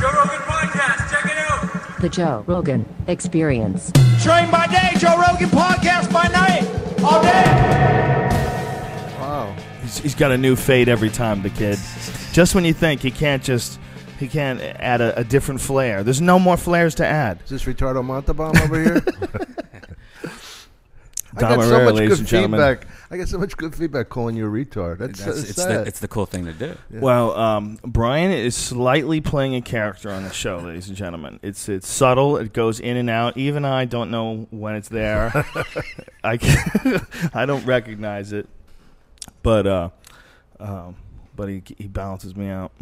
Joe Rogan Podcast. Check it out. The Joe Rogan Experience. Train by day, Joe Rogan podcast by night, all day. He's, he's got a new fade every time, the kid. Just when you think he can't just he can't add a, a different flair. There's no more flares to add. Is this retardo Montalban over here? I got Dom so Herrera, much ladies good and gentlemen. feedback. I got so much good feedback calling you a retard. That's, That's, it's it's, the, sad. it's the cool thing to do. Well, um, Brian is slightly playing a character on the show, ladies and gentlemen. It's it's subtle. It goes in and out. Even I don't know when it's there. I can, I don't recognize it, but uh, um, but he he balances me out.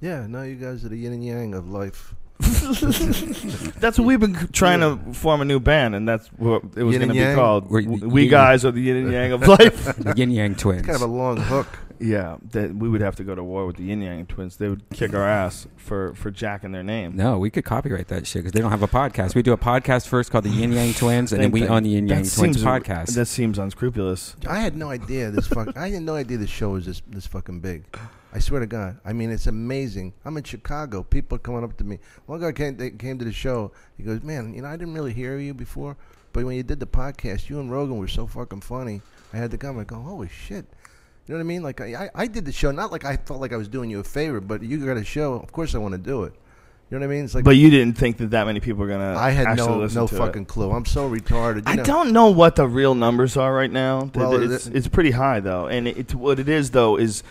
yeah, no, you guys are the yin and yang of life. That's what we've been c- trying to form a new band, and that's what it was going Yin and to be yang? called. We're- W- we yin and- guys are the yin and yang of life. Yin Yang Twins. Kind of a long hook. yeah, that we would have to go to war with the yin yang twins. They would kick our ass for for jacking their name. no, we could copyright that shit because they don't have a podcast. We do a podcast first called the Yin Yang Twins, and then Same we thing. own the Yin That Yang Twins seems- podcast. That seems unscrupulous. I had no idea this fuck. I had no idea this show was this this fucking big. I swear to God. I mean, it's amazing. I'm in Chicago. People are coming up to me. One guy came they came to the show. He goes, "Man, you know, I didn't really hear you before, but when you did the podcast, you and Rogan were so fucking funny. I had to come. I go, "Oh, holy shit." You know what I mean? Like I, I I did the show. Not like I felt like I was doing you a favor, but you got a show. Of course, I want to do it. You know what I mean? It's like But you didn't think that that many people were gonna. I had actually no listen no to it. fucking clue. I'm so retarded. You I know? don't know what the real numbers are right now. Th- Well, it's, it- it's pretty high though, and it, it's what it is though is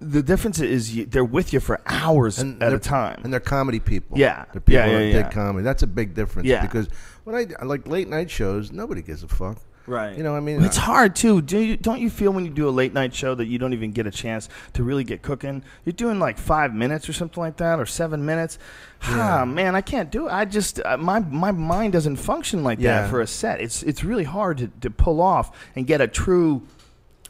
the difference is you, they're with you for hours at they're- a time. And they're comedy people. Yeah. They're people Yeah, yeah, that yeah. did comedy. That's a big difference. Yeah. Because when I like late night shows, nobody gives a fuck. Right. You know, I mean, But it's I- hard too. Do you, don't you feel when you do a late night show that you don't even get a chance to really get cooking? You're doing like five minutes or something like that, or seven minutes. Ah, man, I can't do it. I just uh, my my mind doesn't function like Yeah. that for a set. It's it's really hard to, to pull off and get a true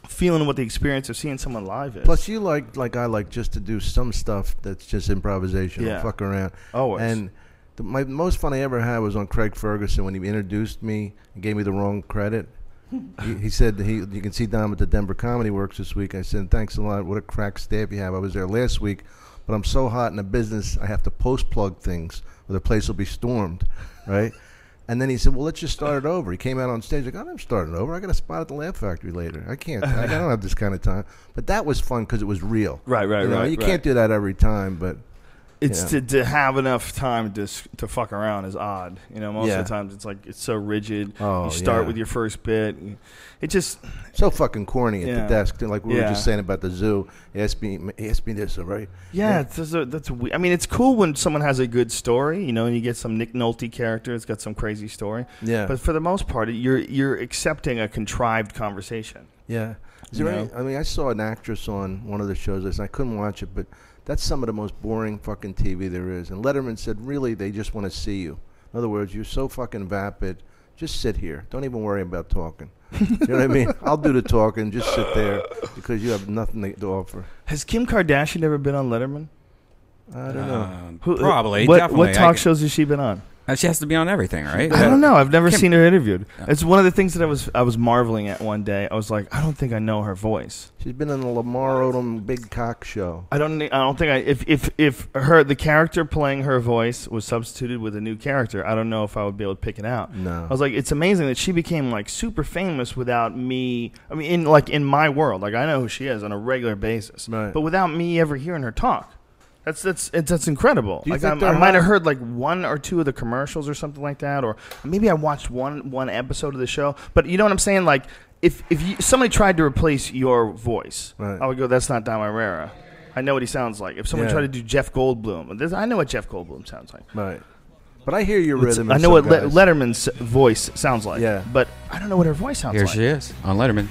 feeling of what the experience of seeing someone live is. Plus, you like like I like just to do some stuff that's just improvisational, Yeah. fuck around. Always. And the, my most fun I ever had was on Craig Ferguson when he introduced me and gave me the wrong credit. he, he said that he you can see Dom at the Denver Comedy Works this week. I said thanks a lot. What a crack staff you have. I was there last week, but I'm so hot in the business I have to post plug things or the place will be stormed, right? And then he said, "Well, let's just start it over." He came out on stage like, "I'm starting over. I got a spot at the Laugh Factory later. I can't. I, I don't have this kind of time." But that was fun because it was real. Right, right, you know, right, You right. can't do that every time, but it's Yeah. to, to have enough time to s- to fuck around is odd. You know, most Yeah. of the times it's like it's so rigid. Oh, you start yeah. with your first bit. It just so fucking corny at Yeah. the desk. Like we Yeah. were just saying about the zoo. He asked me, he asked me this, all right? Yeah, it's just a- that's. we- I mean, it's cool when someone has a good story, you know, and you get some Nick Nolte character. It's got some crazy story. Yeah. But for the most part, you're you're accepting a contrived conversation. Yeah. Is there You any, know? I mean, I saw an actress on one of the shows. last night. I couldn't watch it, but that's some of the most boring fucking TV there is. And Letterman said, really, they just want to see you. In other words, you're so fucking vapid. Just sit here. Don't even worry about talking. you know what I mean? I'll do the talking. Just sit there because you have nothing to, to offer. Has Kim Kardashian ever been on Letterman? I don't know. Um, Who- uh, probably. What, definitely. what I talk c- shows has she been on? uh, She has to be on everything, right? I don't know. I've never Kim- seen her interviewed. Yeah. It's one of the things that I was I was marveling at one day. I was like, I don't think I know her voice. She's been on the Lamar Odom Big Cock Show. I don't. thi- I don't think I. If if if her the character playing her voice was substituted with a new character, I don't know if I would be able to pick it out. No. I was like, it's amazing that she became like super famous without me. I mean, in like in my world, like I know who she is on a regular basis, Right. but without me ever hearing her talk. That's that's it's, that's incredible. Do you like think I'm- I they're might have hot? heard like one or two of the commercials or something like that, or maybe I watched one one episode of the show. But you know what I'm saying? Like if if you, somebody tried to replace your voice, Right. I would go, "That's not Don Herrera." I know what he sounds like. If someone Yeah. tried to do Jeff Goldblum, this, I know what Jeff Goldblum sounds like. Right. But I hear your rhythm. I in know what some Le- guys. Letterman's voice sounds like. Yeah. But I don't know what her voice sounds Here like. she is on Letterman.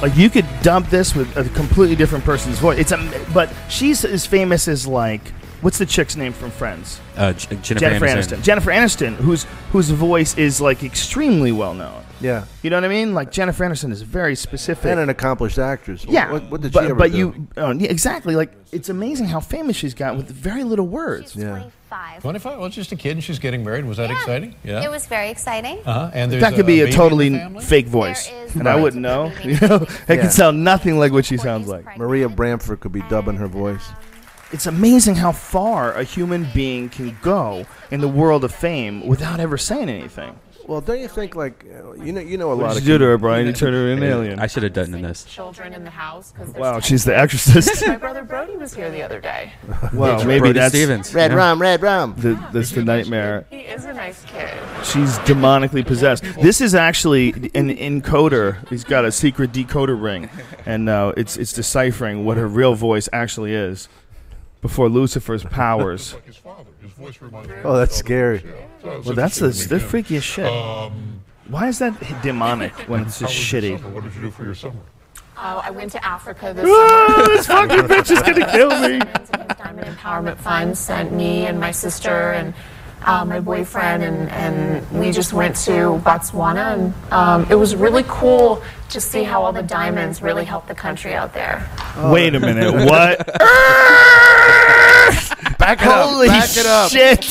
Like you could dump this with a completely different person's voice. It's a, but she's as famous as like what's the chick's name from Friends? Uh, J- Jennifer, Jennifer, Aniston. Jennifer Aniston, whose whose voice is like extremely well known. Yeah. You know what I mean? Like Jennifer Aniston is very specific. And an accomplished actress. yeah, What, what did but, she ever but do? you uh, yeah, exactly like it's amazing how famous she's got with very little words. Yeah. 25. 25? Well, it's just a kid and she's getting married. Was that Yeah. exciting? Yeah. It was very exciting. Uh-huh. And there's That could be a baby in the totally family? fake voice, There is and I going wouldn't to know. be You know, it Yeah. could sound nothing like what she Courtney's sounds like. pregnant. Maria Bramford could be dubbing her voice. Um, it's amazing how far a human being can go in the world of fame without ever saying anything. Well, don't you think like uh, you know you know a What lot did of you do to her, Brian? You turned her into an I alien. should have done this. children in the house because Wow, she's the exorcist. my brother Brody was here the other day. Wow, maybe Brody that's Stevens. red yeah. rum, red rum. the, that's the nightmare. He is a nice kid. She's demonically possessed. This is actually an encoder. He's got a secret decoder ring, and uh, it's it's deciphering what her real voice actually is before Lucifer's powers. His father, his voice reminds me Oh, that's scary. Well, that's the, the freakiest shit. Why is that demonic when it's just shitty? What did you do for your summer? Oh, I went to Africa this summer. this fucking bitch is gonna kill me. Diamond Empowerment Fund sent me and my sister and uh, my boyfriend, and, and we just went to Botswana. And um, it was really cool to see how all the diamonds really help the country out there. Wait a minute, what? Back Holy shit!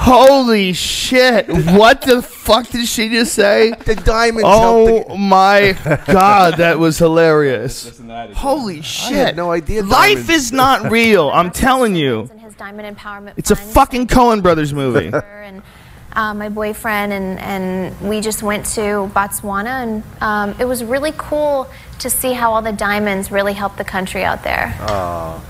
Holy shit! What the fuck did she just say? The diamonds. help Oh my god, that was hilarious! Holy the, I shit! had no idea. Life diamonds- is not real. I'm telling you, and his diamond empowerment it's a Fund fucking Cohen Brothers movie. and uh, my boyfriend and, and we just went to botswana and um, it was really cool to see how all the diamonds really help the country out there oh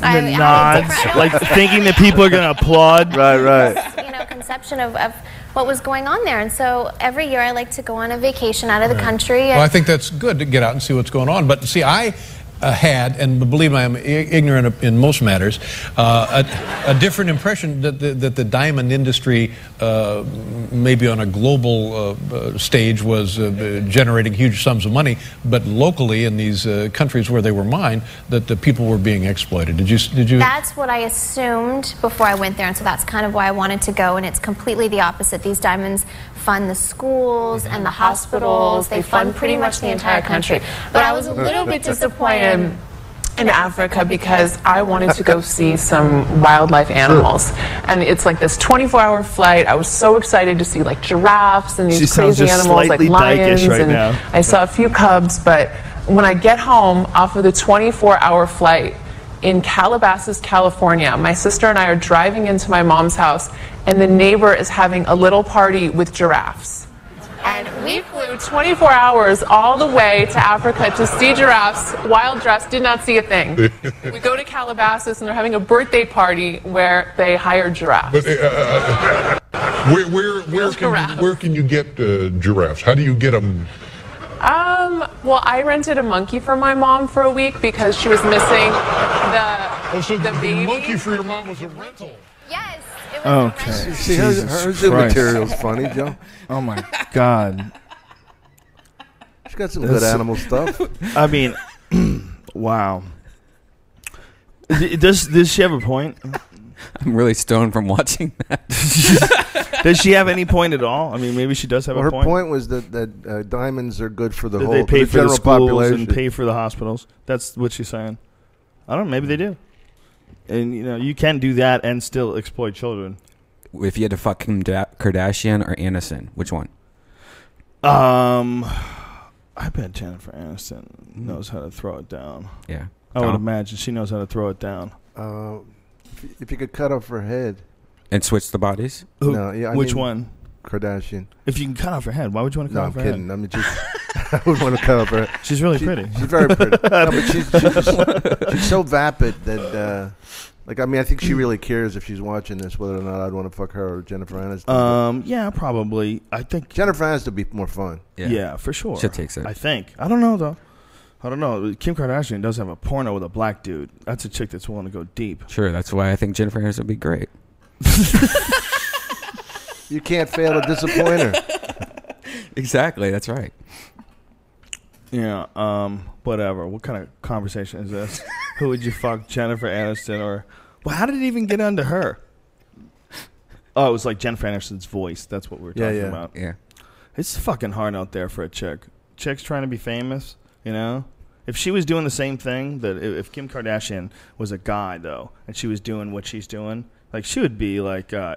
The nods, like thinking that people are gonna applaud. Right, right. you know conception of, of what was going on there and so every year i like to go on a vacation out of the country Well, I and think that's good to get out and see what's going on. But see, I uh, had, and believe me, I'm I- ignorant of- in most matters, uh, a, a different impression that the, that the diamond industry, uh, maybe on a global uh, uh, stage, was uh, uh, generating huge sums of money, but locally in these uh, countries where they were mined, that the people were being exploited. Did you? s- Did you? that's what i assumed before i went there and so that's kind of why i wanted to go and it's completely the opposite these diamonds fund the schools and the hospitals they fund pretty much the entire country But I was a little bit disappointed in Africa because I wanted to go see some wildlife animals. And it's like this 24 hour flight. I was so excited to see like giraffes and these She sounds crazy just animals like slightly lions. dykish right and now. I saw a few cubs, but when I get home off of the 24 hour flight in Calabasas, California, my sister and I are driving into my mom's house, and the neighbor is having a little party with giraffes. And we flew 24 hours all the way to Africa to see giraffes, wild giraffes, did not see a thing. we go to Calabasas and they're having a birthday party where they hired giraffes. But uh, uh, uh, where where where Those can giraffes. you, where can you get uh, giraffes? How do you get them? Um, well, I rented a monkey for my mom for a week because she was missing the, Oh, so the the, baby. monkey for your mom was a rental. Yes. It was Okay. horrendous. See, her, her Zoom oh, Christ. material's funny, Joe. Oh my god! She's got some That's- good animal stuff. I mean, wow. D- Does does she have a point? I'm really stoned from watching that. Does she have any point at all? I mean, maybe she does have Well, a her point. point was that, that uh, diamonds are good for the That whole they pay the for the general schools population. and pay for the hospitals. That's what she's saying. I don't. know. Maybe they do. And you know, you can do that and still exploit children. If you had to fuck Kim Da- Kardashian or Aniston, which one? Um, I bet Jennifer Aniston knows how to throw it down. Yeah. I would Tom. imagine she knows how to throw it down. Uh, if- if you could cut off her head, And switch the bodies? Who- No, yeah, I which mean- one? Kardashian. If you can cut off her head, why would you want to No, cut I'm off her kidding. I mean, just I would want to cut off her. head? She's really She- pretty. She's very pretty. No, but she's, she's, just- she's so vapid that, uh, like, I mean, I think she really cares if she's watching this whether or not I'd want to fuck her or Jennifer Aniston. Um, yeah, probably. I think. Jennifer Aniston would be more fun. Yeah, for sure. She takes it. I think. I don't know though. I don't know. Kim Kardashian does have a porno with a black dude. That's a chick that's willing to go deep. Sure, that's why I think Jennifer Aniston would be great. You can't fail to disappoint her. Exactly, that's right. Yeah. Um. Whatever. What kind of conversation is this? Who would you fuck, Jennifer Aniston or? Well, how did it even get onto her? Oh, it was like Jennifer Aniston's voice. That's what we were Yeah, talking yeah. about. Yeah. It's fucking hard out there for a chick. Chicks trying to be famous, you know. If she was doing the same thing that i- if Kim Kardashian was a guy though, and she was doing what she's doing, like she would be like, uh,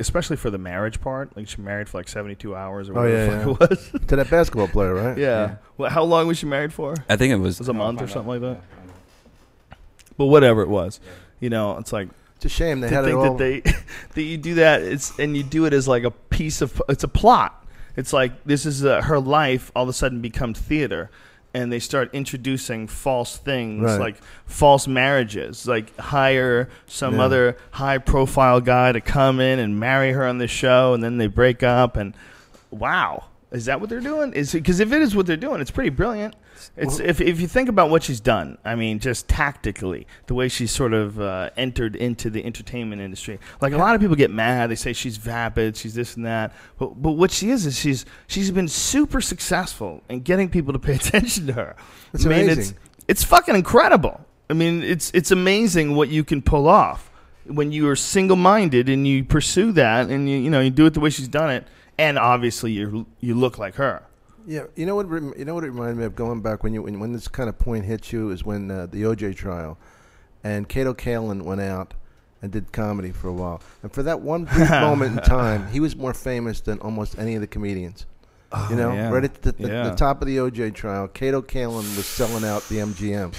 especially for the marriage part, like she married for like seventy two hours or Oh, whatever yeah, the fuck it was. To that basketball player, right? yeah. Well, how long was she married for? I think it was, It was a month or something like that. But whatever it was, You know, it's like It's a shame they to had it think all. that they that you do that it's and you do it as like a piece of it's a plot it's like this is uh her life all of a sudden becomes theater and they start introducing false things Right. like false marriages like hire some Yeah. other high profile guy to come in and marry her on the show and then they break up and wow is that what they're doing is because if it is what they're doing it's pretty brilliant it's if, if you think about what she's done i mean just tactically the way she's sort of uh, entered into the entertainment industry like a lot of people get mad they say she's vapid she's this and that but, but what she is is she's she's been super successful in getting people to pay attention to her That's i mean it's amazing. it's fucking incredible i mean it's it's amazing what you can pull off when you are single-minded and you pursue that and you you know you do it the way she's done it and obviously you you look like her Yeah, you know what? rem- You know what it reminded me of going back when you when, when this kind of point hits you is when uh, the OJ trial, and Cato Kalin went out and did comedy for a while, and for that one brief moment in time, he was more famous than almost any of the comedians. you know, Oh, yeah. right at the, the, Yeah. the top of the OJ trial, Cato Kalin was selling out the MGM.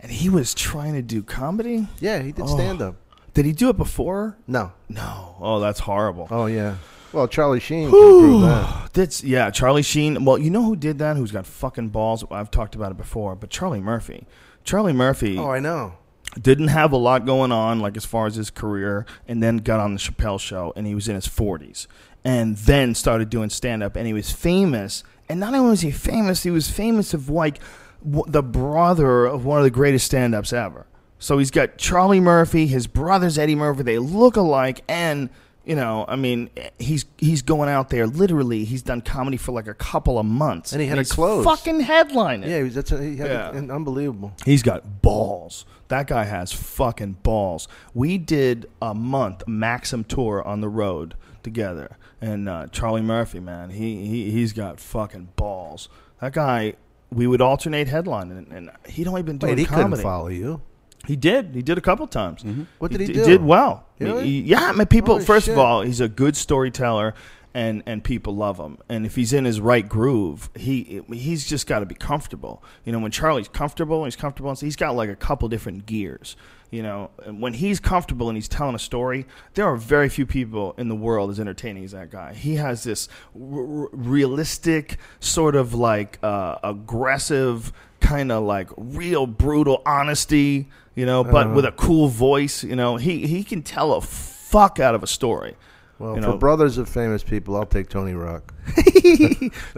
and he was trying to do comedy Yeah, he did Oh. stand up. Did he do it before? No, No. Oh, that's horrible. oh yeah. Well, Charlie Sheen can prove that. That's yeah, Charlie Sheen. Well, you know who did that? Who's got fucking balls? I've talked about it before, but Charlie Murphy. Charlie Murphy Oh, I know. didn't have a lot going on, like as far as his career, and then got on the Chappelle Show, and he was in his forties, and then started doing stand up, and he was famous. And not only was he famous, he was famous of like w- the brother of one of the greatest stand ups ever. So he's got Charlie Murphy, his brother's Eddie Murphy. They look alike, and you know, I mean, he's he's going out there literally. He's done comedy for like a couple of months, And he had a he's close. fucking headlining. Yeah, he was, that's a, he had Yeah. an unbelievable. He's got balls. That guy has fucking balls. We did a month Maxim tour on the road together, and uh, Charlie Murphy, man, he he he's got fucking balls. That guy, we would alternate headline, and, and he'd only been doing Wait, he couldn't comedy. follow Mm-hmm. you. He did. He did a couple times. What did he d- do? did well. Really? He- yeah, I mean, people. Holy first shit. of all, he's a good storyteller, and and people love him. And if he's in his right groove, he he's just got to be comfortable. You know, when Charlie's comfortable, he's comfortable. He's got like a couple different gears. You know, and when he's comfortable and he's telling a story, there are very few people in the world as entertaining as that guy. He has this r- r- realistic, sort of like uh, aggressive, kind of like real brutal honesty you know, Uh-huh. but with a cool voice, you know, he he can tell a fuck out of a story. Well, you for know, brothers of famous people, I'll take Tony Rock.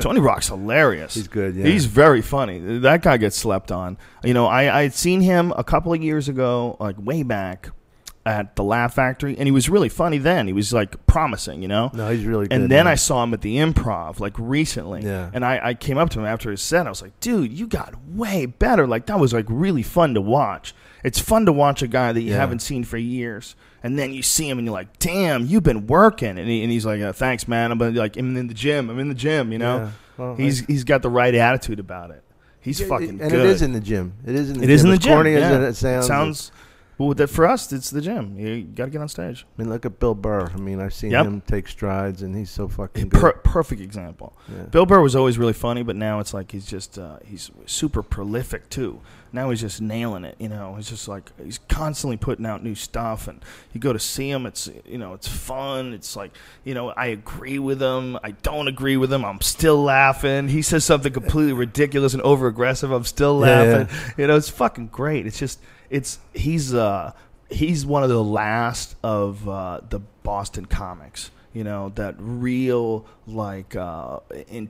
Tony Rock's hilarious. He's good, yeah. He's very funny. That guy gets slept on. You know, I I had seen him a couple of years ago, like way back at the Laugh Factory, and he was really funny then. He was like promising, you know. No, he's really good, And then man. I saw him at the Improv like recently, Yeah. and I I came up to him after his set. I was like, dude, you got way better. Like that was like really fun to watch. It's fun to watch a guy that you Yeah. haven't seen for years. And then you see him and you're like, damn, you've been working. And, he, and he's like, uh, thanks, man. I'm like, I'm in the gym. I'm in the gym, you know? Yeah. Well, he's he's got the right attitude about it. He's fucking and good. it is in the gym. It is in the It gym. is in the as gym. Corny yeah. as it sounds. well that for us. It's the gym. You got to get on stage. I mean, look at Bill Burr. I mean, I've seen Yep. him take strides, and he's so fucking good. Per- perfect example. Yeah. Bill Burr was always really funny, but now it's like he's just uh, he's super prolific too. Now he's just nailing it. You know, he's just like he's constantly putting out new stuff, and you go to see him. It's you know, it's fun. It's like you know, I agree with him. I don't agree with him. I'm still laughing. He says something completely ridiculous and over aggressive. I'm still Yeah, yeah. laughing. You know, it's fucking great. It's just it's he's uh he's one of the last of uh, the Boston comics. You know that real like uh,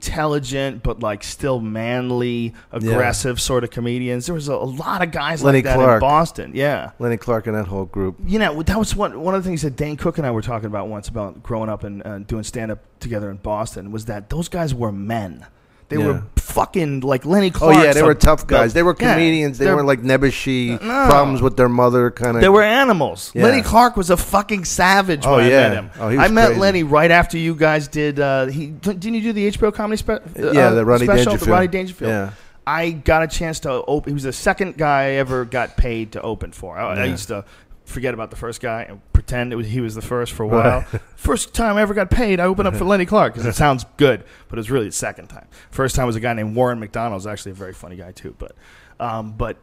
intelligent but like still manly, aggressive sort of comedians. There was a, a lot of guys Lenny like that Clark. in Boston. Yeah. Lenny Clark and that whole group. You know, that was one, one of the things that Dane Cook and I were talking about once about growing up and uh, doing stand up together in Boston was that those guys were men. They Yeah. were fucking like Lenny Oh Clark. yeah, they were tough guys. They were comedians. They weren't like Nebuchadnezzar No. problems with their mother kind of. They were animals. Yeah. Lenny Clark was a fucking savage Oh, when yeah. I met him. Oh, he was I met crazy. Lenny right after you guys did. Uh, he didn't you do the HBO comedy special? Yeah, the Rodney special, Dangerfield. The Rodney Dangerfield. Yeah. I got a chance to open. He was the second guy I ever got paid to open for. I, I Yeah. used to forget about the first guy and pretend it was, he was the first for a while. First time I ever got paid, I opened up for Lenny Clark because it sounds good, but it was really the second time. First time was a guy named Warren McDonald, who's actually a very funny guy too. But, um, but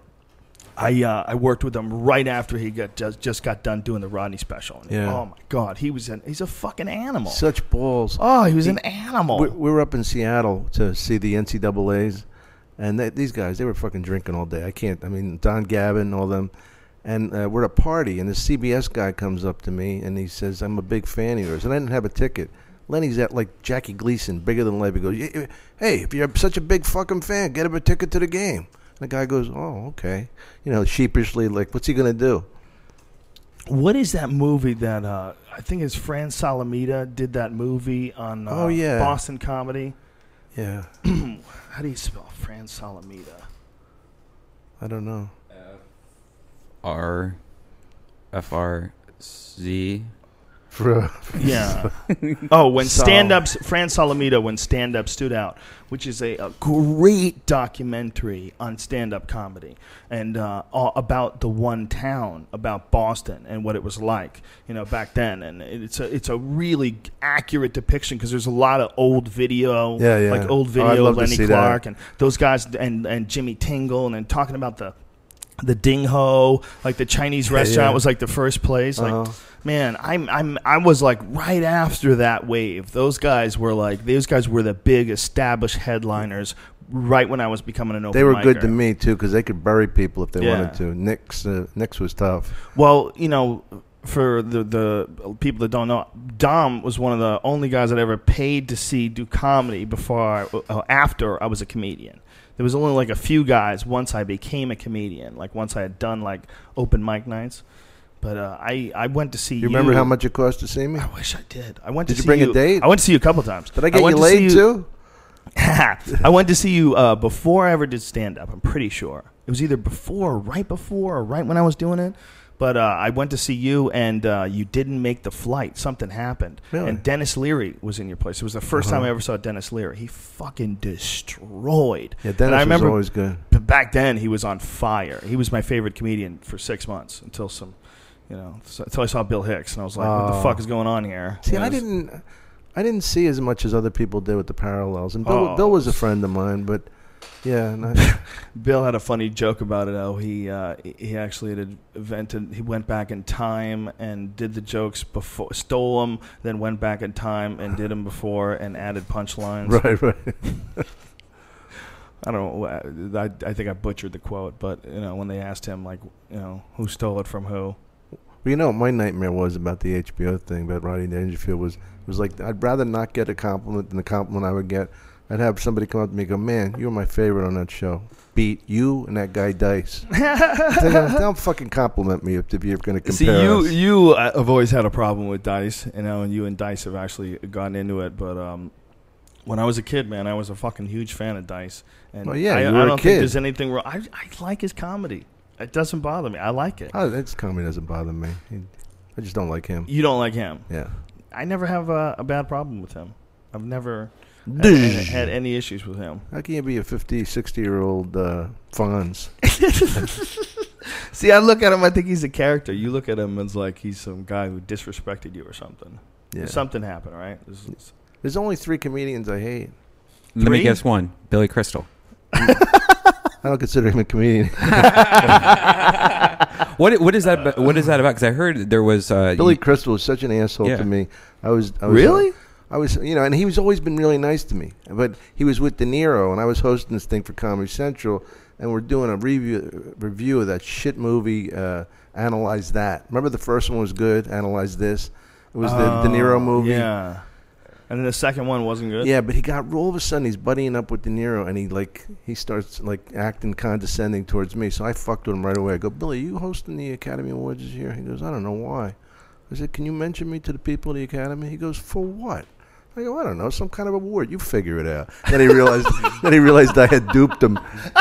I uh, I worked with him right after he got just, just got done doing the Rodney special. And Yeah. Oh my God, he was an he's a fucking animal. Such balls. oh, he was an animal. We, we were up in Seattle to see the NCAA's, and they, these guys they were fucking drinking all day. I can't. I mean, Don Gavin, and all them, and uh, we're at a party, and this CBS guy comes up to me and he says, "I'm a big fan of yours," and I didn't have a ticket. Lenny's at like Jackie Gleason, bigger than life. He goes, "Y- y- "Hey, if you're such a big fucking fan, get him a ticket to the game." And the guy goes, "Oh, okay," you know, sheepishly, like, "What's he gonna do?" what is that movie that uh, I think it's Fran Salamita did that movie on uh, Oh, yeah. Boston comedy. Yeah, How do you spell Fran Salamita? I don't know. R F R Z. For Yeah. oh, when So- stand ups, Fran Salamita, when stand up stood out, which is a, a great documentary on stand up comedy and uh, all about the one town, about Boston and what it was like, you know, back then. And it's a it's a really accurate depiction because there's a lot of old video, Yeah, yeah. like old Oh, I'd video, love to Lenny see that. Clark and those guys, and and Jimmy Tingle, and then talking about the the Ding Ho, like the Chinese restaurant yeah. Uh-huh. was like the first place. Like, man, I'm I'm I was like right after that wave. Those guys were like those guys were the big established headliners right when I was becoming an open. They were good micer. to me too, because they could bury people if they Yeah. wanted to. Nick's uh, Nick's was tough. Well, you know, for the the people that don't know, Dom was one of the only guys that ever paid to see do comedy before I, uh, after I was a comedian. There was only like a few guys once I became a comedian, like once I had done like open mic nights. But uh, I I went to see You remember how much it cost to see me? I wish I did. I went Did to you see bring a date? I went to see you a couple times. Did I get went you to see laid too? I went to see you uh, before I ever did stand up. I'm pretty sure it was either before, or right before, or right when I was doing it. But uh, I went to see you, and uh, you didn't make the flight. Something happened, Really? Uh-huh. and Dennis Leary was in your place. It was the 1st time I ever saw Dennis Leary. He fucking destroyed. Yeah, and I Dennis was remember always good. but back then he was on fire. He was my favorite comedian for six months until some, you know, so, until I saw Bill Hicks, and I was like, "What the Oh. fuck is going on here?" See, You know, I it was- didn't, I didn't see as much as other people did with the parallels. And Bill, Oh. Bill was a friend of mine, but yeah, not, Bill had a funny joke about it. How he uh, he actually had invented. He went back in time and did the jokes before, stole them, then went back in time and did them before, and added punchlines. right, right. I don't. know, I, I think I butchered the quote, but you know when they asked him like you know who stole it from who. Well, you know, what my nightmare was about the HBO thing about Rodney Dangerfield was was like I'd rather not get a compliment than the compliment I would get. I'd have somebody come up to me and go, "Man, you were my favorite on that show. Beat you and that guy Dice." don't, don't fucking compliment me if, if you're going to compare. See, you us. you uh, have always had a problem with dice, you know, and you and dice have actually gotten into it. But um, when I was a kid, man, I was a fucking huge fan of dice. And Well, yeah, I, you I were a don't think kid. there's anything wrong. I, I like his comedy. It doesn't bother me. I like it. Oh, that's comedy doesn't bother me. He- I just don't like him. You don't like him. Yeah. I never have a, a bad problem with him. I've never had, had, had any issues with him. How can you be a 50, 60 year old uh, Fonz? See, I look at him. I think he's a character. You look at him as like he's some guy who disrespected you or something. Yeah. Something happened, right? This is- There's only three comedians I hate. Let Three? me guess one. Billy Crystal. I don't consider him a comedian. What what is that? Uh, ab- what is that about? Because I heard there was uh, Billy Crystal was such an asshole Yeah. to me. I was, I was uh, Really? I was, you know, and he was always been really nice to me. But he was with De Niro, and I was hosting this thing for Comedy Central, and we're doing a review review of that shit movie. Uh, Analyze that. Remember the first one was good. Analyze this. It was the De Niro movie. Oh, Yeah. And then the second one wasn't good. Yeah, but he got all of a sudden he's buddying up with De Niro, and he like he starts like acting condescending towards me. So I fucked with him right away. I go, Billy, you hosting the Academy Awards this year? He goes, I don't know why. I said, Can you mention me to the people of the Academy? He goes, For what? I go, I don't know, some kind of award. You figure it out. Then he realized. then he realized I had duped him.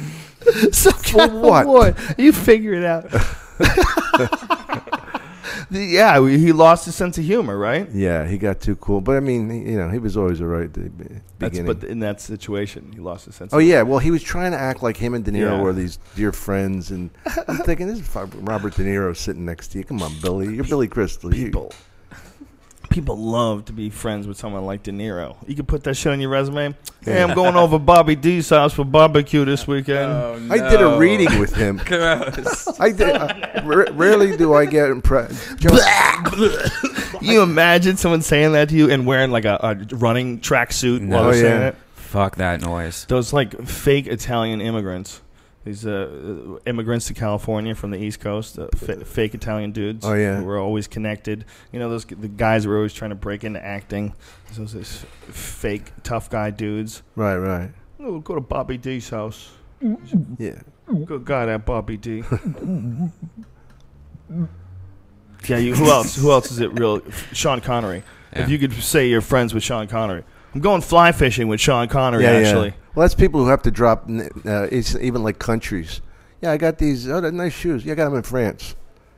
For what? Boy, you figure it out. The- yeah, we- he lost his sense of humor, right? Yeah, he got too cool. But I mean, he- you know, he was always all right at the be- beginning. That's, but in that situation, he lost his sense. Oh yeah, well he was trying to act like him and De Niro Yeah. were these dear friends, and I'm thinking this is fu- Robert De Niro sitting next to you. Come on, Billy, you're Billy Crystal. You- people. people love to be friends with someone like De Niro. You could put that shit on your resume. Hey, I'm going over Bobby D's house for barbecue this weekend. I did a reading with him. I did, I- ra- rarely do I get impressed. Joe, you imagine someone saying that to you and wearing like a, a running tracksuit while No. they're Oh, saying yeah. it? Fuck that noise. Those like fake Italian immigrants. These uh, immigrants to California from the East Coast, uh, fa- fake Italian dudes. Oh, yeah. who were always connected. You know those g- the guys who were always trying to break into acting. Those, those fake tough guy dudes. right, right. Oh, we'll go to Bobby D's house. Yeah. Good guy, that Bobby D. yeah, you. Who else? Who else is it? Real Sean Connery. Yeah. If you could say you're friends with Sean Connery, I'm going fly fishing with Sean Connery. Yeah, actually, yeah. Well, that's people who have to drop, n- uh, it's even like countries. Yeah, I got these oh, they're nice shoes. Yeah, I got them in France.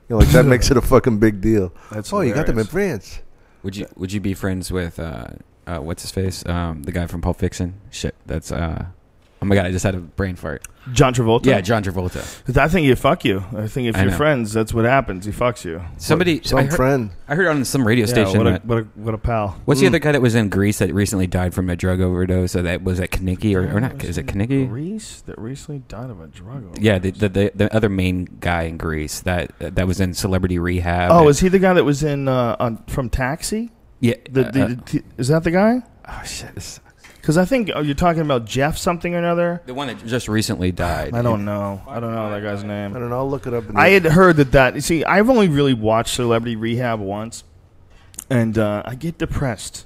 You know, like that makes it a fucking big deal. That's oh, you got them in hilarious. France. Would you Would you be friends with uh, uh, what's his face? Um, the guy from Pulp Fiction. Shit, that's uh, oh my god, I just had a brain fart. John Travolta. Yeah, John Travolta. 'Cause I think he fuck you. I think if I you're know. friends, that's what happens. He fucks you. Somebody, I Some heard, friend. I heard on some radio yeah, station what a, mm. that. what a what a pal. What's the other guy that was in Greece that recently died from a drug overdose? So that was that Kanicki or, or not? Is it Kanicki? Reese that recently died of a drug overdose. Yeah, the, the the the other main guy in Greece that that was in Celebrity Rehab. Oh, and- is he the guy that was in uh, on, from Taxi? yeah? The, uh, the, uh, the- is that the guy? oh shit, this- Because I think oh, you're talking about Jeff something or another. the one that just recently died. I don't know. I don't know that guy's I name. don't know. I'll look it up. In the, I had heard that that. you See, I've only really watched Celebrity Rehab once, and uh, I get depressed.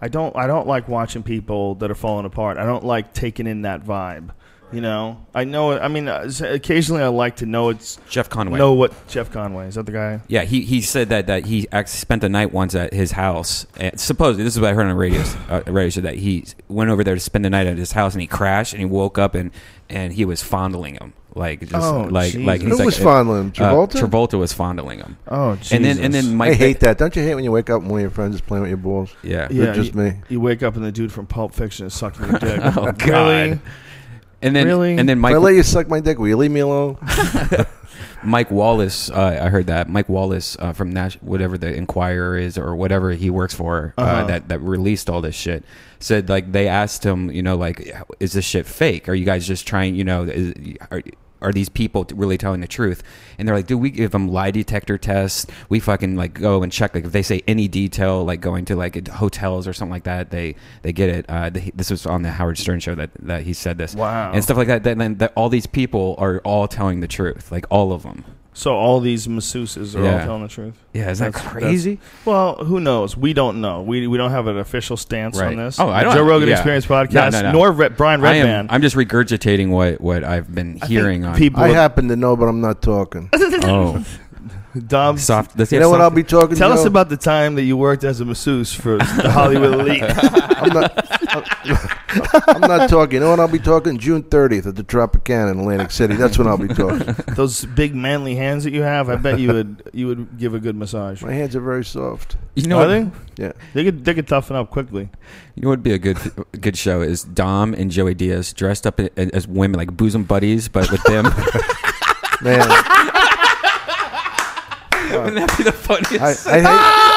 I don't. I don't like watching people that are falling apart. I don't like taking in that vibe. You know. I know. I mean, uh, s- occasionally I like to know it's Jeff Conway. know what Jeff Conway is that the guy? Yeah, he, he said that that he actually spent the night once at his house. And supposedly, this is what I heard on a radio uh, radio show that he went over there to spend the night at his house, and he crashed, and he woke up and and he was fondling him, like just Oh, like Jesus. like he's Who like, was fondling him? uh, Travolta? Travolta was fondling him, Oh, Jesus. and then and then Mike I hate that. Don't you hate when you wake up and one of your friends is playing with your balls? Yeah, They're just you, me. You wake up and the dude from Pulp Fiction is sucking your dick. Oh, God. Really? and then Really? and If then Mike I let you suck my dick, will you leave me alone? Mike Wallace. Uh, I heard that Mike Wallace uh, from Nash, whatever the Inquirer is or whatever he works for, uh that that released all this shit. Said like they asked him, you know, like is this shit fake? Are you guys just trying? You know, is, are are these people t- really telling the truth? And they're like, dude, we give them lie detector tests. We fucking like go and check. Like if they say any detail, like going to like hotels or something like that, they they get it. Uh, they, this was on the Howard Stern show that that he said this. Wow. and stuff like that. Then then that all these people are all telling the truth, like all of them. So all these masseuses are all Yeah. telling the truth. Yeah, isn't that That's- crazy? that's- well, who knows? We don't know. We we don't have an official stance on Right. this. Oh, I The don't- Joe Rogan yeah. Experience podcast, No, no, no. nor Re- Brian I Redman. am, I'm just regurgitating what, what I've been I think hearing on people. I happen to know, but I'm not talking. oh Dom, soft. Does he You have know what I'll soft- be talking tell Joe? us about the time that you worked as a masseuse for the Hollywood Elite. I'm not, I'm not talking. You know what I'll be talking? June 30th at the Tropicana in Atlantic City. That's when I'll be talking. Those big manly hands that you have, I bet you would you would give a good massage. My hands are very soft. You know Are what? they? Yeah. They could they could toughen up quickly. You know what would be a good good show is Dom and Joey Diaz dressed up a- as women, like bosom buddies, but with them. Man, I, Wouldn't that be the funniest? I hate.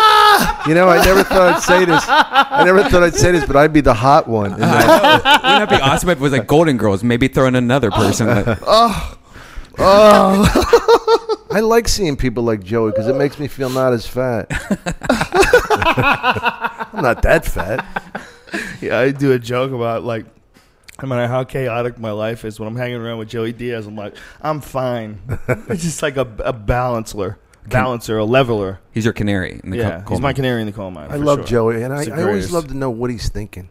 You know, I never thought I'd say this. I never thought I'd say this, but I'd be the hot one. in that. Wouldn't that be awesome if it was like Golden Girls, maybe throwing another person? that- I like seeing people like Joey because it makes me feel not as fat. I'm not that fat. Yeah, I do a joke about like no matter how chaotic my life is, when I'm hanging around with Joey Diaz, I'm like, I'm fine. it's just like a, a balancer, balancer, a leveler. he's your canary. In the yeah, co- he's coal my mine. canary in the coal mine. I for love sure. Joey, and I, He's the I always greatest. love to know what he's thinking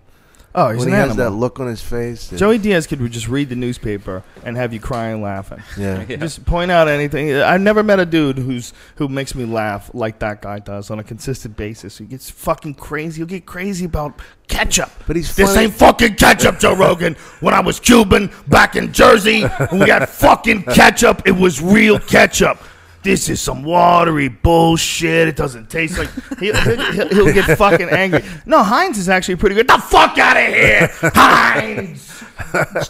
Oh, he's when an he has animal. that look on his face. and- Joey Diaz could just read the newspaper and have you crying laughing. yeah. Just point out anything. I've never met a dude who's who makes me laugh like that guy does on a consistent basis. He gets fucking crazy. He'll get crazy about ketchup. But he's this funny. ain't fucking ketchup, Joe Rogan. When I was Cuban back in Jersey, we had fucking ketchup. It was real ketchup. this is some watery bullshit. It doesn't taste like. He'll, he'll, he'll get fucking angry. No, Heinz is actually pretty good. The fuck out of here, Heinz!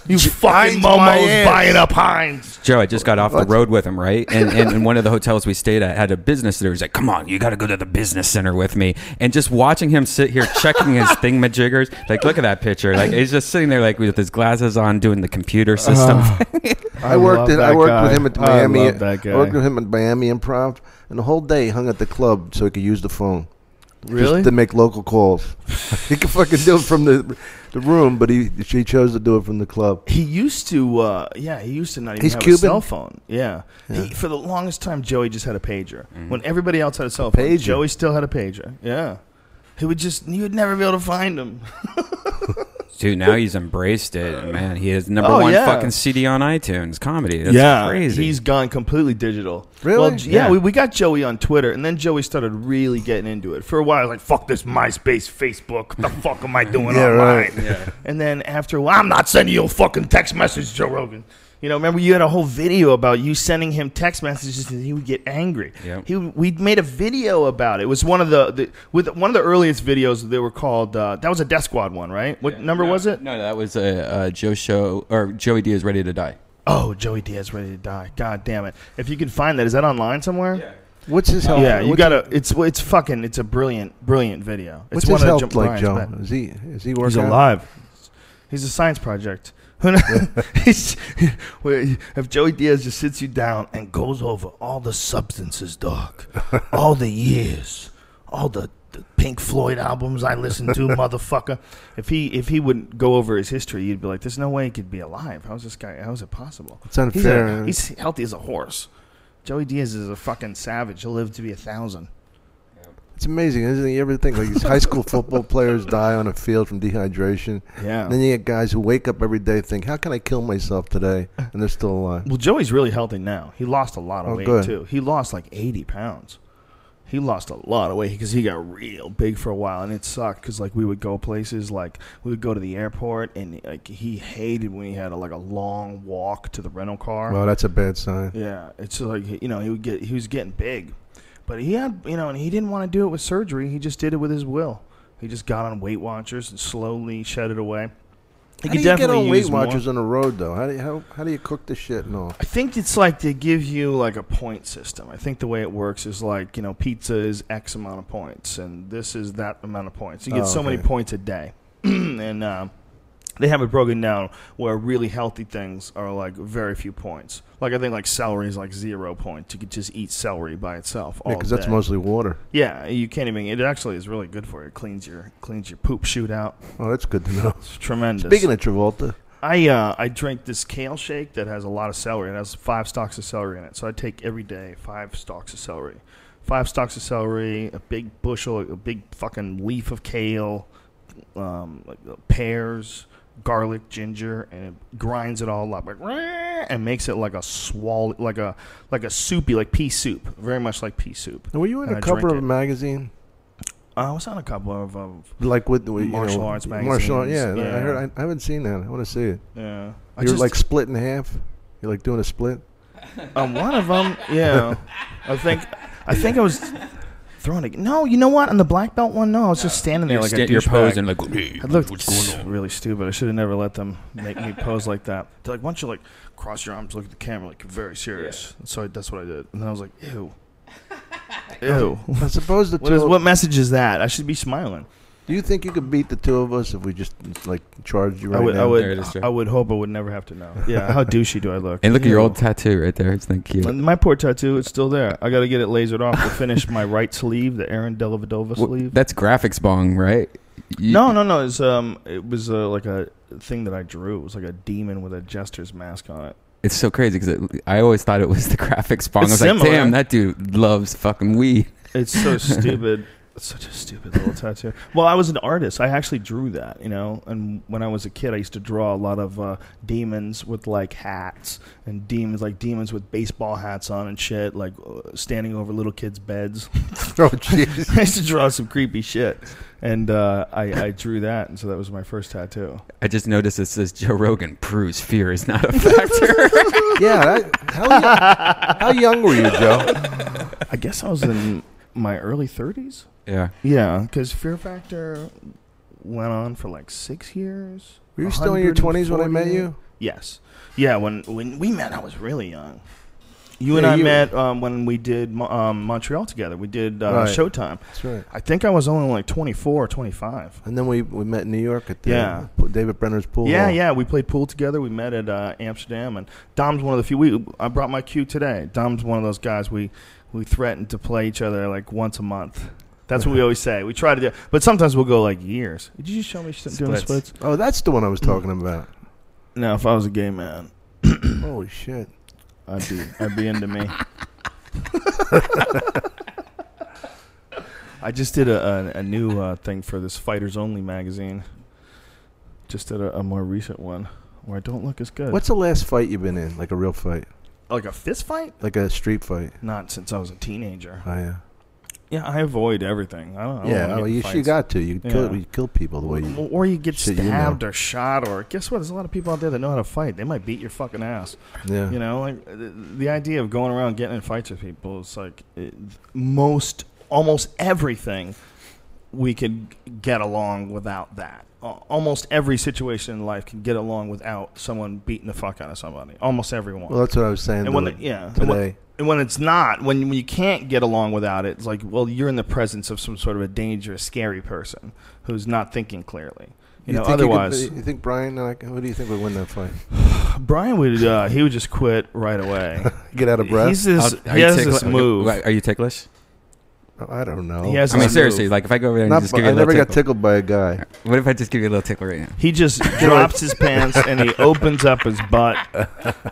You fucking Heinz my momos ass. buying up Heinz. Joe, I just got off the road with him, right? And, and and one of the hotels we stayed at had a business there. He's like, "Come on, you got to go to the business center with me." And just watching him sit here checking his thingamajiggers, like, look at that picture. Like he's just sitting there, like with his glasses on, doing the computer system. Uh-huh. I worked. love In, I that worked guy. with him at I Miami. love that guy. I worked with him at Miami Improv, and the whole day hung at the club so he could use the phone. Really? Just to make local calls. he could fucking do it from the the room, but he she chose to do it from the club. He used to, uh, yeah, he used to not even He's have a Cuban? cell phone. Yeah, He, for the longest time, Joey just had a pager. When everybody else had a cell phone, Pager. Joey still had a pager. Yeah, he would just, you would never be able to find him. Dude, now he's embraced it, man. He has number Oh, one yeah. fucking CD on iTunes comedy. That's crazy. He's gone completely digital. Really? Well, j- yeah, Yeah. We, we got Joey on Twitter, and then Joey started really getting into it. For a while, like, fuck this MySpace, Facebook. What the fuck am I doing Yeah, online? right. And then after a while, I'm not sending you a fucking text message, Joe Rogan. You know, remember you had a whole video about you sending him text messages, and he would get angry. Yep. He we made a video about it. It was one of the, the with one of the earliest videos. They were called uh, that was a Death Squad one, right? What number was it? No, that was a, Joe show or Joey D is ready to die. Oh, Joey Diaz ready to die. God damn it! If you can find that, is that online somewhere? Yeah. What's his health? Yeah, you what's- gotta. It's it's fucking. It's a brilliant, brilliant video. It's What's his of health Jim Bryan's like, Joe? best. Is he is he working? He's out? alive. He's a science project. He's- where- if Joey Diaz just sits you down and goes over all the substances, dog, all the years, all the, the Pink Floyd albums I listened to, motherfucker. If he if he would go over his history, you'd be like, "There's no way he could be alive. How's this guy? How's it possible?" It's unfair. He's, a- he's healthy as a horse. Joey Diaz is a fucking savage. He'll live to be a thousand. It's amazing, isn't it? You ever think like these high school football players die on a field from dehydration? Yeah. then you get guys who wake up every day and think, "How can I kill myself today?" And they're still alive. Well, Joey's really healthy now. He lost a lot of Oh, weight good. too. He lost like eighty pounds. He lost a lot of weight because he got real big for a while, and it sucked. Because like we would go places, like we would go to the airport, and like he hated when he had a, like a long walk to the rental car. Well, that's a bad sign. Yeah, it's like you know he would get he was getting big, but he had you know and he didn't want to do it with surgery. He just did it with his will. He just got on Weight Watchers and slowly shed it away. He How do you get on Weight use more. Watchers on the road though? How do you, how, how do you cook the shit and all? I think it's like they give you like a point system. I think the way it works is like you know pizza is X amount of points and this is that amount of points. You get Oh, so many okay. points a day, and um, they have it broken down where really healthy things are like very few points. Like I think like celery is like zero points. You could just eat celery by itself. all Because that's day. mostly water. yeah. You can't even. It actually is really good for you. It cleans your cleans your poop shoot out. Oh, that's good to know. It's tremendous. Speaking of Travolta, I uh, I drink this kale shake that has a lot of celery. It has five stalks of celery in it. So I take every day five stalks of celery, five stalks of celery, a big bushel, a big fucking leaf of kale, um, like, uh, pears, garlic, ginger, and it grinds it all up like "Rah!" and makes it like a swall like a like a soupy like pea soup, very much like pea soup. were you in And a I cover drink of a it. magazine? I was on a couple of. of Like with the Martial you know, arts Martial art, yeah. magazines, I yeah. heard. I, I haven't seen that. I want to see it. yeah, I You're just- like split in half. You're like doing a split. Um, one of them, yeah. I think, I think I was throwing it. No, you know what? On the black belt one, no, I was just standing there You're, like sta- a you're douchebag. posing like, "Hey, I looked what's going on?" really stupid. I should have never let them make me pose like that. They're like, why don't you like cross your arms, look at the camera, like you're very serious. So I, that's what I did, and then I was like, ew, ew. I suppose the What, two. is, what message is that? I should be smiling. do you think you could beat the two of us if we just like charged you right I would, now? I There it is, would, Joe. I would hope I would never have to know. Yeah, how douchey do I look? And look at your Ew. old tattoo right there. It's like cute. My poor tattoo, it's still there. I got to get it lasered off to finish my right sleeve, the Aaron Delavadova Well, sleeve. That's graphics bong, right? You- No, no, no. It's um, it was uh, like a thing that I drew. It was like a demon with a jester's mask on it. It's so crazy because I always thought it was the graphics bong. It's I was like, similar. damn, that dude loves fucking weed. It's so stupid. It's such a stupid little tattoo. Well, I was an artist. I actually drew that, you know. And when I was a kid, I used to draw a lot of uh, demons with like hats and demons like demons with baseball hats on and shit, like uh, standing over little kids' beds. Oh, jeez. I used to draw some creepy shit, and uh, I, I drew that, and so that was my first tattoo. I just noticed it says Joe Rogan proves fear is not a factor. yeah. That, how, young, how young were you, Joe? I guess I was in my early thirties. yeah. Yeah, because Fear Factor went on for like six years. Were you still in your 20s when I met 140? you? Yes. Yeah. When when we met, I was really young. You and Yeah, I you- met um, when we did Mo- um, Montreal together. We did uh, Right. Showtime. That's right. I think I was only like 24, 25. And then we, we met in New York at the Yeah. P- David Brenner's pool. Yeah, hall. yeah. We played pool together. We met at uh, Amsterdam, and Dom's one of the few. We I brought my cue today. Dom's one of those guys we we threatened to play each other like once a month. That's what we always say. We try to do, but sometimes we'll go like years. Did you show me something doing Splits. splits? Oh, that's the one I was talking about. No, if I was a gay man, Holy shit. I'd be I'd be into me. I just did a a, a new uh, thing for this Fighters Only magazine. Just did a, a more recent one where I don't look as good. What's the last fight you've been in? Like a real fight? like a fist fight? Like a street fight? Not since I was a teenager. Oh, yeah. Yeah, I avoid everything. I don't. I don't yeah, wanna oh, get in you, fights. you got to. You, kill, Yeah. you kill people the way you. Or- Or you get Shit, you know. stabbed or shot, or guess what? There's a lot of people out there that know how to fight. They might beat your fucking ass. Yeah. You know, like the, the idea of going around getting in fights with people is like it, most, almost everything we could get along without that. Al- Almost every situation in life can get along without someone beating the fuck out of somebody. Almost everyone. Well, that's what I was saying. And when the- the- yeah, and when- Today. and when it's not, when, when you can't get along without it, it's like, well, you're in the presence of some sort of a dangerous, scary person who's not thinking clearly. You, know, think could- otherwise, you think Brian? and I- Who do you think would win that fight? Brian would uh, he would just quit right away. Get out of breath. He's this, Are he you has this ticklish- move. Are you ticklish? Oh, I don't know. He has I mean, this seriously, move. like if I go over there and Not, just bu- give you I a little never got tickle. tickled by a guy. What if I just give you a little tickle right now? He just drops his pants and he opens up his butt,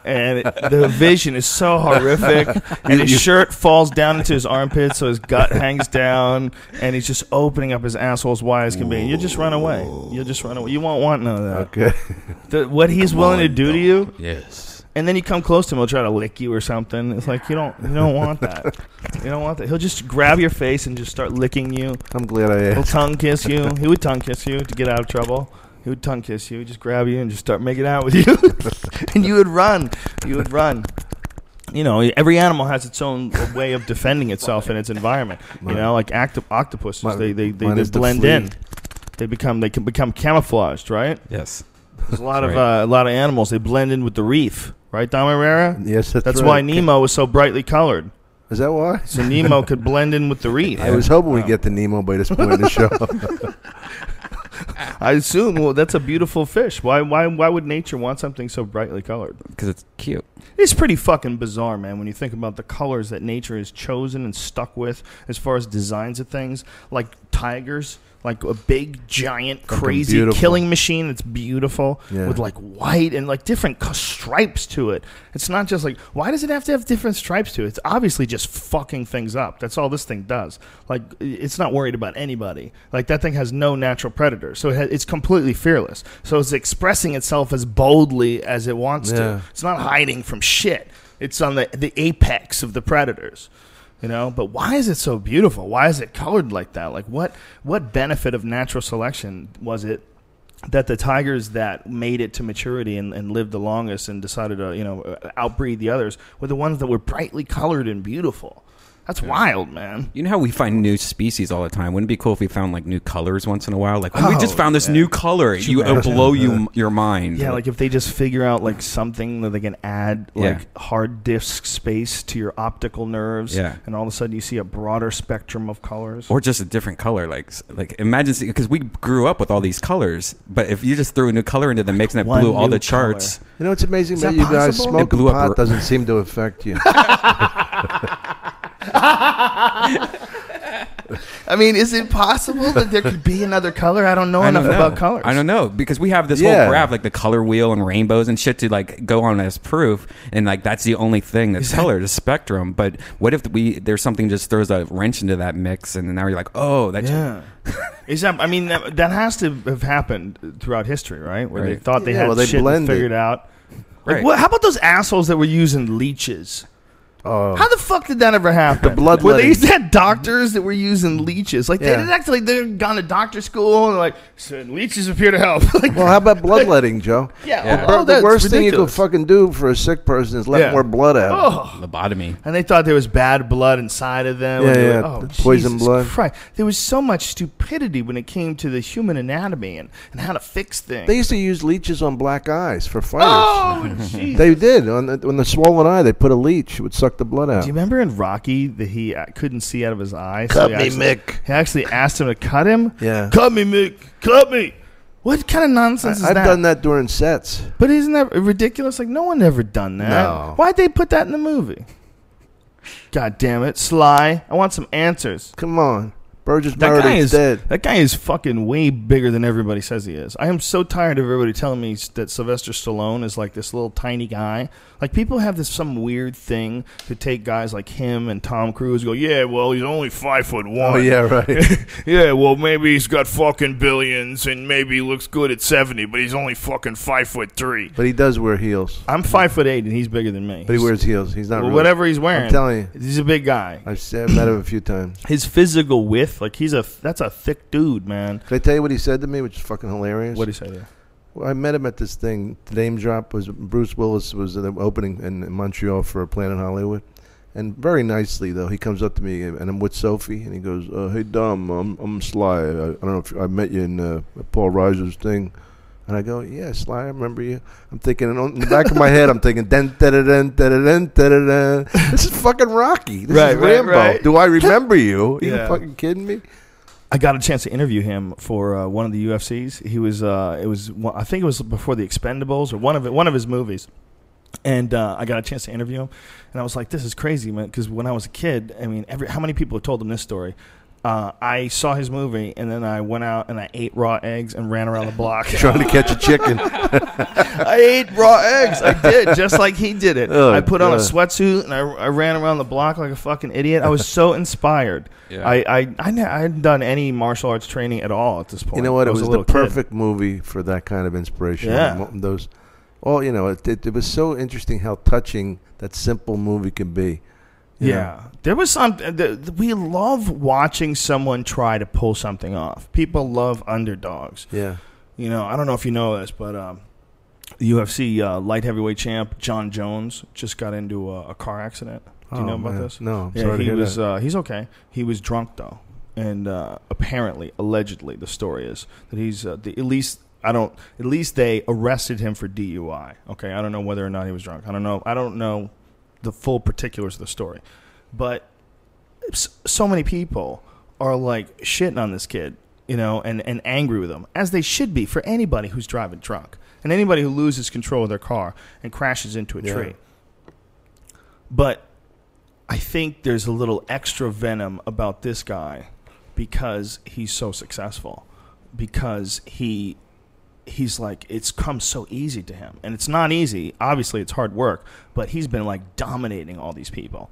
and it- the vision is so horrific. And his shirt falls down into his armpit, so his gut hangs down, and he's just opening up his asshole as wide as can be. And you just run away. You'll just run away. You won't want none of that. Okay. The, what he's willing to do to you, Yes. and then you come close to him, he'll try to lick you or something. It's like you don't you don't want that. You don't want that. He'll just grab your face and just start licking you. I'm glad I He'll asked. tongue kiss you. He would tongue kiss you to get out of trouble. He would tongue kiss you, just grab you, and just start making out with you. and you would run. You would run. You know, every animal has its own way of defending itself in its environment. You know, like octo- octopuses, Mine- they they, they, mine they is the blend flea. in. They become they can become camouflaged, right? Yes. There's a lot of Right. uh, a lot of animals. They blend in with the reef, right, Dom Herrera? Yes, that's, That's right. why Nemo was so brightly colored. Is that why? So Nemo could blend in with the reef. I was hoping Uh, we'd get to Nemo by this point in the show. I assume. Well, that's a beautiful fish. Why? Why? Why would nature want something so brightly colored? Because it's cute. It's pretty fucking bizarre, man. When you think about the colors that nature has chosen and stuck with, as far as designs of things, like tigers, like a big, giant, crazy beautiful. killing machine that's beautiful Yeah. with like white and like different co- stripes to it. It's not just like why does it have to have different stripes to it? It's obviously just fucking things up. That's all this thing does. Like i- it's not worried about anybody. Like that thing has no natural predator, so it ha- it's completely fearless. So it's expressing itself as boldly as it wants Yeah. to. It's not hiding from shit. It's on the, the apex of the predators. You know, but why is it so beautiful? Why is it colored like that? Like what what benefit of natural selection was it that the tigers that made it to maturity and, and lived the longest and decided to, you know, outbreed the others were the ones that were brightly colored and beautiful. That's wild, man. You know how we find new species all the time? Wouldn't it be cool if we found like new colors once in a while? Like, oh, we just Oh, found this yeah. new color. Could You you it'll imagine? blow you your mind. Yeah, like if they just figure out like something that they can add Yeah. like hard disk space to your optical nerves, Yeah. and all of a sudden you see a broader spectrum of colors. or just a different color. Like s- like imagine because we grew up with all these colors, but if you just threw a new color into the mix and it One blew all new the charts. you know, it's amazing Is that, that you guys possible? It smoking blew up pot r- doesn't seem to affect you. I mean, is it possible that there could be another color? I don't know I enough don't know. about colors. I don't know because we have this Yeah. whole graph, like the color wheel and rainbows and shit, to like go on as proof, and like that's the only thing that's colored, the spectrum. But what if we there's something just throws a wrench into that mix, and now you're like, oh, that's Yeah. Is that? I mean, that, that has to have happened throughout history, right? Where they Right. thought they Yeah, had well, they shit blend it. figured out. Like, Right. what, how about those assholes that were using leeches? Oh. How the fuck did that ever happen? The bloodletting. Where they used to have doctors that were using leeches. Like they Yeah. didn't actually. They'd gone to doctor school and like said leeches appear to help. like, Well, how about bloodletting, Joe? yeah. Yeah. Oh, Bro, the that's worst thing you could ridiculous. fucking do for a sick person is let Yeah. more blood out. Oh. lobotomy. And they thought there was bad blood inside of them. Yeah, and they were yeah, like, "Oh, the poison Jesus blood." Christ. There was so much stupidity when it came to the human anatomy and, and how to fix things. They used to use leeches on black eyes for fighters. oh, jeez. They did. On the, on the swollen eye, they put a leech. It would suck the blood out. Do you remember in Rocky that he uh, couldn't see out of his eyes? Cut me, Mick. He actually asked him to cut him. Yeah. Cut me, Mick. Cut me. What kind of I, nonsense is have that? done that during sets. But isn't that ridiculous? Like no one ever done that. No. Why'd they put that in the movie? God damn it, Sly! I want some answers. Come on. Burgess That guy Meredith's is dead. that guy is fucking way bigger than everybody says he is. I am so tired of everybody telling me s- that Sylvester Stallone is like this little tiny guy. Like people have this some weird thing to take guys like him and Tom Cruise and go, yeah, well he's only five foot one. Oh, yeah, right. yeah, well maybe he's got fucking billions and maybe he looks good at seventy, but he's only fucking five foot three. but he does wear heels. I'm five foot eight and he's bigger than me. But he wears heels. He's not Well, really- whatever he's wearing. I'm telling you. he's a big guy. I've said- I've met him a few times. His physical width, like he's a that's a thick dude, man. Can I tell you what he said to me, which is fucking hilarious? What do you say there? Well, I met him at this thing. The name drop was Bruce Willis was at an opening in in Montreal for Planet Hollywood, and very nicely though he comes up to me and I'm with Sophie and he goes, uh, "Hey Dom, I'm I'm Sly. I, I don't know if you- I met you in uh, Paul Reiser's thing." And I go, yeah, Sly, I remember you. I'm thinking, and on- in the back of my head, I'm thinking, dun, da, da, dun, da, da, dun, da, da, dun. this is fucking Rocky. This Right, is right, Rambo. right. Do I remember you? Are Yeah. you fucking kidding me? I got a chance to interview him for uh, one of the UFCs. He was uh, it was one- I think it was before the Expendables or one of it, one of his movies. And uh, I got a chance to interview him, and I was like, "This is crazy, man!" Because when I was a kid, I mean, every how many people have told him this story? Uh, I saw his movie, and then I went out and I ate raw eggs and ran around the block. Trying to catch a chicken. I ate raw eggs. I did, just like he did it. Oh, I put on a God. sweatsuit and I, I ran around the block like a fucking idiot. I was so inspired. Yeah. I, I, I, ne- I hadn't done any martial arts training at all at this point. You know what? I It was, a the little kid. perfect movie for that kind of inspiration. Yeah. Mo- Those, all you know, it, it, it was so interesting how touching that simple movie can be. you Yeah. know? There was some. uh, The, the- we love watching someone try to pull something off. People love underdogs. Yeah. You know, I don't know if you know this, but um, the UFC uh, light heavyweight champ John Jones just got into a, a car accident. Do you Oh, know about man. this? No, I'm yeah, sorry to he hear was. that. Uh, he's okay. He was drunk though, and uh, apparently, allegedly, the story is that he's uh, the, at least. I don't. At least they arrested him for DUI. Okay, I don't know whether or not he was drunk. I don't know. I don't know the full particulars of the story, but s- so many people are like shitting on this kid, you know, and, and angry with him, as they should be for anybody who's driving drunk and anybody who loses control of their car and crashes into a tree. But I think there's a little extra venom about this guy because he's so successful, because he he's like it's come so easy to him and it's not easy obviously it's hard work but he's been like dominating all these people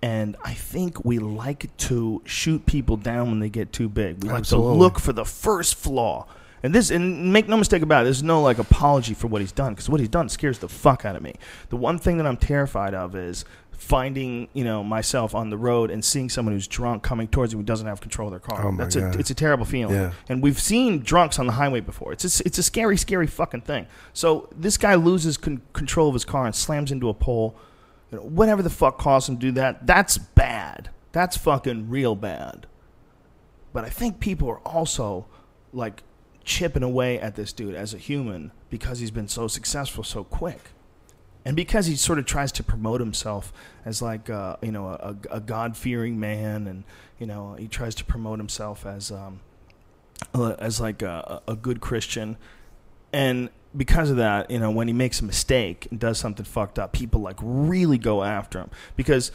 and i think we like to shoot people down when they get too big we like Absolutely. to look for the first flaw and this and make no mistake about it there's no like apology for what he's done because what he's done scares the fuck out of me the one thing that i'm terrified of is finding you know myself on the road and seeing someone who's drunk coming towards you who doesn't have control of their car Oh, my that's God. a it's a terrible feeling Yeah. and we've seen drunks on the highway before. It's a, it's a scary, scary fucking thing. So this guy loses con- control of his car and slams into a pole. You know, whatever the fuck caused him to do that, that's bad. That's fucking real bad. But I think people are also like chipping away at this dude as a human because he's been so successful so quick. And because he sort of tries to promote himself as like uh, you know a, a God fearing man, and you know he tries to promote himself as um, uh, as like a, a a good Christian, and because of that, you know, when he makes a mistake and does something fucked up, people like really go after him because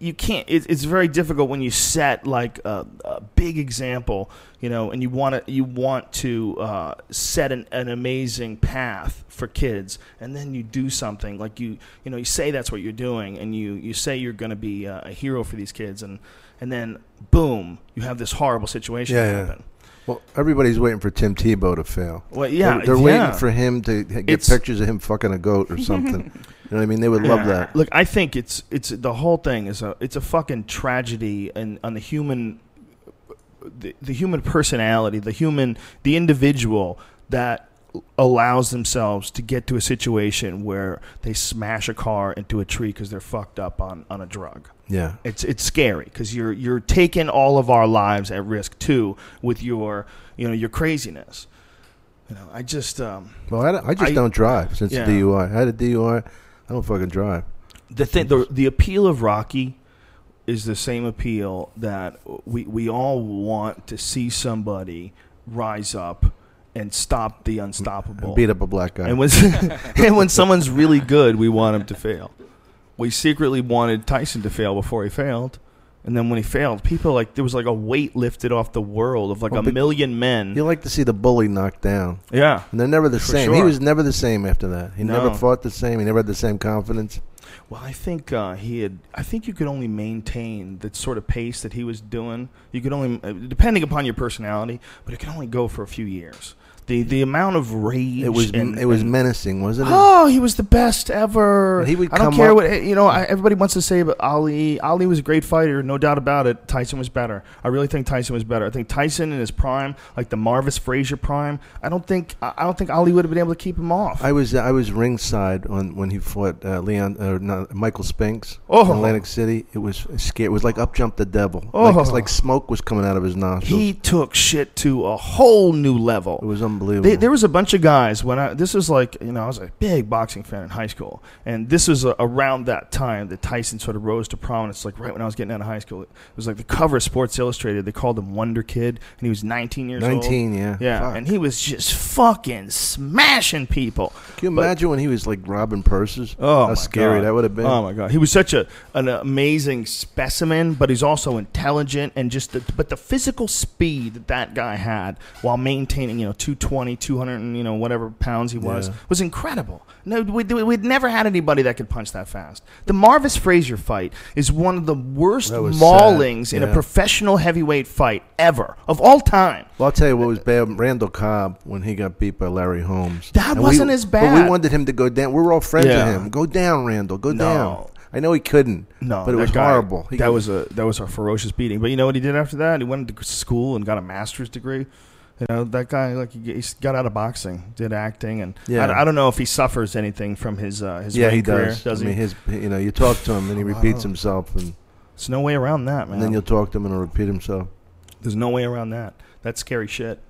you can't. It's, it's very difficult when you set like a, a big example, you know, and you want to you want to uh, set an, an amazing path for kids, and then you do something like you you know you say that's what you're doing, and you you say you're going to be uh, a, a hero for these kids, and and then boom, you have this horrible situation Yeah, yeah. happen. Well, everybody's waiting for Tim Tebow to fail. Well, yeah, they're, they're yeah. waiting for him to h- get It's- pictures of him fucking a goat or something. you know what I mean? They would love that. Look, I think it's it's the whole thing is a it's a fucking tragedy and on the human the, the human personality, the human the individual that allows themselves to get to a situation where they smash a car into a tree because they're fucked up on, on a drug. Yeah. It's it's scary because you're you're taking all of our lives at risk too with your you know your craziness. You know, I just um, Well, I, don't- I just I- don't drive since Yeah. the DUI. I had a DUI. I don't fucking drive. the thing the, the appeal of rocky is the same appeal that we we all want to see somebody rise up and stop the unstoppable Beat up a black guy. and when and when someone's really good we want him to fail we secretly wanted tyson to fail before he failed and then when he failed people like there was like a weight lifted off the world of like Well, a but million men you like to see the bully knocked down. yeah And they're never the For same. He sure. was never the same after that. He No. never fought the same. He never had the same confidence. Well, I think uh, he had. I think you could only maintain that sort of pace that he was doing. You could only, uh, depending upon your personality, but it could only go for a few years. The the amount of rage. It was and- it was and- menacing, wasn't it? Oh, he was the best ever. He would I don't come care up- what eh, you know. I, everybody wants to say, but Ali, Ali was a great fighter, no doubt about it. Tyson was better. I really think Tyson was better. I think Tyson in his prime, like the Marvis Frazier prime. I don't think I I don't think Ali would have been able to keep him off. I was I was ringside on when he fought uh, Leon uh, not, Michael Spinks Oh. in Atlantic City. It was scary. It was like up jumped the devil. Oh. Like, it's like smoke was coming out of his nostrils. he took shit to a whole new level. it was unbelievable. They, there was a bunch of guys when I this was like you know I was a big boxing fan in high school, and this was uh around that time that Tyson sort of rose to prominence. Like right when I was getting out of high school, it was like the cover of Sports Illustrated. They called him Wonder Kid, and he was 19 years old. 19, yeah. yeah, Fuck. and he was just fucking smashing people. Can you But- imagine when he was like robbing purses? Oh, how my scary God. that would have been. Oh my god, he was such a an amazing specimen, but he's also intelligent and just the, but the physical speed that that guy had while maintaining you know 220, 200, and, you know whatever pounds he was Yeah. was incredible. No, we, we- we'd never had anybody that could punch that fast. The Marvis Frazier fight is one of the worst That was maulings sad. in a Yeah. professional heavyweight fight ever of all time. Well, I'll tell you what was bad. Randall Cobb when he got beat by Larry Holmes. That And wasn't we, as But bad. we wanted him to go down. We were all friends Yeah. with him. Go down, Randall. Go No. down. I know he couldn't. No, but it that was guy- horrible. He- that was a that was a ferocious beating. But you know what he did after that? He went to school and got a master's degree. You know that guy like he, he got out of boxing, did acting, and Yeah. I, I don't know if he suffers anything from his uh, his yeah, ring he career. does. Does I he? mean, his you know, you talk to him and he repeats himself, and, There's no way around that, man. and then you'll talk to him and he'll repeat himself. There's no way around that. That's scary shit.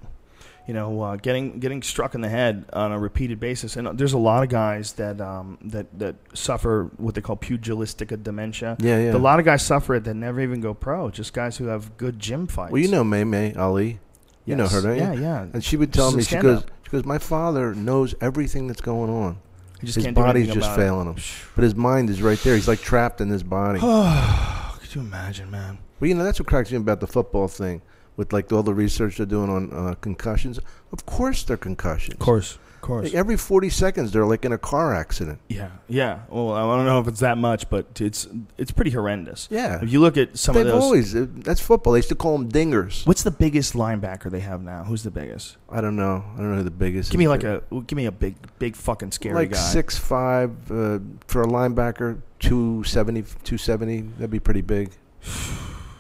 You know, uh, getting getting struck in the head on a repeated basis, and uh, there's a lot of guys that um, that that suffer what they call pugilistic dementia. Yeah, A yeah. lot of guys suffer it that never even go pro. Just guys who have good gym fights. Well, you know May May Ali. You know Yes. her, don't you? Yeah, yeah. And she would tell She's a me, she stand-up. goes, she goes, my father knows everything that's going on. He just His can't do body's anything just about it. failing him, but his mind is right there. He's like trapped in his body. well, Could you imagine, man? you know that's what cracks me about the football thing, with like all the research they're doing on uh, concussions. Of course, they're concussions. Of course, of course. Every forty seconds, they're like in a car accident. Yeah, yeah. Well, I don't know if it's that much, but it's it's pretty horrendous. Yeah. If you look at some They've of those, always uh, that's football. They used to call them dingers. what's the biggest linebacker they have now? Who's the biggest? I don't know. I don't know who the biggest. Give is, me like but- a give me a big big fucking scary like guy. six five uh, for a linebacker, 270, 270, That'd be pretty big,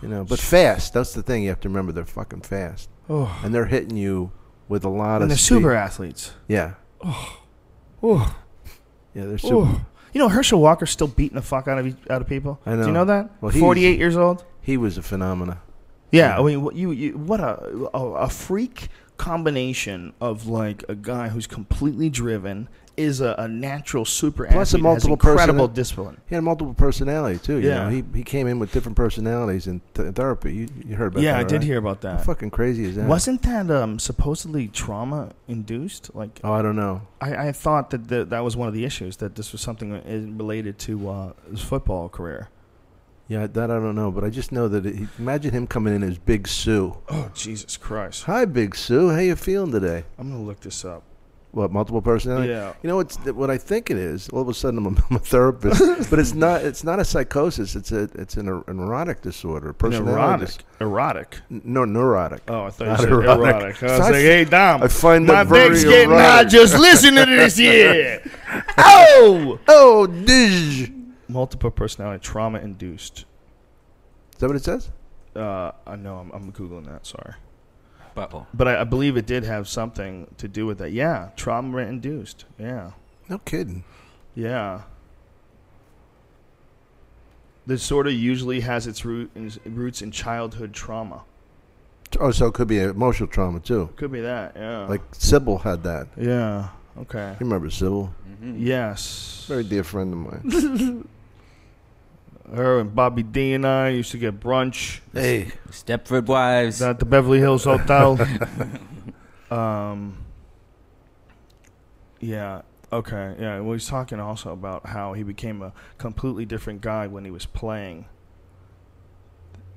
you know. But fast. That's the thing you have to remember. They're fucking fast, Oh. and they're hitting you with a lot of. And they're speed. super athletes. Yeah, Oh. yeah, they're super. You know Herschel Walker's still beating the fuck out of each- out of people. I Do you know. know that? Well, he's- Forty eight years old. He was a phenomena. Hmm. Yeah, I mean, what you, you what a, a a freak combination of like a guy who's completely driven is a, a natural super Plus a athlete, has multiple incredible persona- discipline. He had multiple personality too. You Yeah. know? he he came in with different personalities in th- therapy. You, you heard about yeah, that? I did right? hear about How that. fucking crazy is that? Wasn't that um supposedly trauma induced? Like Oh, I don't know. I, I thought that the, that was one of the issues that this was something uh, related to uh, his football career. Yeah, that I don't know, but I just know that it, imagine him coming in as Big Sue. Oh Jesus Christ! Hi, Big Sue. How you feeling today? I'm gonna look this up. What multiple personality? Yeah. You know what's th- what I think it is. All of a sudden, I'm a, I'm a therapist, but it's not. It's not a psychosis. It's a. It's an, er- an erotic disorder. Personality. Neurotic. dis- Erotic. n- no, neurotic. Oh, I thought Not you said erotic. erotic. I was So I like, f- hey Dom, I find my that very dick's getting erotic. hot. Just listen to this here. oh, Oh, dish. Is multiple personality trauma induced. that what it says? Uh, I know I'm, I'm googling that. Sorry, Butthole. but I, I believe it did have something to do with that. Yeah, trauma induced. Yeah, No kidding. yeah. The disorder usually has its root in, roots in childhood trauma. Oh, so it could be emotional trauma too. Could be that. Yeah. Like Sybil had that. Yeah. Okay. You remember Sybil? Yes. Mm. Very dear friend of mine. Her and Bobby D and I used to get brunch hey, Stepford wives. at the Beverly Hills Hotel. um. Yeah. Okay. Yeah. Well, he's talking also about how he became a completely different guy when he was playing.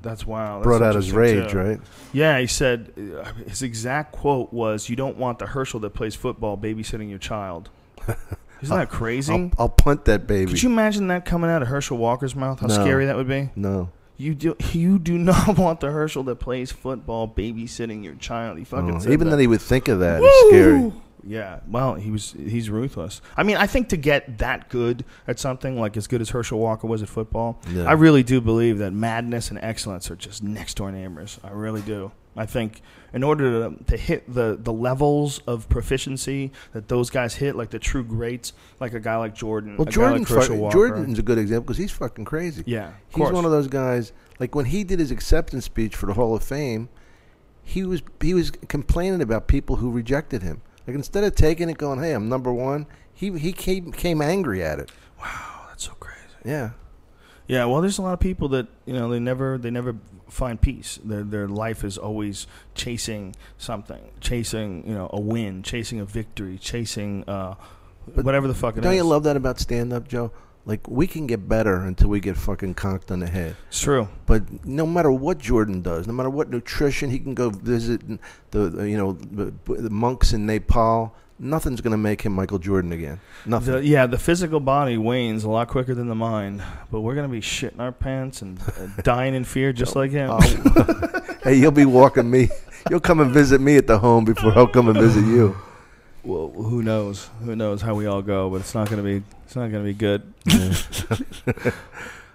That's wow. That's brought out his interesting, rage, too. right? Yeah, he said uh, his exact quote was, "You don't want the Herschel that plays football babysitting your child." Isn't that crazy? I'll, I'll punt that baby. Could you imagine that coming out of Herschel Walker's mouth? How No. scary that would be. no. You do you do not want the Herschel that plays football babysitting your child. He fucking Oh, said even that. that he would think of that is scary. Yeah, well, he was he's ruthless. I mean, I think to get that good at something like as good as Herschel Walker was at football, Yeah. I really do believe that madness and excellence are just next door neighbors. I really do. I think in order to, to hit the, the levels of proficiency that those guys hit, like the true greats, like a guy like Jordan, Well, a guy Jordan, like Herschel fuck- Walker. Jordan's a good example because he's fucking crazy. Yeah, of he's course. one of those guys. Like when he did his acceptance speech for the Hall of Fame, he was he was complaining about people who rejected him. Like instead of taking it, going, "Hey, I'm number one," he he came came angry at it. Oh, that's so crazy. Yeah, Yeah, well, there's a lot of people that you know they never they never find peace. Their their life is always chasing something, chasing you know a win, chasing a victory, chasing uh, whatever the fuck it don't is. you love that about stand up, Joe? Like we can get better until we get fucking conked on the head. it's true. But no matter what Jordan does, no matter what nutrition he can go visit n- the the, you know the, the monks in Nepal, nothing's going to make him Michael Jordan again. Nothing. The, yeah, the physical body wanes a lot quicker than the mind, but we're gonna be shitting our pants and uh, dying in fear just like him. hey, you'll be walking me. You'll come and visit me at the home before I'll come and visit you. well, who knows? Who knows how we all go? But it's not gonna be it's not gonna be good.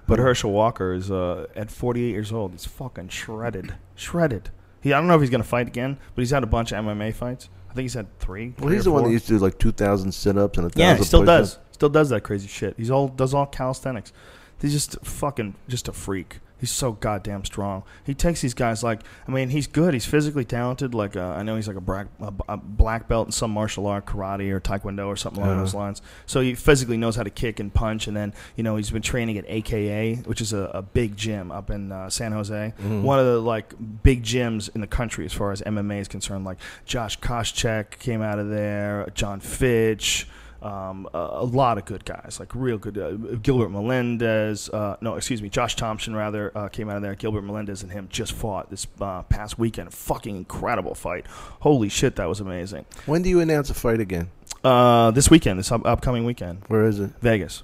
but Herschel Walker is uh, at 48 years old. He's fucking shredded, shredded. He I don't know if he's gonna fight again, but he's had a bunch of MMA fights. I think he's had three. Well, three he's or the one that four. used to do like two thousand sit-ups and a thousand. yeah, he still push-ups. does. Still does that crazy shit. He's all does all calisthenics. He's just fucking just a freak. He's so goddamn strong. He takes these guys like I mean he's good. He's physically talented. Like uh, I know he's like a black, a, b- a black belt in some martial art, karate or taekwondo or something along those lines. So he physically knows how to kick and punch. And then you know he's been training at AKA, which is a, a big gym up in uh, San Jose, Mm-hmm. one of the like big gyms in the country as far as MMA is concerned. Like Josh Koscheck came out of there, John Fitch um, a, a lot of good guys, like real good. Uh, Gilbert Melendez, uh, no, excuse me, Josh Thompson rather uh, came out of there. Gilbert Melendez and him just fought this uh, past weekend. Fucking incredible fight! Holy shit, that was amazing. When do you announce a fight again? Uh, this weekend, this up- upcoming weekend, Where is it? Vegas.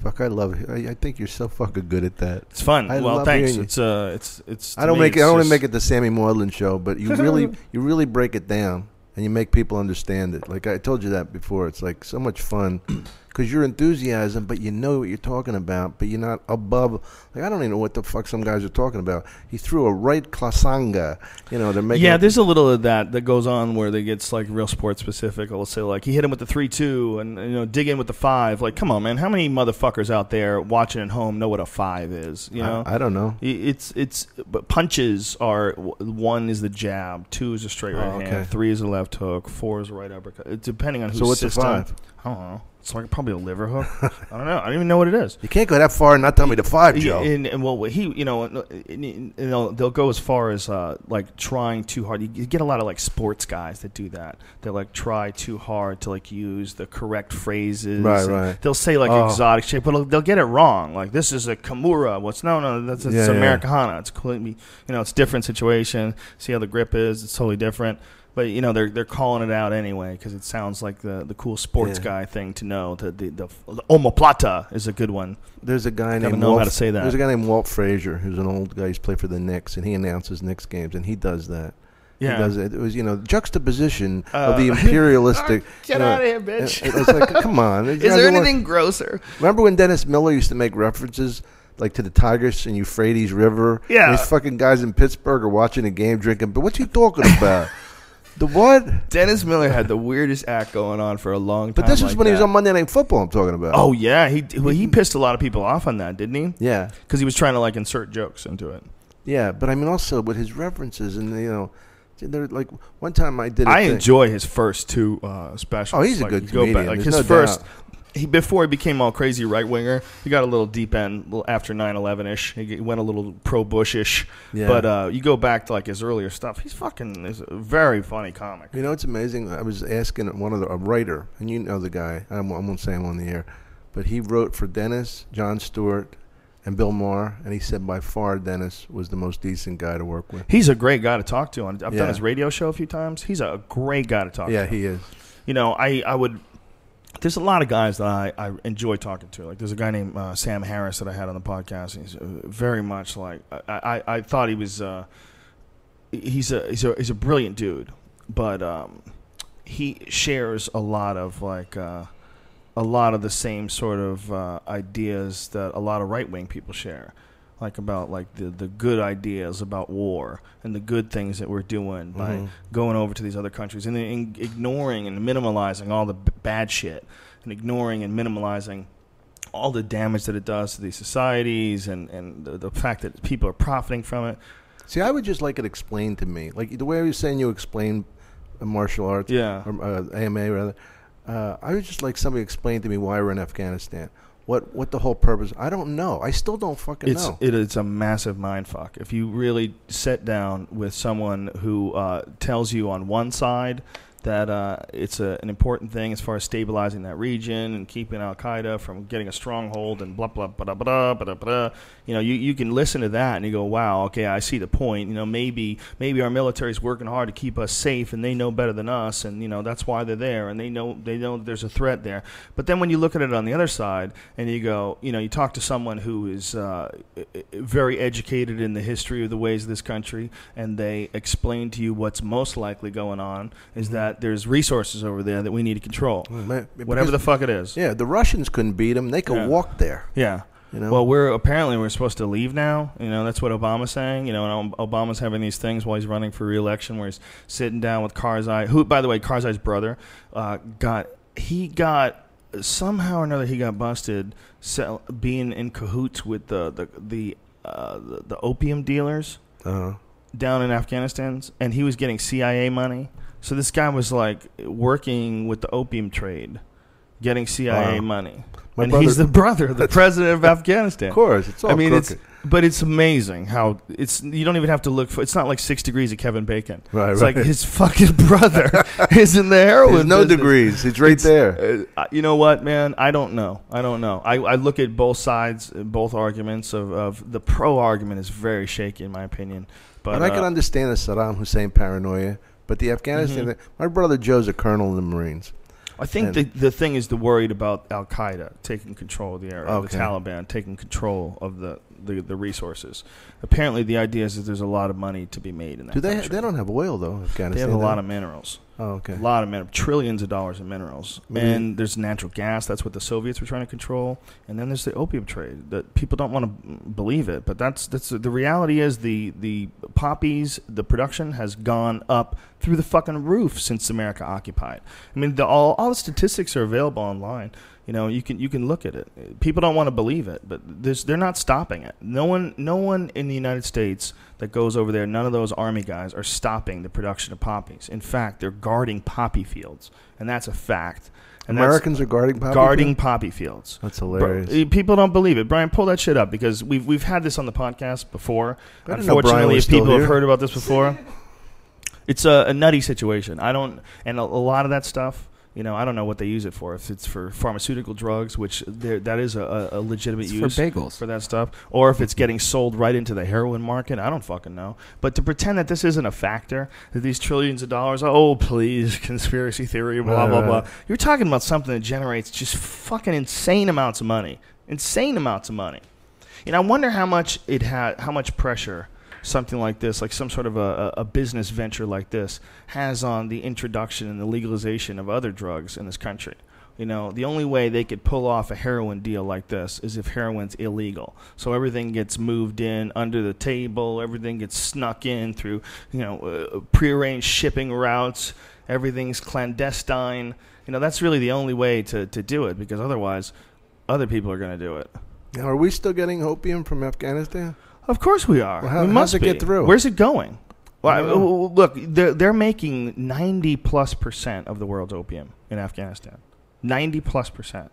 Fuck, I love it. I, I think you're so fucking good at that. It's fun. I well, love thanks. hearing you. It's uh, it's it's. I don't to me, make it. I it's don't wanna just- make it the Sammy Maudlin show, but you really, you really break it down and you make people understand it. Like I told you that before. It's like so much fun because your enthusiasm, but you know what you're talking about, but you're not above. Like I don't even know what the fuck some guys are talking about. He threw a right klasanga. You know they're making. Yeah, up- there's a little of that that goes on where they gets like real sports specific. I'll say like he hit him with the three two and you know dig in with the five. Like come on man, how many motherfuckers out there watching at home know what a five is? You know, I, I don't know. I- It's it's but punches are w- one is the jab, two is a straight right Oh, okay. hand, three is a left hook, four is a right uppercut. It's depending on who's So what's a system. five? I don't know. It's like probably a liver hook. I don't know. I don't even know what it is. You can't go that far and not tell me the five, Joe. And, and well, he, you know, uh, and- and they'll, they'll go as far as uh, like trying too hard. You get a lot of like sports guys that do that. They like try too hard to like use the correct phrases. Right, And right. They'll say like Oh. exotic shape, but they'll get it wrong. Like this is a Kamura. What's no, no, that's it's Yeah, yeah. Americana. It's completely, you know, it's different situation. See how the grip is. It's totally different. But you know they're they're calling it out anyway because it sounds like the, the cool sports Yeah. guy thing to know. The the, the the omoplata is a good one. There's a guy Gotta named know how Walt, to say that. There's a guy named Walt Frazier who's an old guy. He's played for the Knicks, and he announces Knicks games, and he does that. Yeah. He does it. It was you know juxtaposition of the Uh, imperialistic. Get you know, outta here, bitch. It, it's like come on. You Is guys there don't wanna- anything grosser? Remember when Dennis Miller used to make references like to the Tigris and Euphrates River? Yeah. And these fucking guys in Pittsburgh are watching a game drinking. But what you talking about? the what? Dennis Miller had the weirdest act going on for a long time. But this was like when he was that. on Monday Night Football. I'm talking about. Oh yeah, he well, he pissed a lot of people off on that, didn't he? yeah, because he was trying to like insert jokes into it. yeah. But I mean, also with his references and you know, they're like one time I did. a I thing- enjoy his first two uh, specials. Oh, he's a Like, good you go back- comedian. Like There's his no first, doubt. he before he became all crazy right winger, he got a little deep end little after 9-11 ish. He g- went a little pro Bush ish. Yeah. But uh, you go back to like his earlier stuff. He's fucking is a very funny comic. You know, it's amazing. I was asking one of the a writer, and you know the guy. I won't I won't say him on the air, but he wrote for Dennis, John Stewart, and Bill Maher, and he said by far Dennis was the most decent guy to work with. He's a great guy to talk to. I've Yeah. done his radio show a few times. He's a great guy to talk to. Yeah, he is. you know, I, I would. There's a lot of guys that I, I enjoy talking to. Like, there's a guy named uh, Sam Harris that I had on the podcast. He's uh, very much like I, I, I thought he was. Uh, he's a he's a he's a brilliant dude, but um, he shares a lot of like uh, a lot of the same sort of uh, ideas that a lot of right wing people share, like about like the the good ideas about war and the good things that we're doing by going over to these other countries and then in- ignoring and minimalizing all the b- bad shit and ignoring and minimalizing all the damage that it does to these societies and, and the, the fact that people are profiting from it. See, I would just like it explained to me, like the way I was saying you explain uh, martial arts, Yeah. or uh, AMA rather. Uh, I would just like somebody explain to me why we're in Afghanistan. What what the whole purpose? I don't know. I still don't fucking it's know. it, it's a massive mind fuck. If you really sit down with someone who uh, tells you on one side that uh, it's a, an important thing as far as stabilizing that region and keeping Al Qaeda from getting a stronghold and blah blah blah blah blah blah blah, you know, you, you can listen to that and you go, wow, okay, I see the point. You know, maybe maybe our military's working hard to keep us safe and they know better than us and you know that's why they're there and they know they know that there's a threat there. But then when you look at it on the other side and you go, you know, you talk to someone who is uh, i- i- very educated in the history of the ways of this country and they explain to you what's most likely going on is that there's resources over there that we need to control. Mm-hmm. man, Whatever the because- fuck it is. yeah, the Russians couldn't beat them. They could Yeah. walk there. Yeah. You know? Well, we're apparently we're supposed to leave now. You know, that's what Obama's saying. You know, and Ob- Obama's having these things while he's running for reelection, where he's sitting down with Karzai, who, by the way, Karzai's brother uh, got he got somehow or another he got busted sell, being in cahoots with the the the, uh, the, the opium dealers Uh-huh. down in Afghanistan, and he was getting CIA money. So this guy was like working with the opium trade, getting CIA Wow. money. My and brother- he's the brother of the president of Afghanistan. Of course, it's all I mean, it's crooked. but it's amazing how it's. You don't even have to look for. It's not like six degrees of Kevin Bacon. Right, It's right. like his fucking brother is in the heroin. There's Oh, no business. degrees. It's right there. Uh, you know what, man? I don't know. I don't know. I, I look at both sides, uh, both arguments of, of the pro argument is very shaky in my opinion. But And I can uh, understand the Saddam Hussein paranoia, but the Mm-hmm. Afghanistan. thing- My brother Joe's a colonel in the Marines. I think the, And- the thing is the worried about Al Qaeda taking control of the area, Okay. the Taliban taking control of the, the, the resources. Apparently, the idea is that there's a lot of money to be made in that. Do they? country. They don't have oil though. Afghanistan. They have a do lot of minerals. Oh, okay. A lot of minerals, trillions of dollars in minerals, and there's natural gas. That's what the Soviets were trying to control, and then there's the opium trade. That people don't want to believe it, but that's that's the reality. Is the the poppies, the production has gone up through the fucking roof since America occupied. I mean, the, all all the statistics are available online. You know, you can you can look at it. People don't want to believe it, but there's, they're not stopping it. No one no one in the United States that goes over there, none of those army guys are stopping the production of poppies. In fact, they're guarding poppy fields, and that's a fact. And that's Americans are guarding poppy guarding fields? poppy fields. That's Bro, hilarious. eh, people don't believe it. Brian, pull that shit up because we've we've had this on the podcast before. I didn't know Brian Unfortunately, was if people still have here. heard about this before, it's a, a nutty situation. I don't, and a, a lot of that stuff. You know, I don't know what they use it for. If it's for pharmaceutical drugs, which there, that is a, a a legitimate It's for use bagels. for that stuff, or if it's getting sold right into the heroin market, I don't fucking know. But to pretend that this isn't a factor, that these trillions of dollars, oh please, conspiracy theory, blah Right, blah right. blah. You're talking about something that generates just fucking insane amounts of money, insane amounts of money. And I wonder how much it had, how much pressure something like this, like some sort of a, a a business venture like this, has on the introduction and the legalization of other drugs in this country. You know, the only way they could pull off a heroin deal like this is if heroin's illegal. So everything gets moved in under the table, everything gets snuck in through, you know, uh, prearranged shipping routes, everything's clandestine. You know, that's really the only way to, to do it because otherwise other people are going to do it. Now, are we still getting opium from Afghanistan? Of course we are. Well, how- we how's must it get be. through? Where's it going? Well, I- I don't know. well, look, they're, they're making 90 plus percent of the world's opium in Afghanistan. 90 plus percent.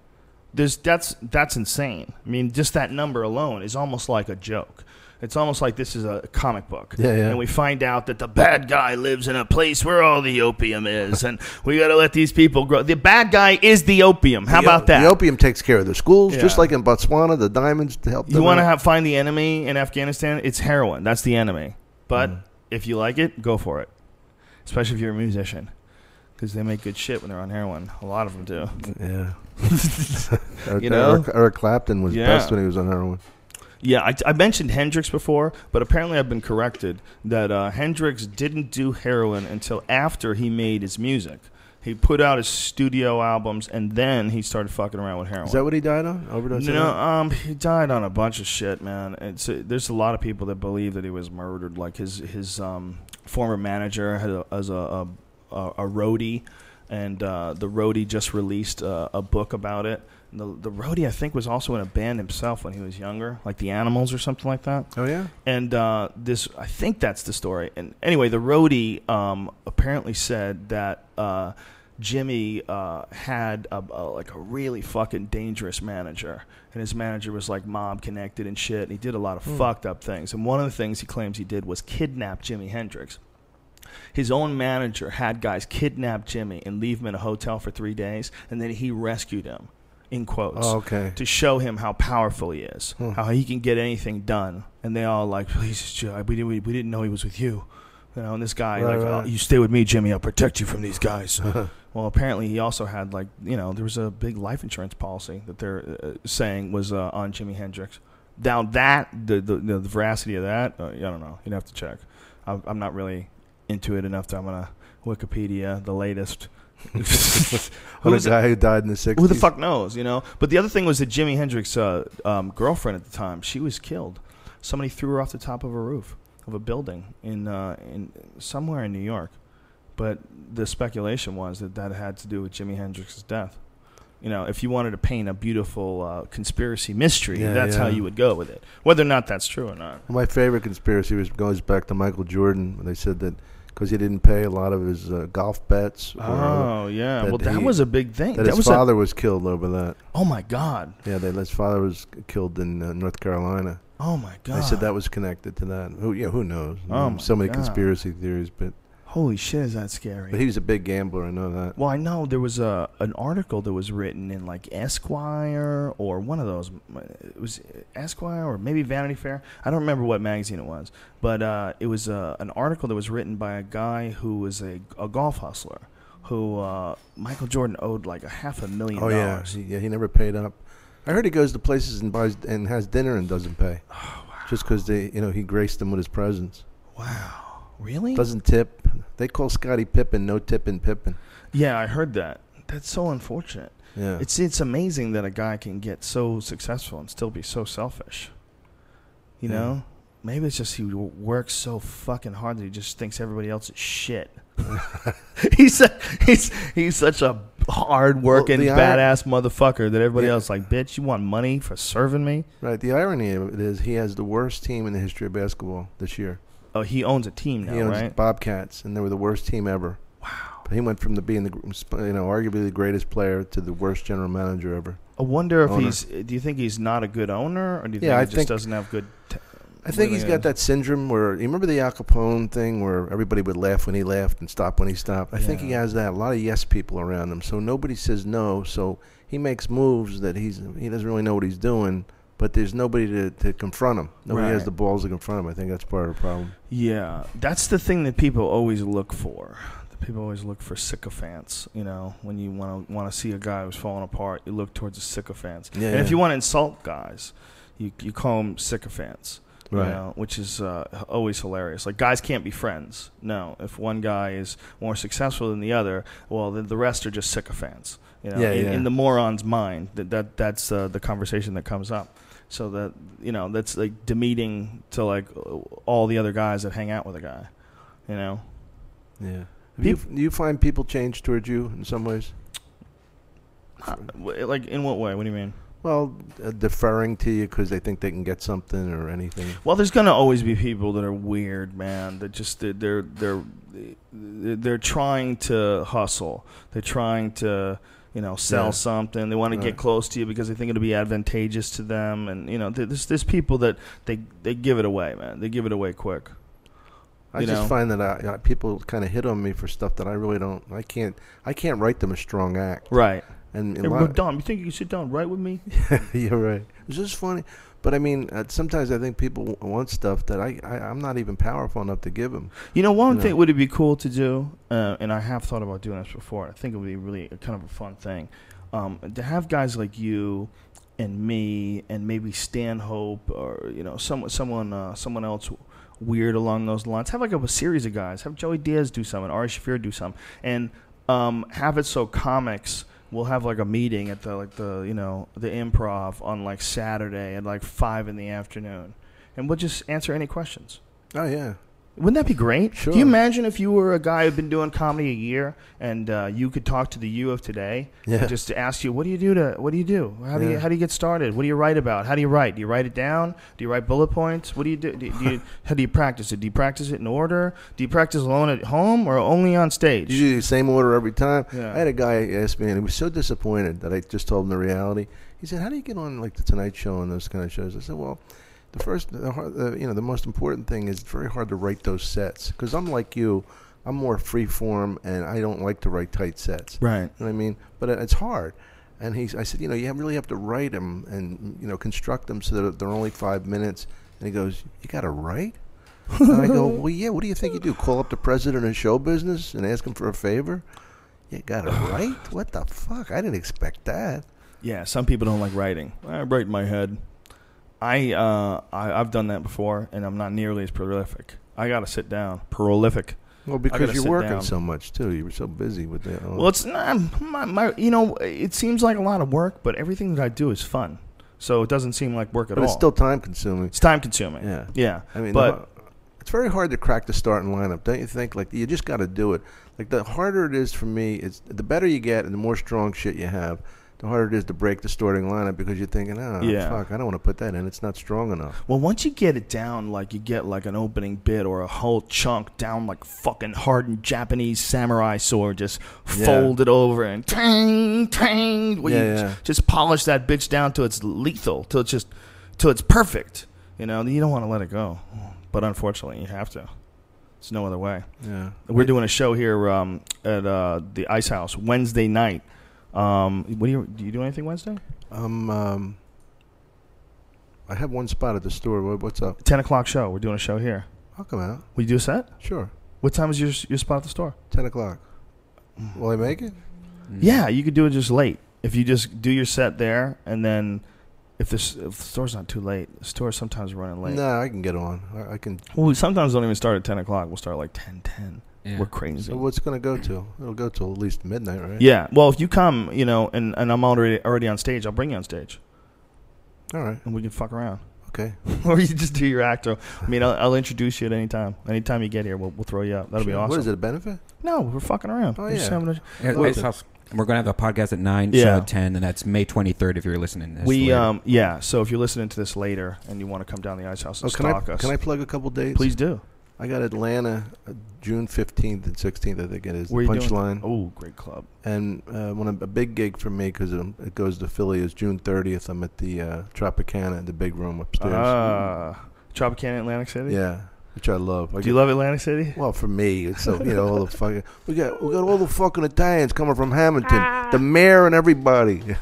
There's, that's, that's insane. I mean, just that number alone is almost like a joke. It's almost like this is a comic book. Yeah, yeah. And we find out that the bad guy lives in a place where all the opium is, and we got to let these people grow. The bad guy is the opium. How The o- about that? The opium takes care of the schools, just Yeah. like in Botswana, the diamonds to help. You them want to out. have find the enemy in Afghanistan? It's heroin. That's the enemy. But Mm. if you like it, go for it. Especially if you're a musician, because they make good shit when they're on heroin. A lot of them do. Yeah. Eric, You know? Eric, Eric Clapton was Yeah. best when he was on heroin. Yeah, I, I mentioned Hendrix before, but apparently I've been corrected that uh, Hendrix didn't do heroin until after he made his music. He put out his studio albums and then he started fucking around with heroin. Is that what he died on? Overdose. on No, that? um, he died on a bunch of shit, man. It's uh, there's a lot of people that believe that he was murdered. Like his his um former manager had a, as a a, a a roadie, and uh, the roadie just released uh, a, a book about it. And the the roadie I think was also in a band himself when he was younger, like the Animals or something like that. Oh yeah. And uh, this, I think that's the story. And anyway, the roadie um, apparently said that uh, Jimmy uh, had a, a, like a really fucking dangerous manager, and his manager was like mob connected and shit. And he did a lot of Hmm. fucked up things. And one of the things he claims he did was kidnap Jimi Hendrix his own manager had guys kidnap Jimmy and leave him in a hotel for three days, and then he rescued him, in quotes, Oh, okay. to show him how powerful he is, Hmm. how he can get anything done. And they all like, please, Joe, we, didn't- we, we didn't know he was with you. You know, and this guy, Right, like, right. Uh-huh. "Oh, you stay with me, Jimmy. I'll protect you from these guys. well, apparently he also had like, you know, there was a big life insurance policy that they're uh, saying was uh, on Jimi Hendrix. Now that the the, the, the veracity of that, uh, I don't know. You'd have to check. I'm, I'm not really into it enough that I'm gonna Wikipedia the latest. What Who's a guy who died in the sixties. who the fuck knows, you know? But the other thing was that Jimi Hendrix's uh, um, girlfriend at the time, she was killed. Somebody threw her off the top of a roof of a building in uh, in somewhere in New York. But the speculation was that that had to do with Jimi Hendrix's death. You know, if you wanted to paint a beautiful uh, conspiracy mystery, Yeah, that's how yeah. you would go with it, whether or not that's true or not. My favorite conspiracy was goes back to Michael Jordan when they said that because he didn't pay a lot of his uh, golf bets. Or, Oh yeah, that well that he- was a big thing. That, That, his was father was killed over that. a, oh my god, Yeah, that his father was c- killed in uh, North Carolina. oh my god. They said that was connected to that. Who, yeah, who knows? Oh Um, my so many God. conspiracy theories, but Holy shit, is that scary? but he was a big gambler. I know that. Well, I know there was a an article that was written in like Esquire or one of those. uh, It was Esquire or maybe Vanity Fair. I don't remember what magazine it was, but uh, it was uh, an article that was written by a guy who was a, a golf hustler who uh, Michael Jordan owed like a half a million Oh yeah, dollars. he, yeah. He never paid up. I heard he goes to places and buys and has dinner and doesn't pay. Oh, Just because they, you know, he graced them with his presence. Wow, really? Doesn't tip. They call Scottie Pippen no tipping Pippen. Yeah, I heard that. That's so unfortunate. Yeah. It's it's amazing that a guy can get so successful and still be so selfish. You Yeah. know, maybe it's just he w- works so fucking hard that he just thinks everybody else is shit. he's a, he's he's such a hard working Well, the ir- badass motherfucker that everybody Yeah. else like, bitch, you want money for serving me? Right. The irony of it is he has the worst team in the history of basketball this year. Oh, he owns a team now, he owns right? Bobcats, and they were the worst team ever. Wow. He went from the being the gr- you know arguably the greatest player to the worst general manager ever. I wonder if Owner. he's. Do you think he's not a good owner, or do you Yeah, I think he think- just doesn't have good? T- I think he's really got that syndrome where you remember the Al Capone thing where everybody would laugh when he laughed and stop when he stopped. I think he Yeah. has that. A lot of yes people around him, so nobody says no. So he makes moves that he's he doesn't really know what he's doing, but there's nobody to, to confront him. Nobody has Right. the balls to confront him. I think that's part of the problem. Yeah, that's the thing that people always look for. People always look for sycophants. You know, when you want to want to see a guy who's falling apart, you look towards the sycophants. Yeah, and if yeah. you want to insult guys, you you call them sycophants. You Right. know, which is uh, h- always hilarious. Like guys can't be friends. No, if one guy is more successful than the other, well, the, the rest are just sycophants. You know, Yeah, in, yeah. in the moron's mind, that, that that's uh, the conversation that comes up. So that you know, that's like demeaning to like all the other guys that hang out with a guy. You know, Yeah. Do you, do you find people change towards you in some ways? W- like in what way? What do you mean? Well, uh, deferring to you because they think they can get something or anything. Well, there's gonna always be people that are weird, man. That just they're they're they're, they're trying to hustle. They're trying to you know sell Yeah. something. They want to Right. get close to you because they think it'll be advantageous to them. And you know, th- there's there's people that they they give it away, man. They give it away quick. I you just know? find that I, I, people kind of hit on me for stuff that I really don't. I can't. I can't write them a strong act. Right. And a Hey, lot- Dom, you think you can sit down right with me? yeah, right. It's just funny. But I mean, uh, sometimes I think people w- want stuff that I, I I'm not even powerful enough to give them. You know, one No. thing would it be cool to do, uh, and I have thought about doing this before. I think it would be really a, kind of a fun thing um, to have guys like you and me, and maybe Stanhope, or you know, some someone uh, someone else weird along those lines. Have like a, series of guys. Have Joey Diaz do something, Ari Shafir do something, and um, have it so comics. We'll have like a meeting at the like the you know the improv on like Saturday at like five in the afternoon, and we'll just answer any questions. Oh yeah. Wouldn't that be great? Sure. Do you imagine if you were a guy who'd been doing comedy a year and uh, you could talk to the you of today Yeah. and just to ask you, what do you do to, what do you do? How do you, Yeah. how do you get started? What do you write about? How do you write? Do you write it down? Do you write bullet points? What do you do? do, do you, how do you practice it? Do you practice it in order? Do you practice alone at home or only on stage? You do the same order every time. Yeah. I had a guy ask me, and he was so disappointed that I just told him the reality. He said, "How do you get on like the Tonight Show and those kind of shows?" I said, "Well, the first, the, hard, the you know, the most important thing is it's very hard to write those sets because I'm like you, I'm more free form, and I don't like to write tight sets. Right. You know what I mean? But it- it's hard." And he, I said, you know, you have- really have to write them and you know construct them so that they're only five minutes. And he goes, you got to write. And I go, well, yeah. What do you think you do? Call up the president of show business and ask him for a favor? You got it right. What the fuck? I didn't expect that. Yeah, some people don't like writing. I write in my head. I, uh, I I've done that before, and I'm not nearly as prolific. I got to sit down. Prolific. Well, gotta because you're sit working down. so much too. You were so busy with the. Well, it's not my, my. You know, it seems like a lot of work, but everything that I do is fun, so it doesn't seem like work at but all. it's still time consuming. it's time consuming. Yeah. yeah. I mean, but the- it's very hard to crack the starting lineup, don't you think? Like you just got to do it. Like the harder it is for me, it's the better you get and the more strong shit you have. The harder it is to break the starting lineup because you're thinking, oh, Yeah. fuck, I don't want to put that in. It's not strong enough. well, once you get it down, like you get like an opening bit or a whole chunk down, like fucking hardened Japanese samurai sword, just Yeah. folded over and tang tang. Where Yeah, you j- yeah. just polish that bitch down till it's lethal, till it's just till it's perfect. You know, you don't want to let it go, but unfortunately, you have to. There's no other way. Yeah. We're doing a show here um, at uh, the Ice House Wednesday night. Um, what do you do? You do anything Wednesday? Um, um, I have one spot at the store. What, what's up? Ten o'clock show. We're doing a show here. I'll come out. Will you do a set? Sure. What time is your your spot at the store? 10 o'clock. Will I make it? Yeah, you could do it just late. If you just do your set there, and then if the, s- if the store's not too late, the store's sometimes running late. No, I can get on. I, I can. Well, we sometimes don't even start at ten o'clock. We'll start at like ten ten. Yeah. We're crazy. So what's it going to go to? It'll go till at least midnight, right? yeah. Well, if you come, you know, and, and I'm already already on stage, I'll bring you on stage, All right. and we can fuck around. Okay. or you just do your act. Or, I mean, I'll, I'll introduce you at any time. Anytime you get here, we'll, we'll throw you up. That'll be Sure. awesome. What is it, a benefit? No, we're fucking around. Oh, We're just yeah. having a- And Well, it's- we're gonna have a podcast at nine, show Yeah. at ten, and that's May twenty third. If you're listening, to this we later. um yeah. So if you're listening to this later and you want to come down the ice house and Oh, can stalk I, us, Can I plug a couple dates? please do. I got Atlanta uh, June 15th and 16th, I think it is. the Where you doing? Punchline. Oh, great club. And uh, when I'm, a big gig for me, because it goes to Philly, is June 30th. I'm at the uh, Tropicana in the big room upstairs. Ah, Tropicana, Atlantic City. Yeah, which I love. I Do you love Atlantic City? Well, for me, it's so you know all the fucking we got we got all the fucking Italians coming from Hamilton, the mayor and everybody.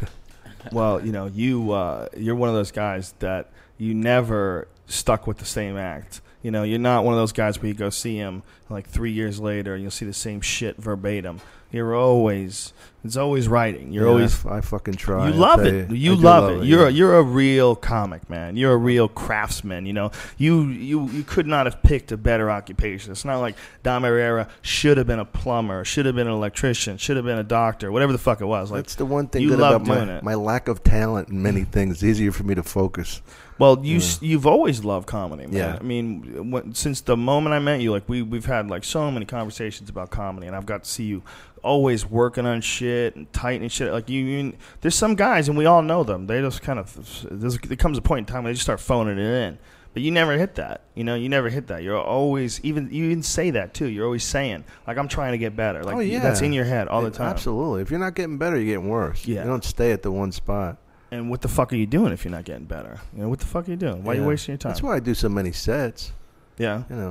Well, you know, you uh, you're one of those guys that you never stuck with the same act. You know, you're not one of those guys where you go see him like three years later and you'll see the same shit verbatim. You're always it's always writing. You're Yeah, I always f- I fucking try. you I love tell it. You I do love, it. You're yeah. a, you're a real comic man. You're a real craftsman. You know you you you could not have picked a better occupation. It's not like Dom Herrera should have been a plumber, should have been an electrician, should have been a doctor, whatever the fuck it was. Like That's the one thing you good love about my, doing it. Mm. my lack of talent in many things. It's easier for me to focus. Well, you s you've always loved comedy. Man. Yeah. I mean, when, since the moment I met you, like we we've had like so many conversations about comedy, and I've got to see you always working on shit and tightening shit. Like you, you there's some guys, and we all know them. They just kind of there's, there comes a point in time where they just start phoning it in. But you never hit that. You know, you never hit that. You're always even you even say that too. You're always saying like I'm trying to get better. Like oh yeah, that's in your head all the It- time. Absolutely. If you're not getting better, you're getting worse. Yeah. You don't stay at the one spot. And what the fuck are you doing if you're not getting better? You know, what the fuck are you doing? Why are Yeah. you wasting your time? That's why I do so many sets. yeah. You know,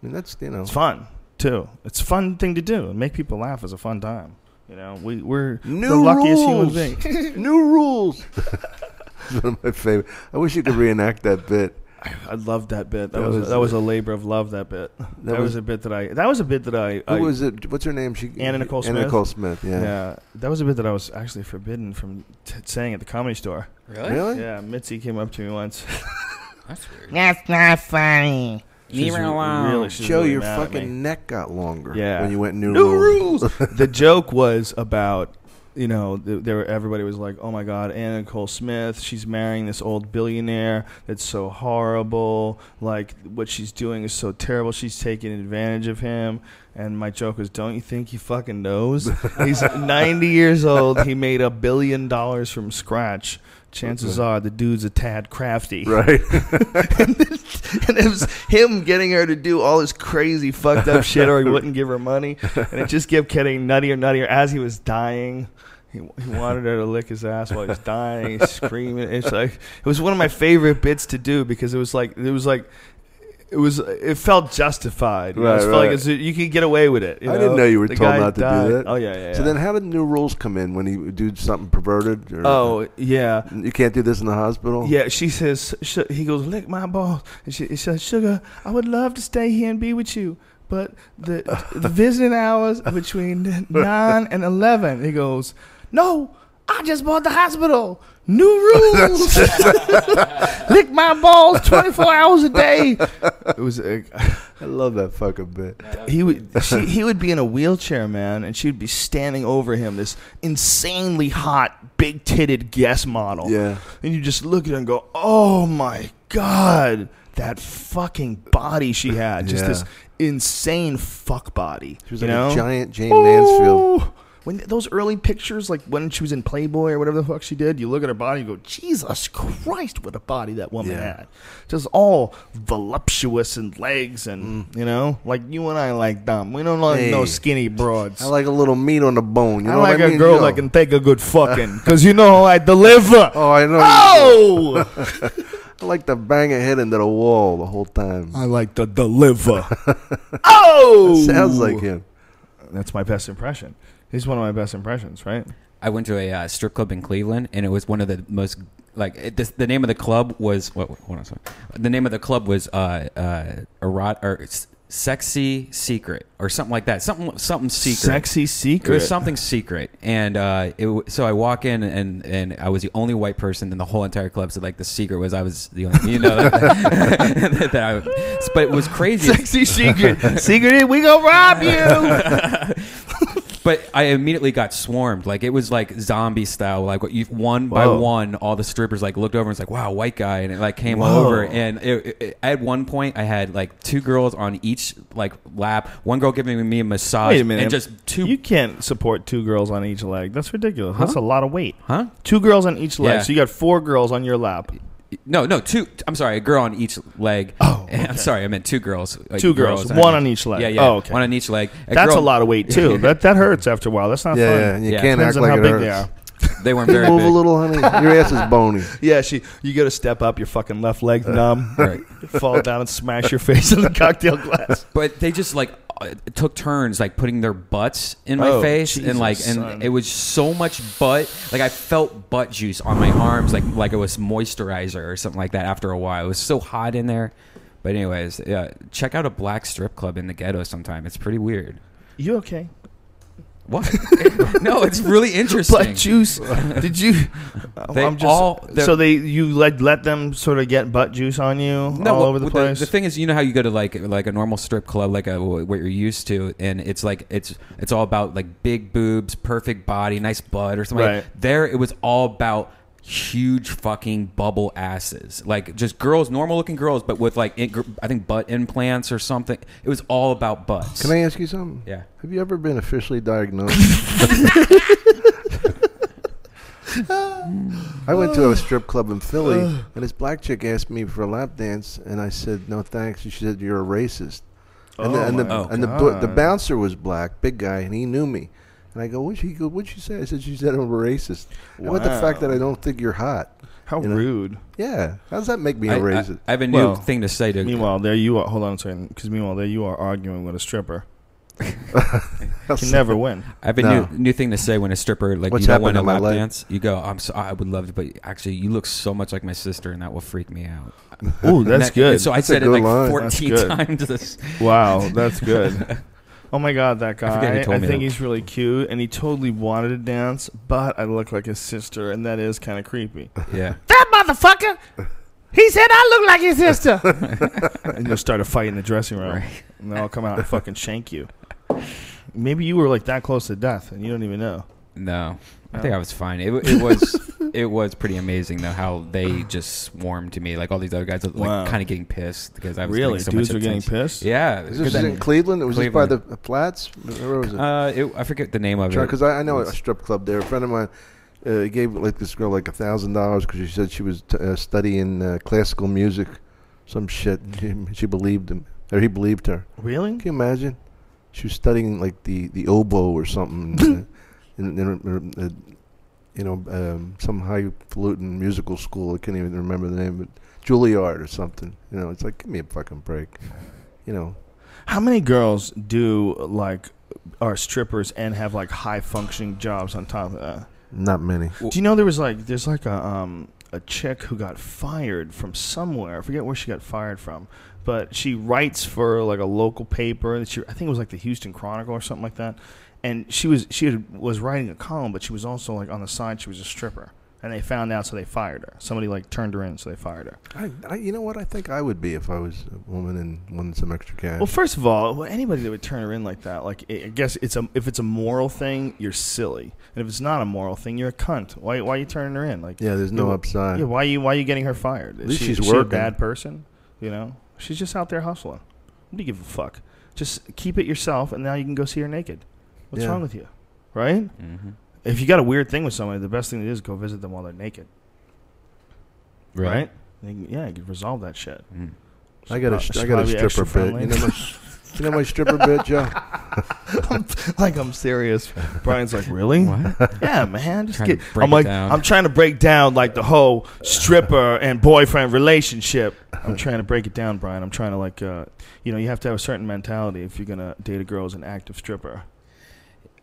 I mean that's you know. It's fun too. It's a fun thing to do. And make people laugh is a fun time. You know, we we're New the luckiest rules. human beings. New rules. It's one of my favorite. I wish you could reenact that bit. I love that bit. That, That was, was- that was a labor of love. That bit. That, was, was- a bit that I. That was a bit that I. Who I was it? What's her name? She Oh, Anna Nicole Anna Smith? Nicole Smith. Yeah. yeah, that was a bit that I was actually forbidden from t- saying at the comedy store. Really? Yeah, Mitzi came up to me once. That's weird. That's not funny. Leave her alone. Really, she's Joe, really your mad at me. fucking neck got longer. Yeah. When you went new, New rules. the joke was about you know th- there were, everybody was like oh my god anna nicole smith she's marrying this old billionaire that's so horrible like what she's doing is so terrible she's taking advantage of him and my joke was don't you think he fucking knows he's 90 years old he made a billion dollars from scratch chances are the dude's a tad crafty right. and it was him getting her to do all this crazy fucked up shit or he wouldn't give her money and it just kept getting nuttier and nuttier as he was dying he, he wanted her to lick his ass while he was dying he's screaming it's like it was one of my favorite bits to do because it was like it was like it was it felt justified you know? Right, it felt right. like it's, you could get away with it I didn't know you were The told guy not to died. do that. oh yeah, yeah, yeah. So then, how did new rules come in when you do something perverted? Or, oh yeah you can't do this in the hospital. Yeah, she says. Sh- he goes, lick my balls, and she, she says, "Sugar, I would love to stay here and be with you, but the, the visiting hours are between nine and 11. He goes, "No, I just bought the hospital. New rules. lick my balls twenty four hours a day." It was. Uh, I love that fucking bit. he would she, he would be in a wheelchair, man, and she'd be standing over him, this insanely hot, big titted guest model. Yeah. and you just look at her and go, "Oh my god, that fucking body she had! Just Yeah. this insane fuck body." She was you like know? a giant Jane Mansfield. Ooh. When th- those early pictures, like when she was in Playboy or whatever the fuck she did, you look at her body and go, Jesus Christ, what a body that woman Yeah. had. Just all voluptuous and legs and, you know, like you and I like them. We don't like no Mm. Hey. skinny broads. I like a little meat on the bone. You I know like what I mean? a girl Yo. that can take a good fucking, because you know how I deliver. Oh, I know. Oh! I like to bang her head into the wall the whole time. I like to deliver. oh! Sounds like him. That's my best impression. He's one of my best impressions, right? I went to a uh, strip club in Cleveland, and it was one of the most like it, this, the name of the club was what? what- Hold on, a second. The name of the club was uh, uh, erot or s- sexy secret or something like that. Something something secret. Sexy It was secret. something secret, and uh, it, w- so I walk in, and, and I was the only white person in the whole entire club. So like the secret was I was the only, you know, that, I, but it was crazy. Sexy secret. secret, we gonna rob you. But I immediately got swarmed. Like it was like zombie style. Like you one by Whoa. one, all the strippers like looked over and was like, "Wow, white guy," and it like came Whoa. over. And it, it- it- at one point, I had like two girls on each like lap. One girl giving me a massage. Wait a minute. And just two. You can't support two girls on each leg. That's ridiculous. That's Huh? a lot of weight. Huh? Two girls on each leg. Yeah. So you got four girls on your lap. No, no, two. I'm sorry, a girl on each leg. Oh, I'm sorry, I meant two girls. like Two girls, and- one on each leg. Yeah, yeah. Oh, okay. One on each leg. That's girl- a lot of weight too. that that hurts after a while. That's not Yeah, fun. yeah, and you Yeah. can't Depends act on like how it big hurts. they are. They weren't very Move big. a little, honey. Your ass is bony. Yeah, she. You got to step up. Your fucking left leg numb. Right. Fall down and smash your face in the cocktail glass. But they just like uh, took turns like putting their butts in my Oh, face Jesus, and like and son. it was so much butt. Like I felt butt juice on my arms like like it was moisturizer or something like that after a while. It was so hot in there. But anyways, yeah, check out a black strip club in the ghetto sometime. It's pretty weird. You okay? What? no, it's really interesting. Black juice. Did you? They I'm just- all- they're- so they you let let them sort of get butt juice on you all well, over the with place. The, thing is, you know how you go to like like a normal strip club, like a, what you're used to, and it's like it's it's all about like big boobs, perfect body, nice butt, or something. Right. Like there, it was all about huge fucking bubble asses, like just girls, normal looking girls, but with like in, gr- I think butt implants or something. It was all about butts. Can I ask you something? Yeah. Have you ever been officially diagnosed? I went to a strip club in Philly, Uh. and this black chick asked me for a lap dance, and I said no thanks. And she said you're a racist. And Oh the, and the, Oh my and the, bo- the bouncer was black, big guy, and he knew me. And I go, what she go? What'd she say? I said she said I'm a racist. How about the fact that I don't think you're hot? How you know. rude. Yeah. How does that make me a I, I, racist? I have a new Well, thing to say to. Meanwhile, there you are. Hold on a second, because meanwhile, there you are arguing with a stripper. I'll Can say- never win. I have a No. new new thing to say when a stripper like What's you don't want happened to in my lap life? dance. You go, I'm so I would love to, but actually you look so much like my sister, and that will freak me out. Ooh, And that's that- good. So I That's a said it good like line. fourteen That's good. times. This. Wow, that's good. Oh my god, that guy! forget who I, told me think that. he's really cute, and he totally wanted to dance, but I look like his sister, and that is kind of creepy. Yeah, That motherfucker. He said I look like his sister. and you'll start a fight in the dressing room, Right. and then I'll come out and fucking shank you. Maybe you were like that close to death, and you don't even know. no, I think I was fine. It, it was it was pretty amazing though how they just swarmed to me. Like all these other guys, like Wow. kind of getting pissed because I was Really, getting so dudes much were getting attention. pissed. Yeah, This 'cause was I- in Cleveland. It was just by the Cleveland. uh, Platts. Where was it? uh, it, I forget the name of it. because I, I know a strip club there. A friend of mine uh, gave like this girl like a thousand dollars because she said she was t- uh, studying uh, classical music, some shit. She, she believed him, or he believed her. Really? Can you imagine? She was studying like the, the oboe or something, uh, in, in, uh, you know, um, some highfalutin musical school. I can't even remember the name, but Juilliard or something. You know, it's like give me a fucking break. You know, How many girls do like are strippers and have like high functioning jobs on top of that? not many. Do you know there was like there's like a um a chick who got fired from somewhere. I forget where she got fired from, but she writes for like a local paper. That she I think it was like the Houston Chronicle or something like that. And she was she had, was writing a column, but she was also like on the side she was a stripper. And they found out, so they fired her. Somebody like turned her in, so they fired her. I, I, you know what? I think I would be if I was a woman and wanted some extra cash. Well, first of all, well, anybody that would turn her in like that, like I I guess it's a if it's a moral thing, you're silly, and if it's not a moral thing, you're a cunt. Why why are you turning her in? Like yeah, there's no Yeah, upside. yeah, why are you why you getting her fired? Is least she, she's is working. She a bad person, you know. She's just out there hustling. What do you give a fuck? Just keep it yourself, and now you can go see her naked. What's Yeah. wrong with you, right? Mhm. If you got a weird thing with somebody, the best thing to do is go visit them while they're naked, right? They can- yeah, you can resolve that shit. Mm-hmm. I got a, Should str- I got a probably be stripper extra bit. You know, my, you know my stripper bit, Joe. like I'm serious. Brian's like, really? What? Yeah, man. Just Trying to get, break I'm it like, down. I'm trying to break down like the whole stripper and boyfriend relationship. I'm trying to break it down, Brian. I'm trying to like, uh, you know, you have to have a certain mentality if you're gonna date a girl as an active stripper.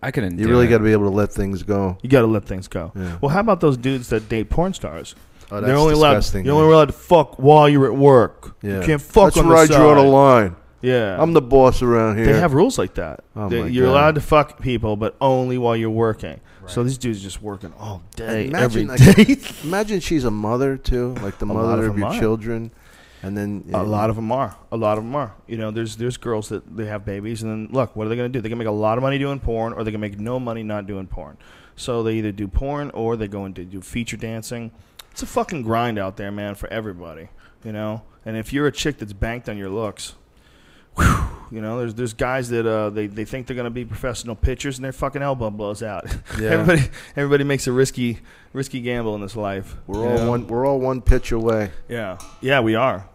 I couldn't. You do really it. got to be able to let things go. You got to let things go. Yeah. Well, how about those dudes that date porn stars? Oh, They're only allowed. disgusting. You're only allowed to fuck while you're at work. yeah. You can't fuck That's on where the I draw the side. line. Yeah, I'm the boss around here. They have rules like that. Oh They- my you're God. allowed to fuck people, but only while you're working. So these dudes are just working all day, imagine, every day. like, imagine she's a mother too, like the lot mother of of, them your are. children, and then a lot of them are. A lot of them are. You know, there's there's girls that they have babies, and then look, what are they going to do? They can make a lot of money doing porn, or they can make no money not doing porn. So they either do porn or they go into do feature dancing. It's a fucking grind out there, man, for everybody. You know, and if you're a chick that's banked on your looks, whew, You know, there's there's guys that uh, they they think they're gonna be professional pitchers and their fucking elbow blows out. Yeah. everybody everybody makes a risky risky gamble in this life. We're you all know? one. We're all one pitch away. Yeah, yeah, we are.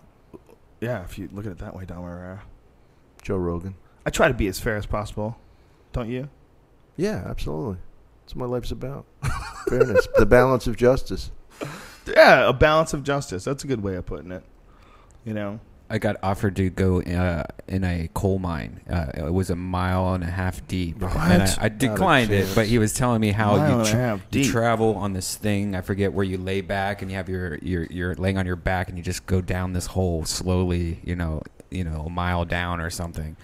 Yeah, if you look at it that way, Don Herrera. Joe Rogan. I try to be as fair as possible. Don't you? Yeah, absolutely. That's what my life's about. Fairness, the balance of justice. Yeah, a balance of justice. That's a good way of putting it. You know. I got offered to go uh, in a coal mine. Uh, it was a mile and a half deep, and I, I declined it. But he was telling me how Mile you, and a half you deep. travel on this thing. I forget where you lay back and you have your your you're laying on your back and you just go down this hole slowly. You know, you know, a mile down or something.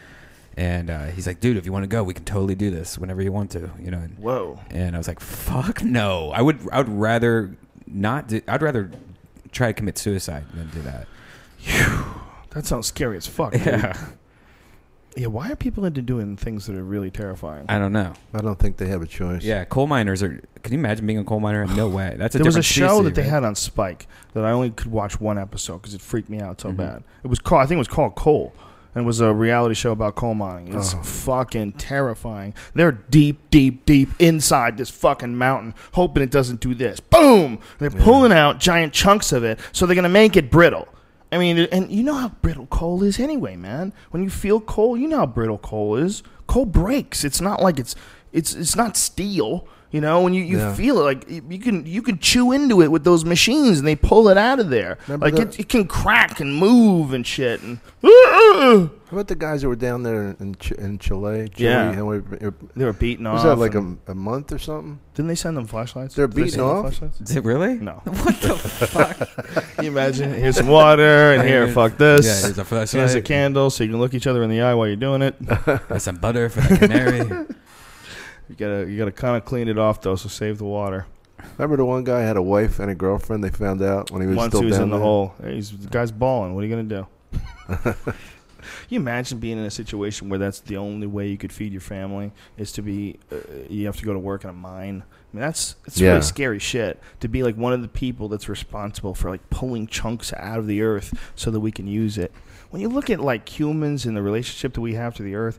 And uh, he's like, "Dude, if you want to go, we can totally do this whenever you want to." You know. And, Whoa. and I was like, "Fuck no! I would I would rather not. Do, I'd rather try to commit suicide than do that." That sounds scary as fuck. dude. Yeah, why are people into doing things that are really terrifying? I don't know. I don't think they have a choice. Yeah, coal miners are. Can you imagine being a coal miner? No way. That's a there was a different show species, that they right? had on Spike that I only could watch one episode because it freaked me Mm-hmm. out so bad. It was called, I think it was called Coal, and it was a reality show about coal mining. It's Oh. fucking terrifying. They're deep, deep, deep inside this fucking mountain, hoping it doesn't do this. Boom! They're pulling out giant chunks of it, so they're gonna make it brittle. I mean, and you know how brittle coal is anyway, man. When you feel coal, you know how brittle coal is. Coal breaks. It's not like it's it's it's not steel. You know, when you, you Yeah. feel it, like y- you can you can chew into it with those machines, and they pull it out of there. Remember like that- it, it can crack and move and shit. And uh-uh. they How about the guys that were down there in Ch- in Chile? Chile Yeah. and we- it- were beaten off. was that like and- a, a month or something? Didn't they send them flashlights? They're Did they beaten send them off? flashlights? Did, really? No. What the fuck? Can you imagine? Here's some water, and here, fuck this. Yeah, here's a flashlight. Here's a candle, so you can look each other in the eye while you're doing it. That's some butter for the canary. You gotta you gotta kind of clean it off though, so save the water. Remember the one guy had a wife and a girlfriend. They found out when he was Once still he was down in the there? hole, Hey, he's the guy's balling. What are you gonna do? Can you imagine being in a situation where that's the only way you could feed your family is to be uh, you have to go to work in a mine. I mean that's it's Yeah. really scary shit to be like one of the people that's responsible for like pulling chunks out of the earth so that we can use it. When you look at like humans and the relationship that we have to the earth,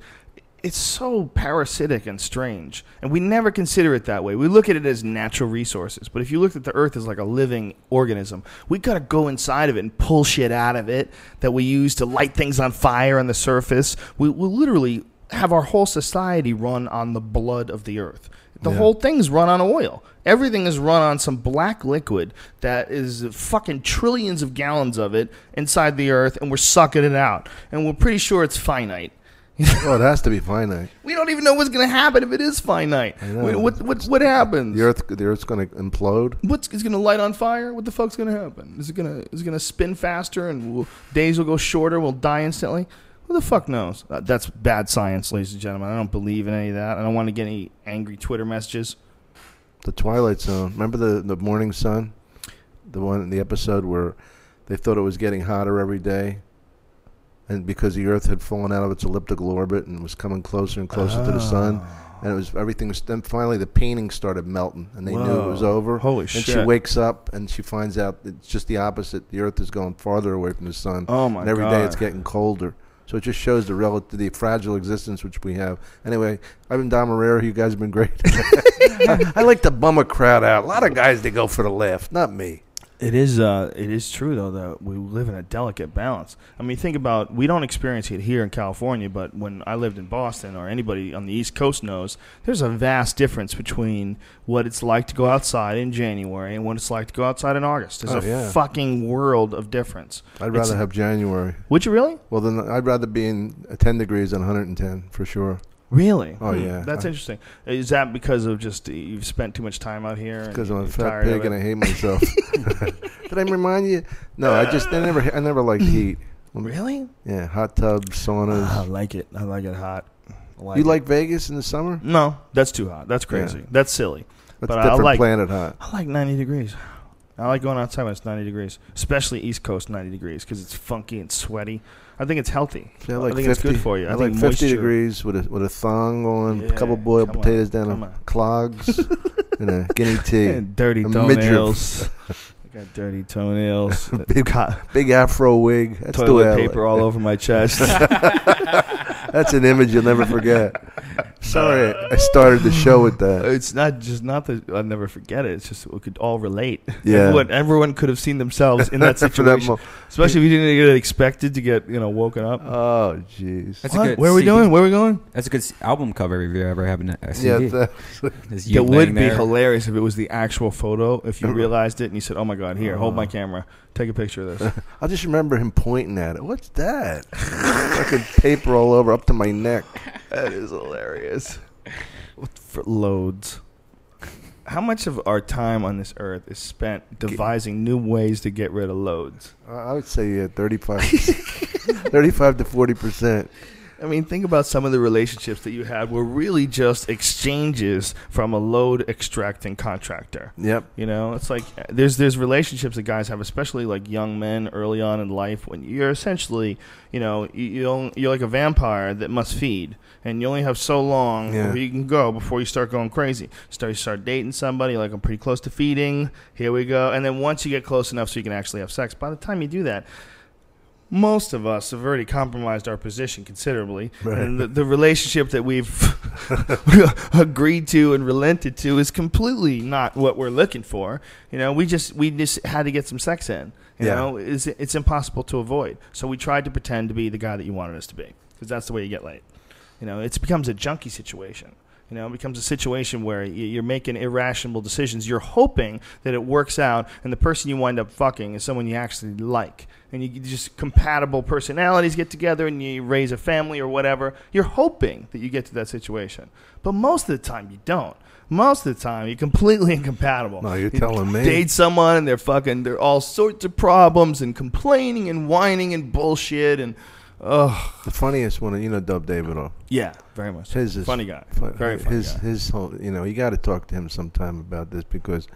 it's so parasitic and strange. And we never consider it that way. We look at it as natural resources. But if you looked at the earth as like a living organism, we got to go inside of it and pull shit out of it that we use to light things on fire on the surface. We, we literally have our whole society run on the blood of the earth. The whole thing's run on oil. Everything is run on some black liquid that is fucking trillions of gallons of it inside the earth, and we're sucking it out. And we're pretty sure it's finite. Oh, it has to be finite. We don't even know what's going to happen if it is finite. know. What, what, what, what happens? The earth, the earth's going to implode. What's is going to light on fire? What the fuck's going to happen? Is it going to is it going to spin faster and we'll, days will go shorter? We'll die instantly. Who the fuck knows? Uh, that's bad science, ladies and gentlemen. I don't believe in any of that. I don't want to get any angry Twitter messages. The Twilight Zone. Remember the the Morning Sun, the one the episode where they thought it was getting hotter every day, and because the Earth had fallen out of its elliptical orbit and was coming closer and closer to the sun, Oh. and it was everything was. Then finally, the painting started melting, and they knew it was Whoa. over. Holy and she shit. wakes up and she finds out it's just the opposite. The Earth is going farther away from the sun. Oh, my And every day it's God. getting colder. So it just shows the relative, the fragile existence which we have. Anyway, I've been Don Marrero. You guys have been great. I, I like to bum a crowd out. A lot of guys they go for the laugh, not me. It is uh, it is true though that we live in a delicate balance. I mean, think about we don't experience it here in California, but when I lived in Boston or anybody on the East Coast knows, there's a vast difference between what it's like to go outside in January and what it's like to go outside in August. There's Oh, a yeah. fucking world of difference. I'd It's- rather have January. Would you really? Well, then I'd rather be in uh, ten degrees than 110 for sure. Really? Hmm. Oh, yeah. That's I- interesting. Is that because of just uh, you've spent too much time out here? and Because I'm a you're fat tired of pig and it? I hate myself. Did I remind you? No, I just I never I never liked heat. really? Yeah, hot tubs, saunas. Ah, I like it. I like it hot. I you it. like Vegas in the summer? No, that's too hot. That's crazy. Yeah. That's silly. That's but a I different like planet hot. I like 90 degrees. I like going outside when it's 90 degrees, especially East Coast 90 degrees because it's funky and sweaty. I think it's healthy. See, I like think 50, it's good for you. I, I, like think 50 moisture- degrees with a with a thong on, a Yeah, couple boiled come on, potatoes down, come a on. clogs, and a guinea tea. and dirty A midriff. toenails. Got dirty toenails. Big, co- big afro wig. That's the way I toilet like paper all that. over my chest. That's an image you'll never forget. Sorry, I started the show with that. it's not just not that I'll never forget it. It's just we could all relate. Yeah. everyone, everyone could have seen themselves in that For that situation, mo- especially if you didn't get expected to get you know woken up. Oh, jeez. That's a what? good Where are we CD. going? Where are we going? That's a good s- album cover if you ever have an- a Yeah, CD. that, Just you It would laying be there. hilarious if it was the actual photo. If you realized it and you said, "Oh my God, here, hold my camera, take a picture of this." I just remember him pointing at it. What's that? Fucking paper all over up to my neck. that is hilarious. What For loads. How much of our time on this earth is spent devising new ways to get rid of loads? I- I would say yeah, 35, 35 to forty percent. I mean, think about some of the relationships that you had were really just exchanges from a load extracting contractor. Yep. You know, it's like uh, there's there's relationships that guys have, especially like young men early on in life, when you're essentially, you know, you, you don't, you're like a vampire that must feed, and you only have so long Yeah. where you can go before you start going crazy. Start you start dating somebody, like I'm pretty close to feeding. Here we go, and then once you get close enough so you can actually have sex, by the time you do that, most of us have already compromised our position considerably, and the, the relationship that we've agreed to and relented to is completely not what we're looking for. You know, we just we just had to get some sex in. You Yeah. know, it's, it's impossible to avoid. So we tried to pretend to be the guy that you wanted us to be, because that's the way you get laid. You know, it becomes a junkie situation. You know, it becomes a situation where y- you're making irrational decisions. You're hoping that it works out, and the person you wind up fucking is someone you actually like. And you you just compatible personalities get together and you raise a family or whatever. You're hoping that you get to that situation. But most of the time, you don't. Most of the time, you're completely incompatible. No, you're You telling me. Date someone and they're fucking, they're all sorts of problems and complaining and whining and bullshit. And, ugh. The funniest one, you know, Dub Davidoff. Yeah, very much. so. His is funny guy. fu- very funny his guy. his whole, you know, you got to talk to him sometime about this because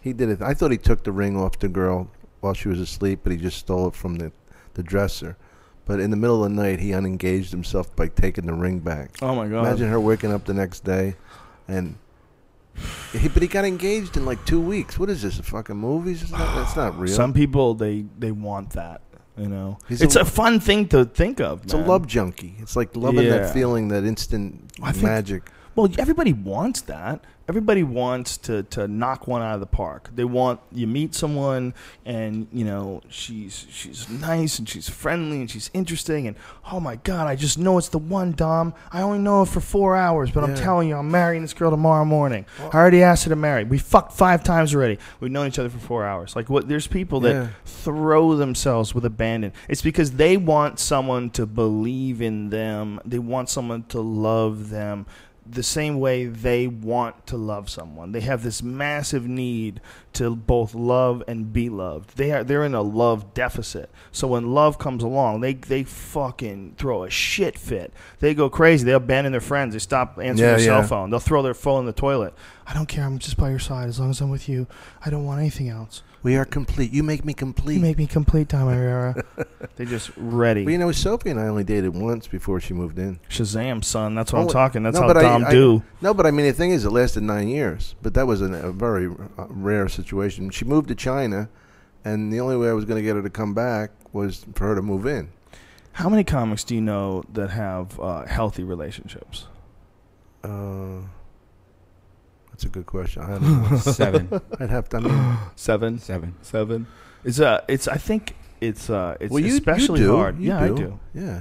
he did it. I thought he took the ring off the girl while she was asleep, but he just stole it from the the dresser. But in the middle of the night, he unengaged himself by taking the ring back. Oh my god! Imagine her waking up the next day, and he, but he got engaged in like two weeks. What is this? A fucking movies? It's not, that's not real. Some people they they want that. You know, He's it's a- a, fun thing to think of. it's a man. love junkie. It's like loving Yeah. that feeling, that instant I think- magic. Well, everybody wants that. Everybody wants to, to knock one out of the park. They want you meet someone and you know she's she's nice and she's friendly and she's interesting and oh my god, I just know it's the one, Dom. I only know her for four hours, but I'm Yeah. telling you, I'm marrying this girl tomorrow morning. I already asked her to marry. We fucked five times already. We've known each other for four hours. Like what? There's people that Yeah. throw themselves with abandon. It's because they want someone to believe in them. They want someone to love them the same way they want to love someone. They have this massive need to both love and be loved. They are they're in a love deficit. So when love comes along, they they fucking throw a shit fit. They go crazy. They abandon their friends. They stop answering Yeah, their cell yeah. phone. They'll throw their phone in the toilet. I don't care. I'm just by your side as long as I'm with you. I don't want anything else. We are complete. You make me complete. You make me complete, Tom Herrera. They're just ready. But you know, Sophie and I only dated once before she moved in. Shazam, son. That's what I'm Only- talking. That's No, how but I- Dom I- do. No, but I mean, the thing is, it lasted nine years. But that was an, a very uh, rare situation. She moved to China, and the only way I was going to get her to come back was for her to move in. How many comics do you know that have uh, healthy relationships? Uh, that's a good question. I don't know. Seven, I'd have to. I mean, Seven, seven. seven. It's uh, it's. I think it's uh, it's well, you, you especially do. hard. You yeah, do. I do. Yeah.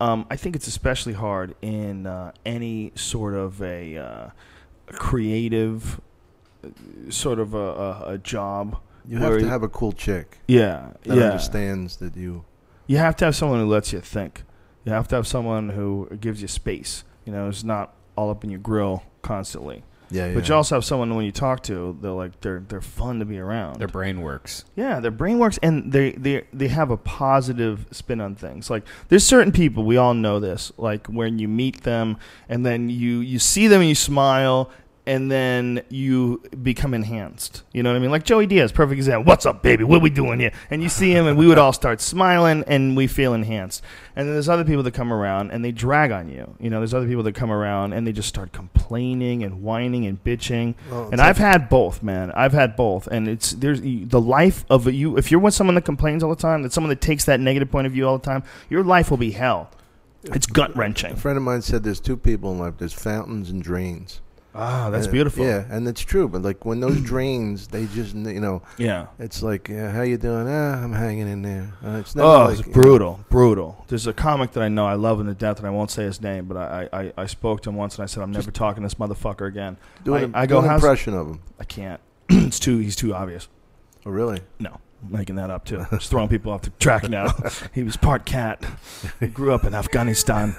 Um, I think it's especially hard in uh, any sort of a uh, creative, uh, sort of a, a, a job. You where have to y- have a cool chick yeah, that yeah. understands that you. You have to have someone who lets you think. You have to have someone who gives you space. You know, it's not all up in your grill constantly. Yeah, yeah. But you also have someone when you talk to, they're like they're they're fun to be around. Their brain works. yeah, their brain works and they they they have a positive spin on things. Like there's certain people we all know this. Like when you meet them and then you you see them and you smile and then you become enhanced. You know what I mean? Like Joey Diaz, perfect example. What's up, baby? What we doing here? And you see him, and we would all start smiling, and we feel enhanced. And then there's other people that come around and they drag on you. You know, there's other people that come around and they just start complaining and whining and bitching. and I've had both, man. I've had both, and it's there's the life of you. If you're with someone that complains all the time, that someone that takes that negative point of view all the time, your life will be hell. It's gut wrenching. A friend of mine said there's two people in life. There's fountains and drains. Ah, that's And- beautiful. Yeah, and it's true. But like when those drains, they just you know, Yeah. it's like yeah, how you doing? Ah, I'm hanging in there. Uh, it's never Oh, like, it's brutal, brutal. There's a comic that I know I love in the death, and I won't say his name, but I, I, I- I spoke to him once, and I said, "I'm never talking to this motherfucker again." Do an, I, I go, do an "How's-" impression of him. I can't. it's too. He's too obvious. Oh, really? No, making that up too. Just throwing people off the track now. he was part cat. He grew up in Afghanistan.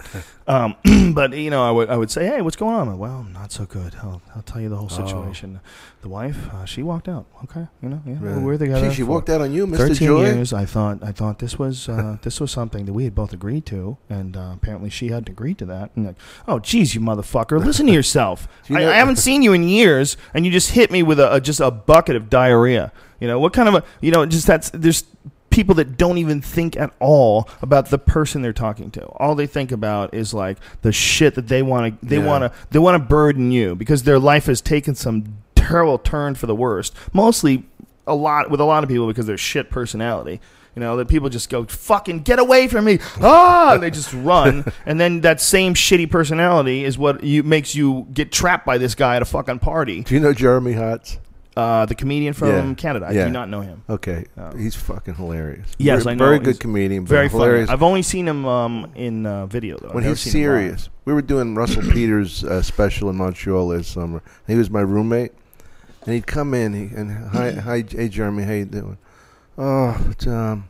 Um, but you know, I would I would say, hey, what's going on? Well, I'm not so good. I'll, I'll tell you the whole situation. The wife, uh, she walked out. Okay, you know, yeah, Really? we're together. She, she for walked out on you, Mr. Thirteen Joy. years. I thought I thought this was uh, this was something that we had both agreed to, and uh, apparently she hadn't agreed to that. And like, oh, geez, you motherfucker, listen to yourself. you I, know- I haven't seen you in years, and you just hit me with a, a just a bucket of diarrhea. You know what kind of a you know just that's there's people that don't even think at all about the person they're talking to. All they think about is like the shit that they want to they Yeah. want to they want to burden you because their life has taken some terrible turn for the worst. Mostly a lot with a lot of people because they're shit personality. You know, that people just go, fucking get away from me. Ah, and they just run. and then that same shitty personality is what you makes you get trapped by this guy at a fucking party. Do you know Jeremy Hotz? Uh, the comedian from Yeah. Canada. I Yeah. do not know him. Okay, he's fucking hilarious. Yes, very, I know. Very He's good comedian. but Very hilarious. funny. I've only seen him um, in uh, video, though. I've when never he's seen him live. serious. We were doing Russell Peters' uh, special in Montreal last summer. He was my roommate, and he'd come in he, and hi, hi, hey Jeremy, how you doing? Oh, but, um,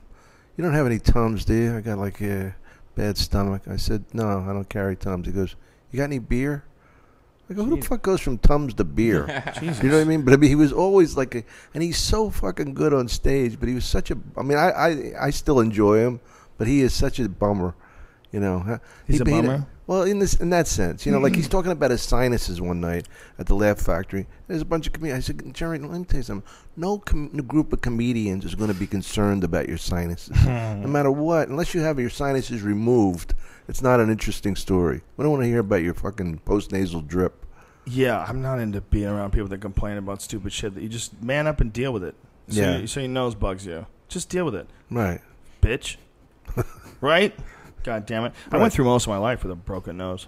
you don't have any tums, do you? I got like a bad stomach. I said, no, I don't carry tums. He goes, you got any beer? I go, who the fuck goes from tums to beer? You know what I mean? But I mean, he was always like, a, and he's so fucking good on stage. But he was such a. I mean, I I, I still enjoy him, but he is such a bummer. You know, huh? He's He- a he- bummer? well, in this in that sense, you know, like he's talking about his sinuses one night at the Laugh Factory. There's a bunch of comedians. I said, Jerry, let me tell you something. No com- no group of comedians is going to be concerned about your sinuses, no matter what. Unless you have your sinuses removed, it's not an interesting story. We don't want to hear about your fucking post nasal drip. Yeah, I'm not into being around people that complain about stupid shit. That you just man up and deal with it. So Yeah. You, so your nose bugs you. Just deal with it, Right. bitch. right? God damn it! I went through most of my life with a broken nose.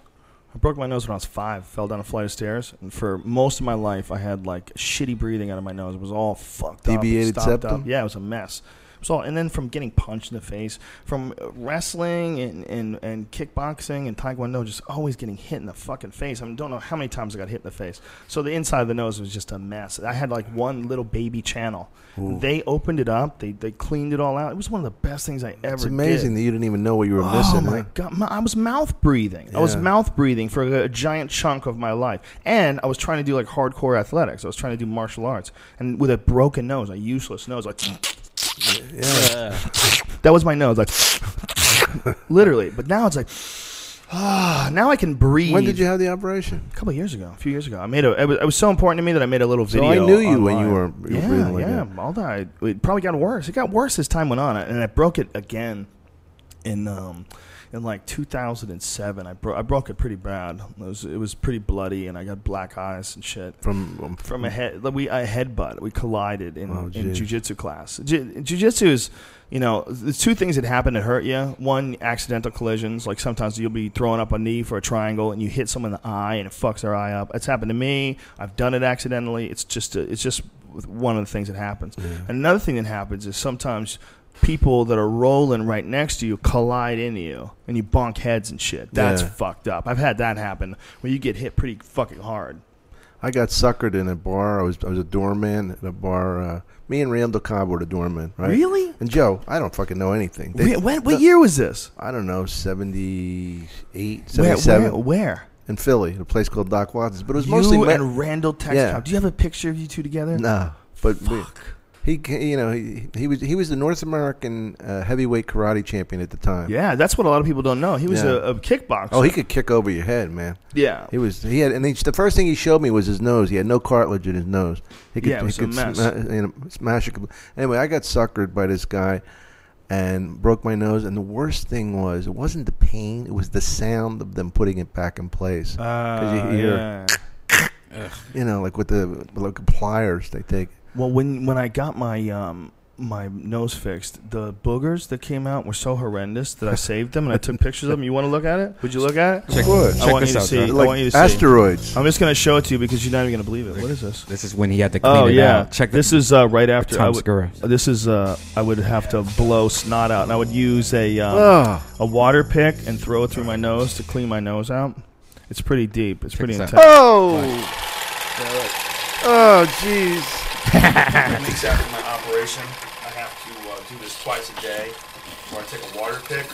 I broke my nose when I was five. Fell down a flight of stairs, and for most of my life, I had like shitty breathing out of my nose. It was all fucked up, Deviated stopped septum? Up. Yeah, it was a mess. It was all, and then from getting punched in the face, from wrestling and, and, and kickboxing and taekwondo, just always getting hit in the fucking face. I mean, don't know how many times I got hit in the face. So the inside of the nose was just a mess. I had like one little baby channel. They opened it up. They they cleaned it all out. It was one of the best things I ever. It's amazing did. that you didn't even know what you were missing. Oh my huh? god! My- I was mouth breathing. I was Yeah. mouth breathing for a, a giant chunk of my life, and I was trying to do like hardcore athletics. I was trying to do martial arts, and with a broken nose, a useless nose, like that was my nose, like literally. But now it's like ah, now I can breathe. When did you have the operation? A couple of years ago, a few years ago, I made a. It was, it was so important to me that I made a little So video. I knew you when you online. were- you were yeah, breathing like yeah. that. All that it probably got worse. It got worse as time went on, and I broke it again in um in like 2007. I broke I broke it pretty bad. It was it was pretty bloody, and I got black eyes and shit From um, from a head like we a headbutt we collided in, Oh, in geez. jujitsu class Ju- jujitsu is you know the two things that happen that hurt you one accidental collisions like sometimes you'll be throwing up a knee for a triangle and you hit someone in the eye and it fucks their eye up it's happened to me i've done it accidentally it's just a, it's just one of the things that happens another thing that happens is sometimes people that are rolling right next to you collide into you and you bonk heads and shit that's Yeah. fucked up i've had that happen where you get hit pretty fucking hard I got suckered in a bar. I was I was a doorman at a bar. Uh, me and Randall Cobb were the doorman, right? Really? And Joe, I don't fucking know anything. They- Wait, when, what no, year was this I don't know, 78, Where, 77 where, where? in Philly, at a place called Doc Watson's. But it was mostly you ma- and Randall text Yeah. cop. Do you have a picture of you two together? Nah, but we- He, ca- you know, he, he was he was the North American uh, heavyweight karate champion at the time. Yeah, that's what a lot of people don't know. He was Yeah. a, a kickboxer. Oh, he could kick over your head, man. Yeah. He was he had and he, the first thing he showed me was his nose. He had no cartilage in his nose. He could, Yeah, it was he could a mess. sma- you know, smash it. Anyway, I got suckered by this guy and broke my nose. And the worst thing was it wasn't the pain; it was the sound of them putting it back in place. Because Uh, you hear, yeah. you know, like with the with like pliers they take. Well, when when I got my um my nose fixed, the boogers that came out were so horrendous that I saved them and I took pictures of them. You want to look at it? Would you look at it? Check- Would. I check want this you to out, see. John. I Like want you to see. asteroids. I'm just gonna show it to you because you're not even gonna believe it. What is this? This is when he had to clean Oh it yeah, out. Check this the- is uh, right after Tom I would, Segura. This is uh, I would have to blow snot out, and I would use a um, Ugh. a water pick and throw it through my nose to clean my nose out. It's pretty deep. It's pretty this out. intense. Oh, oh, jeez. weeks after my operation, I have to uh, do this twice a day, where I take a water pick,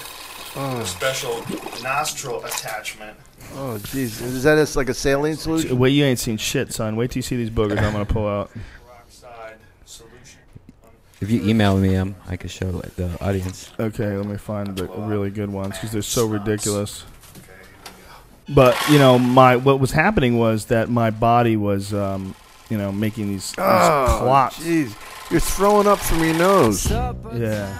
a special nostril attachment. Oh, jeez. Is that it's like a saline solution? Wait, you ain't seen shit, son. Wait till you see these boogers. I'm gonna pull out. Peroxide solution. If you email me, um, I could show like the audience. Okay, let me find the really good ones because they're so Sucks. ridiculous. Okay, here we go. But you know, my what was happening was that my body was, um, you know, making these, these Oh, clots. jeez. You're throwing up from your nose. Yeah.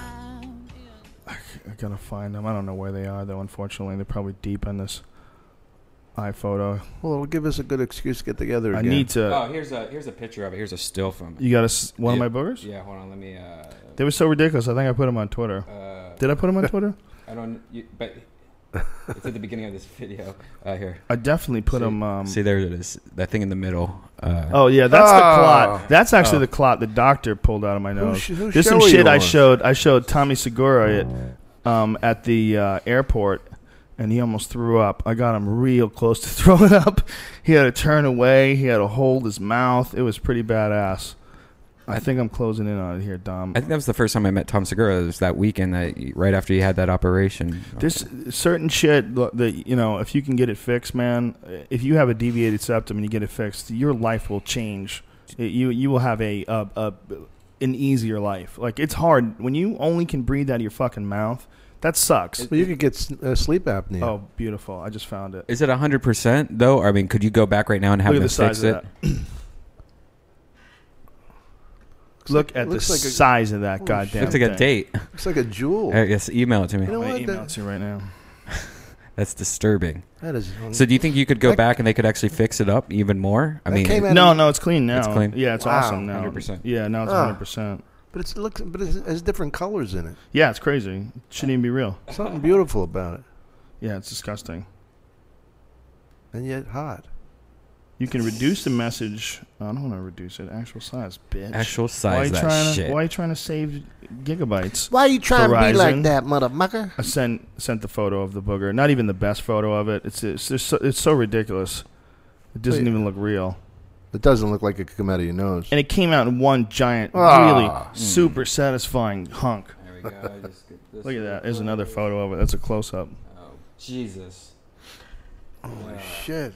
I, I gotta find them. I don't know where they are though. Unfortunately, they're probably deep in this iPhoto. Well, it'll give us a good excuse to get together I again. need to. Oh, here's a here's a picture of it. Here's a still from it. Uh, You got a s- one Yeah. of my boogers? Yeah, hold on. Let me. Uh, They were so ridiculous. I think I put them on Twitter. uh, Did I put them on Twitter? I don't. You, but it's at the beginning of this video. Uh, here. I definitely put them. Um, See, there it is. That thing in the middle. Uh, Oh yeah, that's Oh. the clot. That's actually the clot the doctor pulled out of my nose. sh- Oh. who There's some show are you shit I on? showed. I showed Tommy Segura at, um, at the uh, airport, and he almost threw up. I got him real close to throwing up. He had to turn away. He had to hold his mouth. It was pretty badass. I think I'm closing in on it here, Dom. I think that was the first time I met Tom Segura. It was that weekend, that right after you had that operation. There's certain shit lo- that you know. If you can get it fixed, man. If you have a deviated septum and you get it fixed, your life will change. It- You you will have a a, a an easier life. Like it's hard when you only can breathe out of your fucking mouth. That sucks. Well, you could get s- uh, sleep apnea. Oh, beautiful! I just found it. Is it hundred percent though? I mean, could you go back right now and have Look at them the fix size it? of that. Look at the looks like a- size of that Holy goddamn. Looks like a thing. date. Looks like a jewel. I guess email it to You me. know I'm gonna what? email it That, to you right now. That's disturbing. that is. So do you think you could go That- back and they could actually fix it up even more? I That mean, came out- No, no, it's clean now. It's clean? Yeah, it's Wow. awesome now. 100%. Yeah, now it's Ah. 100. percent but it's looks. But it has different colors in it. Yeah, it's crazy. It shouldn't even be real. Something beautiful about it, Yeah, it's disgusting. and yet hot. You can reduce the message. I don't want to reduce it. Actual size, bitch. actual why size you that trying to, shit. Why you trying to save gigabytes? Why you trying to be like Verizon. that, motherfucker? I sent sent the photo of the booger. Not even the best photo of it. It's it's, it's so, it's so ridiculous. It doesn't Wait. even look real. It doesn't look like it could come out of your nose. And it came out in one giant, Ah. really super satisfying hunk. There we go. I just get this Look at that. right There's here. another photo of it. That's a close up. Oh, Jesus. Shit.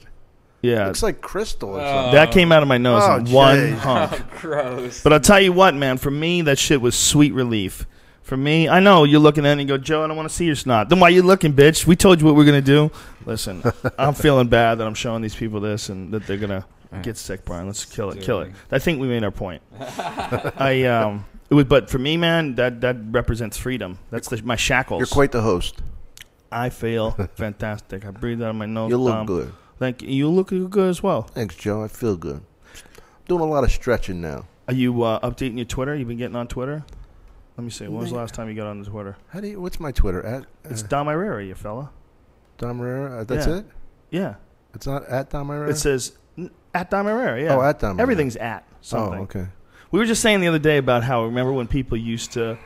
Yeah, Looks like crystal. Or something. that came out of my nose Oh, in one geez. hunk. Gross. But I'll tell you what, man, for me, that shit was sweet relief. For me, I know you're looking at it and you go, Joe, I don't want to see your snot. Then why you looking, bitch? We told you what we are going to do. Listen, I'm feeling bad that I'm showing these people this and that they're going to get sick, Brian. Let's kill it, kill it. I think we made our point. I, um, it was, but for me, man, that, that represents freedom. That's the, my shackles. You're quite the host. I feel fantastic. I breathe out of my nose. You look um, good. Thank you. You look good as well. Thanks, Joe. I feel good. Doing a lot of stretching now. Are you uh, updating your Twitter? You've been getting on Twitter? Let me see. When was the last time you got on the Twitter? How do you? What's my Twitter at? It's uh, Dom Irera, you fella. Dom Herrera. Uh, that's Yeah. it. Yeah. It's not at Dom Herrera. It says n- at Dom Herrera. Yeah. Oh, at Dom Herrera. Everything's at oh, something. okay. We were just saying the other day about how remember when people used to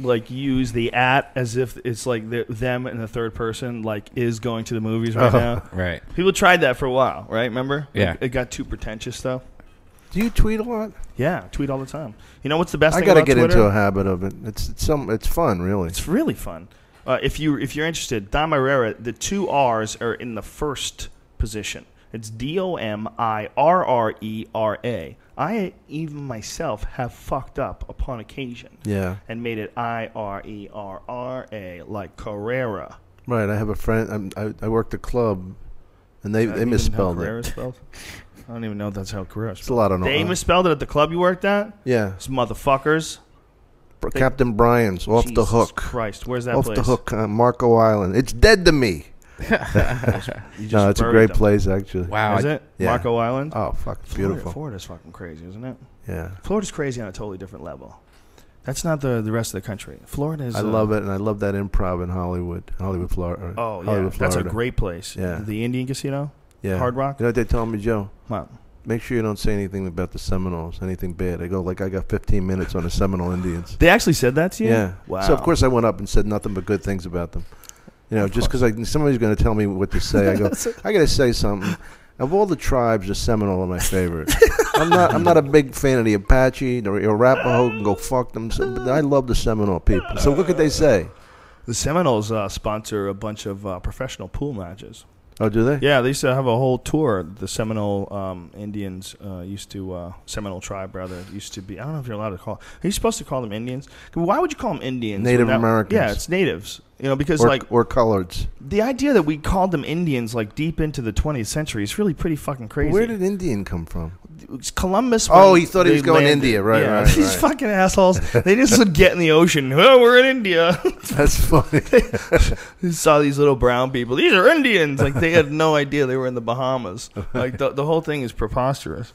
like use the at as if it's like the, them in the third person like is going to the movies Oh. right now. Right. People tried that for a while, right? Remember? Yeah. Like, it got too pretentious though. Do you tweet a lot? Yeah, tweet all the time. You know what's the best I thing got to about get Twitter? into a habit of it. It's, it's some. It's fun, really. It's really fun. Uh, if you if you're interested, Dom Herrera, the two R's are in the first position. It's D O M I R R E R A. I even myself have fucked up upon occasion. Yeah. And made it I R E R R A like Carrera. Right. I have a friend. I'm, I I worked a club, and they Is that they Uh, even how misspelled Carrera is it. spelled? I don't even know if that's how Carrera. is It's a lot of spelled. They no- misspelled it at the club you worked at. Yeah. Those motherfuckers. Br- Captain Brian's off the Jesus hook. Christ, where's that off place? the hook. Uh, Marco Island. It's dead to me. You just No, it's a buried great them. place actually. Wow. Is I- it Yeah. Marco Island? Oh fuck, it's Florida- beautiful. Florida's fucking crazy, isn't it? Yeah. Florida's crazy on a totally different level. That's not the the rest of the country. Florida is. I uh, love it, and I love that improv in Hollywood, Hollywood, Florida. Oh yeah, Hollywood, that's a Florida. great place. Yeah. The Indian Casino. yeah. Hard Rock. You know what they told me, Joe? Wow. Make sure you don't say anything about the Seminoles, anything bad. I go like I got 15 minutes on the Seminole Indians. They actually said that to you. Yeah. Wow. So of course I went up and said nothing but good things about them. You know, just because somebody's going to tell me what to say, I go. I got to say something. Of all the tribes, the Seminole are my favorite. I'm not. I'm not a big fan of the Apache, the Arapaho, and go fuck them. So, but I love the Seminole people. So what could they say? the Seminoles uh, sponsor a bunch of uh, professional pool matches. Oh, do they? Yeah, they used to have a whole tour. The Seminole um, Indians uh, used to uh, Seminole tribe rather used to be. I don't know if you're allowed to call. Are you supposed to call them Indians? Why would you call them Indians? Native without- Americans. Yeah, it's natives. You know, because or, like or coloreds. the idea that we called them Indians like deep into the 20th century is really pretty fucking crazy. Where did Indian come from? It's Columbus? Oh, when he thought he they was going India, right, right, These right. fucking assholes. They just would get in the ocean. Oh, we're in India. That's funny. You saw these little brown people. These are Indians. Like they had no idea they were in the Bahamas. Like the the whole thing is preposterous.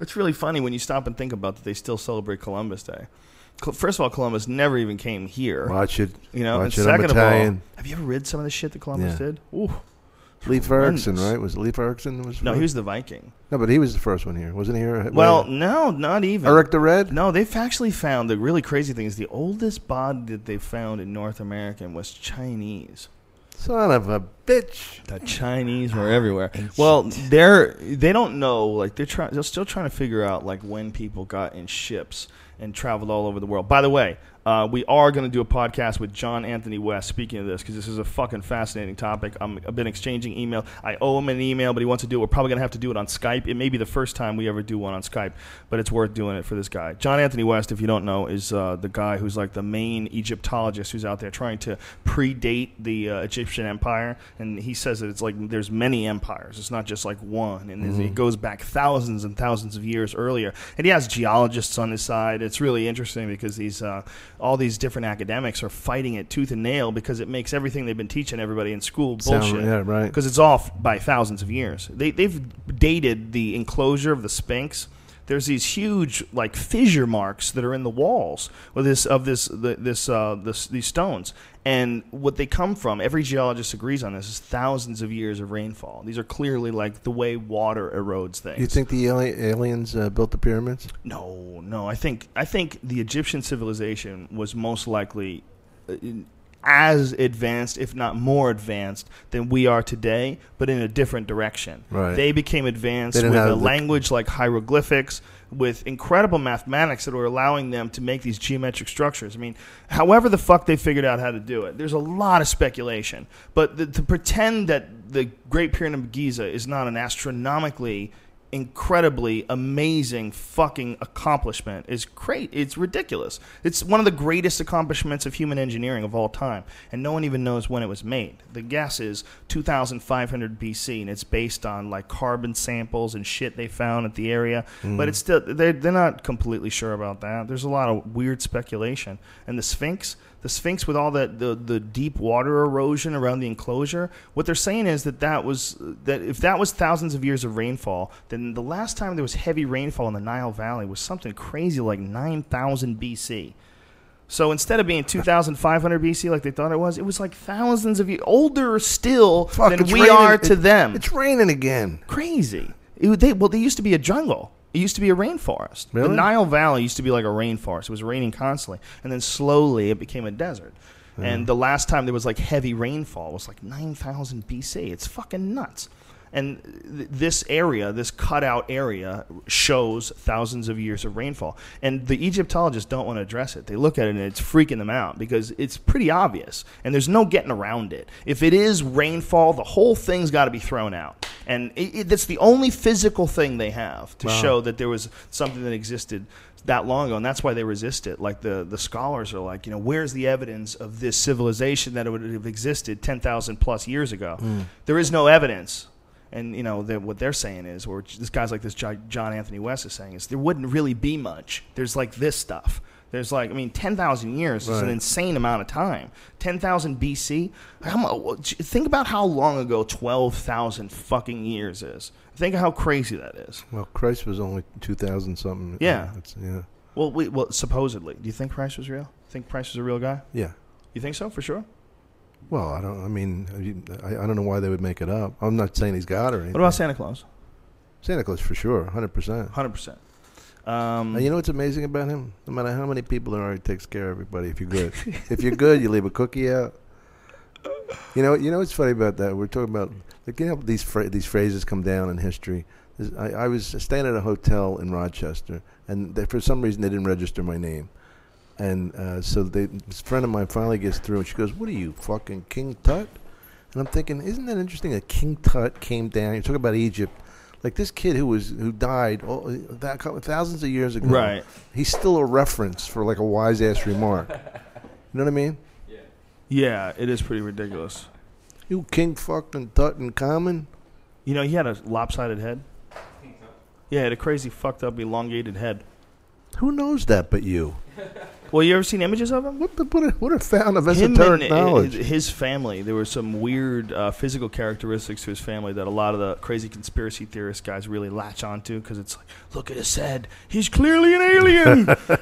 It's really funny when you stop and think about that. They still celebrate Columbus Day. Col- First of all, Columbus never even came here. Watch it. You know, Watch and it. I'm second of all, Italian. have you ever read some of the shit that Columbus Yeah. did? Ooh. Leif Erikson, horrendous. right? Was it Leif Erikson was No, first? he was the Viking. no, but he was the first one here, wasn't he? Or- Well, wait. no, not even. Eric the Red. No, they've actually found the really crazy thing is the oldest body that they found in North America was Chinese. Son of a bitch. The Chinese were everywhere. Well, they're they don't know like they're trying they're still trying to figure out like when people got in ships and traveled all over the world. By the way, uh, we are going to do a podcast with John Anthony West. Speaking of this, because this is a fucking fascinating topic. I'm, I've been exchanging email. I owe him an email, but he wants to do it. We're probably going to have to do it on Skype. It may be the first time we ever do one on Skype, but it's worth doing it for this guy. John Anthony West, if you don't know, is uh, the guy who's like the main Egyptologist who's out there trying to predate the uh, Egyptian empire. And he says that it's like there's many empires. It's not just like one. And Mm-hmm. it goes back thousands and thousands of years earlier. And he has geologists on his side. It's really interesting because these uh, all these different academics are fighting it tooth and nail because it makes everything they've been teaching everybody in school Sound- bullshit. yeah, right. Because it's off by thousands of years. They, they've dated the enclosure of the Sphinx. There's these huge like fissure marks that are in the walls of this of this the, this uh, this these stones. And what they come from, every geologist agrees on this, is thousands of years of rainfall. These are clearly like the way water erodes things. You think the ali- aliens uh, built the pyramids? No, no. I think I think the Egyptian civilization was most likely uh, in- as advanced, if not more advanced, than we are today, but in a different direction. Right. They became advanced They with didn't a have the- language like hieroglyphics, with incredible mathematics that were allowing them to make these geometric structures. I mean, however the fuck they figured out how to do it, there's a lot of speculation. But th- to pretend that the Great Pyramid of Giza is not an astronomically incredibly amazing fucking accomplishment is great. It's ridiculous. It's one of the greatest accomplishments of human engineering of all time, and no one even knows when it was made. The guess is 2500 BC, and it's based on like carbon samples and shit they found at the area. But it's still they're, they're not completely sure about that. There's a lot of weird speculation, and the Sphinx. The Sphinx, with all that the, the deep water erosion around the enclosure, what they're saying is that that was that if that was thousands of years of rainfall, then the last time there was heavy rainfall in the Nile Valley was something crazy like 9,000 BC. So instead of being 2,500 BC like they thought it was, it was like thousands of years older still Fuck, than it's we raining. are to It- them. It's raining again. crazy. It, would- they, well, they used to be a jungle. It used to be a rainforest. The Really? Nile Valley used to be like a rainforest. It was raining constantly, and then slowly it became a desert. And the last time there was like heavy rainfall was like 9,000 BC. It's fucking nuts. And th- this area, this cutout area, shows thousands of years of rainfall. And the Egyptologists don't want to address it. They look at it and it's freaking them out because it's pretty obvious. And there's no getting around it. If it is rainfall, the whole thing's got to be thrown out. and it, it, that's the only physical thing they have to show that there was something that existed that long ago, and that's why they resist it. Like the the scholars are like, you know, where's the evidence of this civilization that would have existed ten thousand plus years ago? There is no evidence. And you know that what they're saying is, or this guy's like this Jo- John Anthony West is saying is, there wouldn't really be much. There's like this stuff. There's like, I mean, ten thousand years is an insane amount of time. Ten thousand BC. How mu- think about how long ago twelve thousand fucking years is. Think of how crazy that is. Well, Christ was only two thousand something. Yeah. It's- yeah, Well, we, well, supposedly. Do you think Christ was real? Think Christ was a real guy? yeah. You think so for sure? Well, I don't. I mean, you- I, I don't know why they would make it up. I'm not saying he's God or anything. What about Santa Claus? Santa Claus for sure, hundred percent. Hundred percent. Um, And you know what's amazing about him? No matter how many people there are, he takes care of everybody. If you're good, if you're good, you leave a cookie out. You know, you know what's funny about that? We're talking about like you know these phra- these phrases come down in history. This- I, I was staying at a hotel in Rochester, and they, for some reason they didn't register my name. And uh, so they, this friend of mine finally gets through, and she goes, "What are you, fucking King Tut?" And I'm thinking, isn't that interesting that King Tut came down? You talk about Egypt, like this kid who was who died all, that couple- thousands of years ago. Right. He's still a reference for like a wise ass remark. You know what I mean? yeah, it is pretty ridiculous. You King fucking Tut and Common. You know, he had a lopsided head. Yeah, he had a crazy, fucked up, elongated head. Who knows that but you? Well, you ever seen images of him? What the what a, what a fountain of Him and esoteric knowledge. i- i- his family. There were some weird uh, physical characteristics to his family that a lot of the crazy conspiracy theorist guys really latch onto because it's like, look at his head. He's clearly an alien.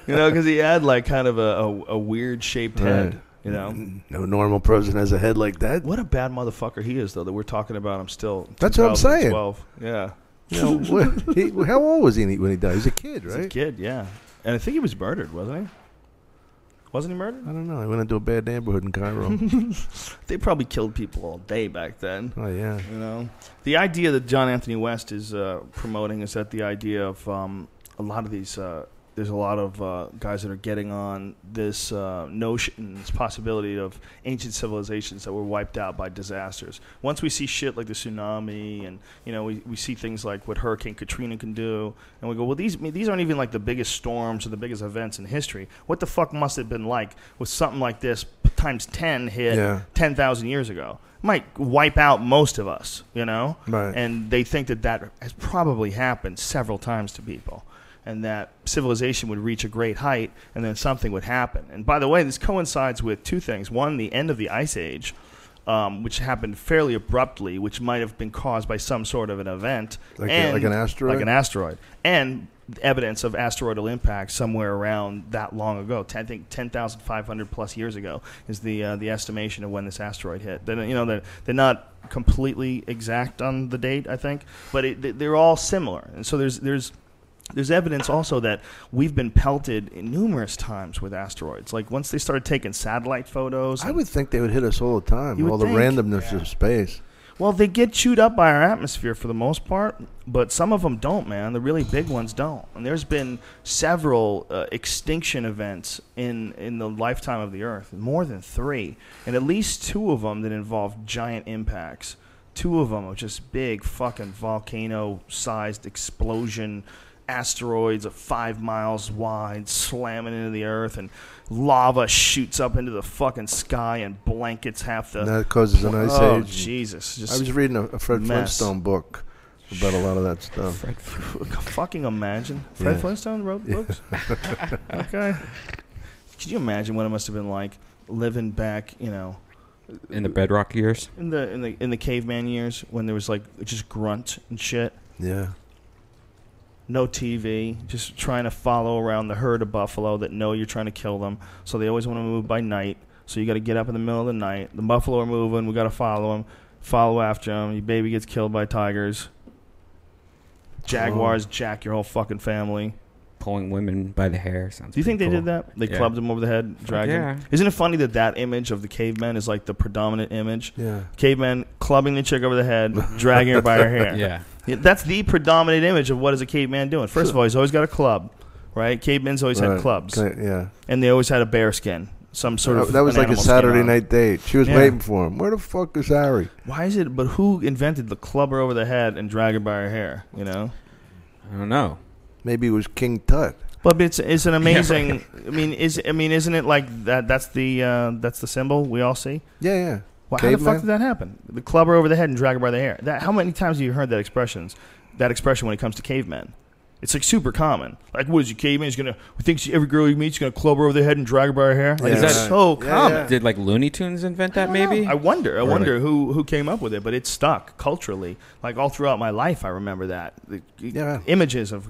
you know, because he had like kind of a, a, a weird shaped head. You know, no normal person has a head like that. what a bad motherfucker he is, though. That we're talking about him still. That's what I'm saying. 2012. Yeah, You know, what- he- how old was he when he died? He was a kid, He's a right? kid. Yeah, and I think he was murdered, wasn't he? Wasn't he murdered? I don't know. He went into a bad neighborhood in Cairo. They probably killed people all day back then. oh yeah. You know, the idea that John Anthony West is uh, promoting is that the idea of um, a lot of these. Uh, there's a lot of uh, guys that are getting on this uh, notion, this possibility of ancient civilizations that were wiped out by disasters. Once we see shit like the tsunami, and you know, we, we see things like what Hurricane Katrina can do, and we go, well, these I mean, these aren't even like the biggest storms or the biggest events in history. What the fuck must it have been like with something like this times ten hit Yeah. ten thousand years ago might wipe out most of us, you know. Right. And they think that that has probably happened several times to people, and that civilization would reach a great height, and then something would happen. And by the way, this coincides with two things: one, the end of the ice age. Um, which happened fairly abruptly, which might have been caused by some sort of an event, Like a- and- like an asteroid? like an asteroid, and evidence of asteroidal impact somewhere around that long ago. Ten- I think 10,500 plus years ago is the uh, the estimation of when this asteroid hit. They're, you know, they're, they're not completely exact on the date, I think, but it, they- they're all similar. And so there's there's there's evidence also that we've been pelted numerous times with asteroids. Like once they started taking satellite photos, I and- would think they would hit us all the time. You would all the think. randomness of space. Well, they get chewed up by our atmosphere for the most part, but some of them don't, man. The really big ones don't. And there's been several uh, extinction events in, in the lifetime of the Earth, more than three, and at least two of them that involve giant impacts. Two of them are just big fucking volcano sized explosion asteroids of five miles wide slamming into the earth and lava shoots up into the fucking sky and blankets half the And that causes an ice oh, age. Jesus. Just I was reading a, a Fred mess. Flintstone book about a lot of that stuff. fucking imagine. Fred Yeah. Flintstone wrote books? okay. Could you imagine what it must have been like living back, you know, in the bedrock years. in the in the in the caveman years when there was like just grunt and shit, Yeah. no TV, just trying to follow around the herd of buffalo that know you're trying to kill them, so they always want to move by night. So you got to get up in the middle of the night. The buffalo are moving. We got to follow them, follow after them. Your baby gets killed by tigers. Jaguars jack your whole fucking family. Pulling women by the hair sounds. Do you think they pretty did cool. that? They Yeah. clubbed him over the head, dragged him. yeah. Isn't it funny that that image of the caveman is like the predominant image? Yeah. Caveman clubbing the chick over the head, dragging her by her hair. Yeah. Yeah, That's the predominant image of what is a caveman doing. First of all, he's always got a club, right? Cavemen's always Right. had clubs, Can I- yeah. and they always had a bear skin. some sort of that was an like a animal skin Saturday on. night date. She was Yeah. waiting for him. Where the fuck is Harry? Why is it? But who invented the club her over the head and drag her by her hair? You know. I don't know. Maybe it was King Tut. But it's it's an amazing. I mean, is I mean, isn't it like that? That's the uh, that's the symbol we all see. Yeah, yeah. Well, how the fuck Caveman? did that happen? The club her over the head and drag her by the hair. That how many times have you heard that expressions? That expression when it comes to cavemen. It's like super common. Like, what is you caveman? He's gonna who thinks every girl you meet's gonna club her over the head and drag her by her hair. Like, it's Yeah. Right. so Yeah, common. yeah. Oh, Did like Looney Tunes invent that? Maybe. I wonder. I Or, wonder who who came up with it, but it stuck culturally. Like all throughout my life, I remember that the, Yeah. images of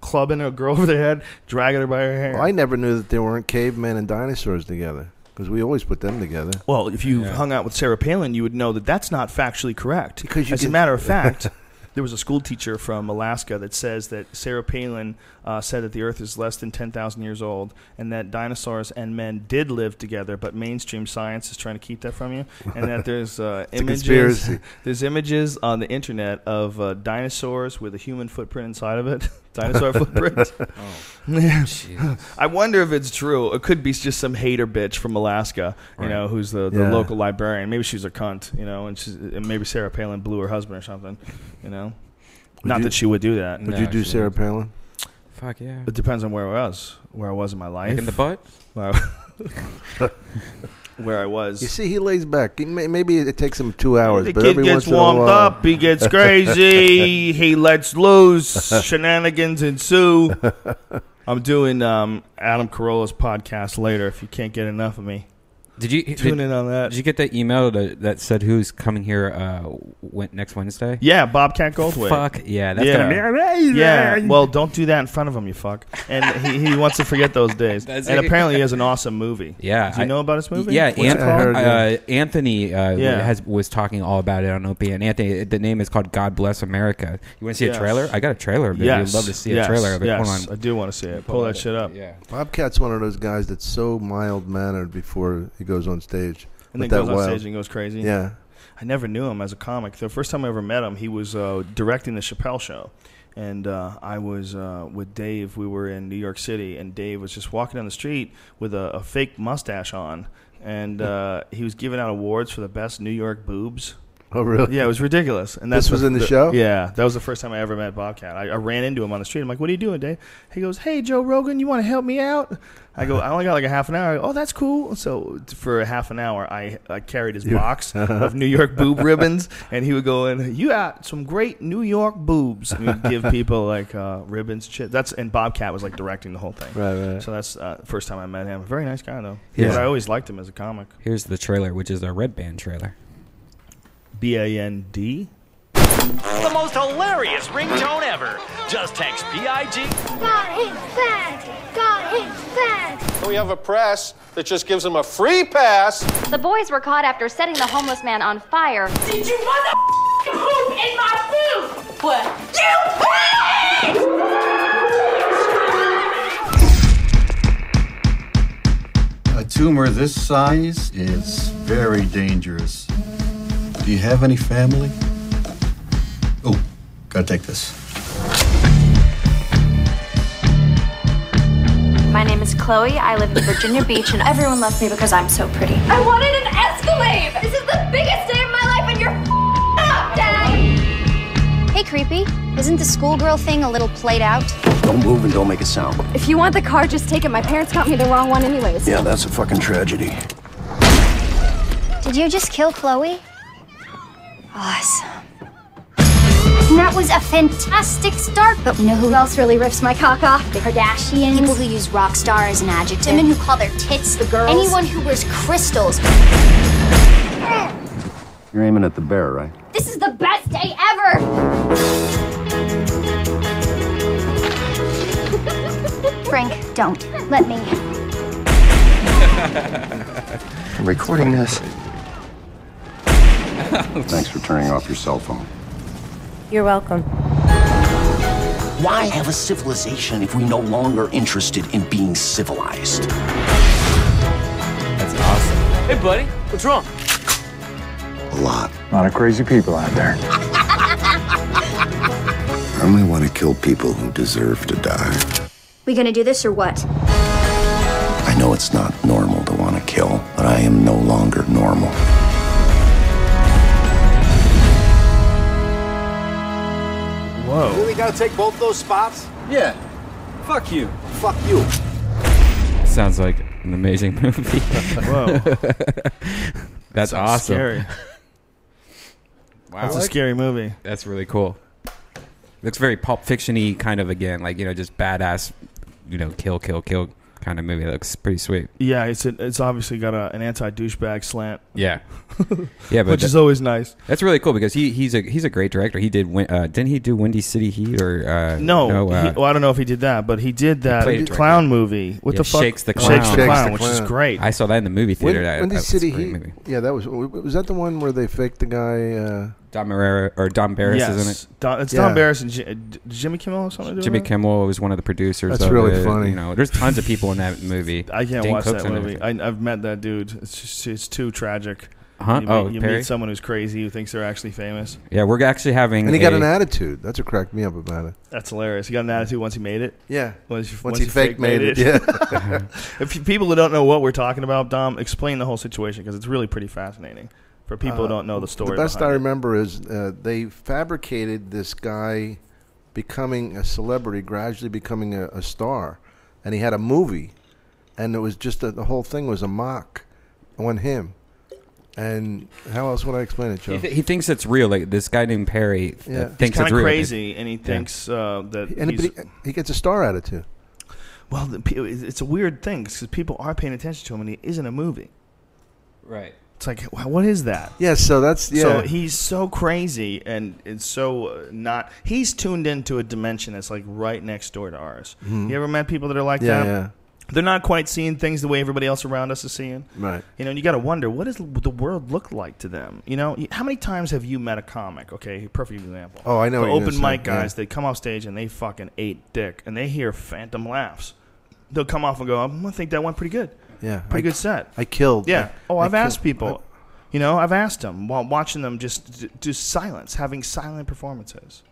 clubbing a girl over the head, dragging her by her hair. Well, I never knew that there weren't cavemen and dinosaurs together because we always put them together. Well, if you hung out with Sarah Palin, you would know that that's not factually correct. Because you As a can- matter of fact, there was a school teacher from Alaska that says that Sarah Palin uh, said that the Earth is less than 10,000 years old and that dinosaurs and men did live together, but mainstream science is trying to keep that from you. And that there's uh, a images, conspiracy. there's images on the internet of uh, dinosaurs with a human footprint inside of it, dinosaur footprint. I wonder if it's true. It could be just some hater bitch from Alaska, you know, who's the, the Yeah. local librarian. Maybe she's a cunt, you know, and, she's, and maybe Sarah Palin blew her husband or something, you know. Not you- that she would do that. Would No, you do actually, Sarah Palin? Fuck yeah. It depends on where I was, where I was in my Like life, in the butt. where, I- where I was. You see, he lays back. He may, maybe it takes him two hours, the but kid every gets once in a while, warmed up. He gets crazy. he lets loose. Shenanigans ensue. I'm doing um, Adam Carolla's podcast later. If you can't get enough of me, Did you tune did, in on that. did you get that email that, that said who's coming here uh, went next Wednesday? Yeah, Bobcat Goldthwait. Fuck yeah, that's Yeah. gonna be amazing. Yeah. Well, don't do that in front of him, you fuck. And he, he wants to forget those days. That's and it. apparently, he has an awesome movie. Yeah, Do you I- know about his movie? Yeah, What's it Ant- I heard, yeah. uh, Anthony uh, Yeah. has was talking all about it on OPN. Anthony, uh, the name is called God Bless America. You want to see Yes. a trailer? I got a trailer of it. Yes. You'd love to see yes. a trailer of it. Yes. Hold I on. do want to see it. Pull that shit up. Yeah. Bobcat's one of those guys that's so mild mannered before he goes on stage. And then But that goes on wild- stage and goes crazy. Yeah. I never knew him as a comic. The first time I ever met him, he was uh, directing the Chappelle show. And uh, I was uh, with Dave. We were in New York City, and Dave was just walking down the street with a, a fake mustache on. And uh, he was giving out awards for the best New York boobs. Oh, really? Yeah, it was ridiculous. And This that's was in the show? Yeah, that was the first time I ever met Bobcat. I, I ran into him on the street. I'm like, "What are you doing, Dave?" He goes, "Hey, Joe Rogan, you want to help me out?" I go, "I only got like a half an hour." I go, oh, that's cool. So t- for a half an hour, I, I carried his box of New York boob ribbons, and he would go in. You got some great New York boobs. And he'd give people like uh, ribbons. Shit. That's and Bobcat was like directing the whole thing. Right, right. So that's uh, the first time I met him. Very nice guy though. Yeah. But I always liked him as a comic. Here's the trailer, which is a red band trailer. B A N D. The most hilarious ringtone ever. Just text PIG. Got him fag! Got him fag! We have a press that just gives him a free pass. The boys were caught after setting the homeless man on fire. Did you mother poop in my food? What? You A tumor this size is very dangerous. Do you have any family? Oh, gotta take this. My name is Chloe. I live in Virginia Beach, and everyone loves me because I'm so pretty. I wanted an Escalade. This is the biggest day of my life, and you're up, Dad. Hey, creepy. Isn't the schoolgirl thing a little played out? Don't move and don't make a sound. If you want the car, just take it. My parents got me the wrong one, anyways. Yeah, that's a fucking tragedy. Did you just kill Chloe? Awesome. That was a fantastic start. But you know who else really rips my cock off? The Kardashians. People who use rock star as an adjective. Women who call their tits the girls. Anyone who wears crystals. You're aiming at the bear, right? This is the best day ever. Frank, don't. Let me. I'm recording this. Thanks for turning off your cell phone. You're welcome. Why have a civilization if we're no longer interested in being civilized? That's awesome. A lot. A lot of crazy people out there. I only want to kill people who deserve to die. We gonna do this or what? I know it's not normal to want to considered normal. Whoa. Really gotta take both those spots? Yeah. Fuck you. Fuck you. Sounds like an amazing movie. Whoa. That's Sounds awesome. Scary. Wow. That's a scary movie. That's really cool. Looks very pulp fictiony kind of again, like you know, just badass, you know, kill, kill, kill kind of movie. That looks pretty sweet. Yeah, it's it's obviously got a, an anti douchebag slant. Yeah, yeah, but Which is always nice. That's really cool because he he's a he's a great director. He did Win- uh, didn't he do Windy City Heat or uh, No, uh, he, well, I don't know if he did that, but he did that played it clown movie. What yeah, the fuck? Shakes the clown, Shakes the Clown, which is great. I saw that in the movie theater. When, that, when that the was a city great heat? movie. Yeah, that was. Was that the one where they faked the guy? Uh, Don Barrera or Don Barris, Yes. isn't it? Don, it's Don Barris and Ji- uh, D- Jimmy Kimmel or something. to do Jimmy with it? Kimmel was one of the producers. That's of really it, funny. You know, there's tons of people in that movie. I can't Dane watch Cook's that in it. movie. I, I've met that dude. It's just it's too tragic. Huh? You, Oh, meet, you Perry? meet someone who's crazy who thinks they're actually famous. Yeah, we're actually having. and he got a- an attitude. That's what cracked me up about it. That's hilarious. He got an attitude once he made it. Yeah. Once, you, Once he fake made it, yeah. if you- people who don't know what we're talking about, Dom, explain the whole situation because it's really pretty fascinating for people who Uh, don't know the story. The best I behind it. remember is uh, they fabricated this guy becoming a celebrity, gradually becoming a, a star, and he had a movie, and it was just a, the whole thing was a mock on him. And how else would I explain it, Joe? He, th- he thinks it's real. Like this guy named Perry th- Yeah. He's thinks Kind it's of real. crazy, and he Yeah. thinks uh, that and he's, but he, he gets a star attitude. well, the, pe- it's a weird thing because people are paying attention to him, and he isn't a movie. Right. It's like, wh- what is that? Yeah, so that's yeah. So he's so crazy and it's so uh, not. He's tuned into a dimension that's like right next door to ours. Mhm. You ever met people that are like Yeah, that? yeah. They're not quite seeing things the way everybody else around us is seeing. Right. You know, and you got to wonder what does the world look like to them? You know, how many times have you met a comic? Okay, perfect example. Oh, I know The what you're open gonna say, mic yeah. guys, they come off stage and they fucking ate dick and they hear phantom laughs. They'll come off and go, "Mm, I think that went pretty good. Yeah, Pretty I- good set. I killed. Yeah. oh, I I've asked killed- people. you know, I've asked them while watching them just do silence, having silent performances.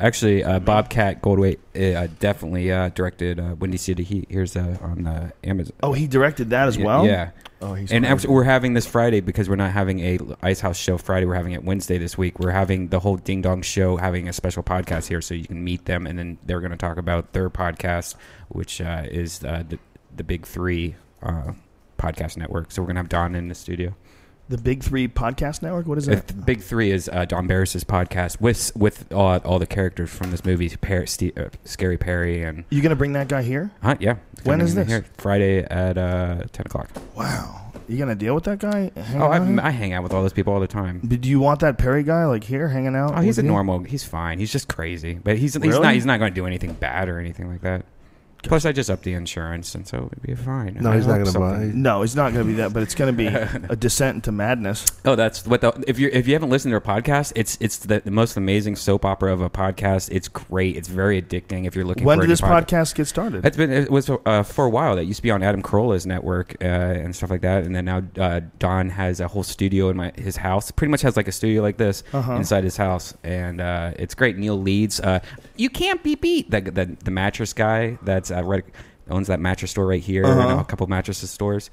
Actually, uh, Bobcat Goldwait uh, definitely uh, directed uh, Windy City Heat. Here's uh, on uh, Amazon. Oh, he directed that as Yeah, well. Yeah. Oh, he's and crazy. actually, we're having this Friday because we're not having a Ice House show Friday. We're having it Wednesday this week. We're having the whole Ding Dong show, having a special podcast here, so you can meet them, and then they're going to talk about their podcast, which uh, is uh, the the Big Three uh, podcast network. So we're going to have Don in the studio. the Big Three Podcast Network. What is Uh, that? The big three is uh, Don Barris's podcast with with all, all the characters from this movie, Perry, Steve, uh, Scary Perry, and You gonna bring that guy here? huh, yeah. When Coming is in this? Friday at uh, ten o'clock. Wow. You gonna deal with that guy? Hang Oh, out with him? I, I hang out with all those people all the time. But Do you want that Perry guy like here hanging out? Oh, he's a with you? normal. He's fine. He's just crazy, but he's he's Really? not he's not going to do anything bad or anything like that. Plus, I just upped the insurance, and so it'd be fine. No, I he's not hope gonna something- buy. No, it's not gonna be that. But it's gonna be a descent into madness. Oh, that's what the if you if you haven't listened to our podcast, it's it's the, the most amazing soap opera of a podcast. It's great. It's very addicting. If you're looking, When for did any this pod- podcast get started? It's been it was uh, for a while. That used to be on Adam Carolla's network uh, and stuff like that. And then now uh, Don has a whole studio in my his house. Pretty much has like a studio like this Uh-huh. inside his house, and uh, it's great. Neil Leeds, uh, you can't be beat. That the, the mattress guy that's uh, right, owns that mattress store right here, Uh-huh. and a couple mattress stores.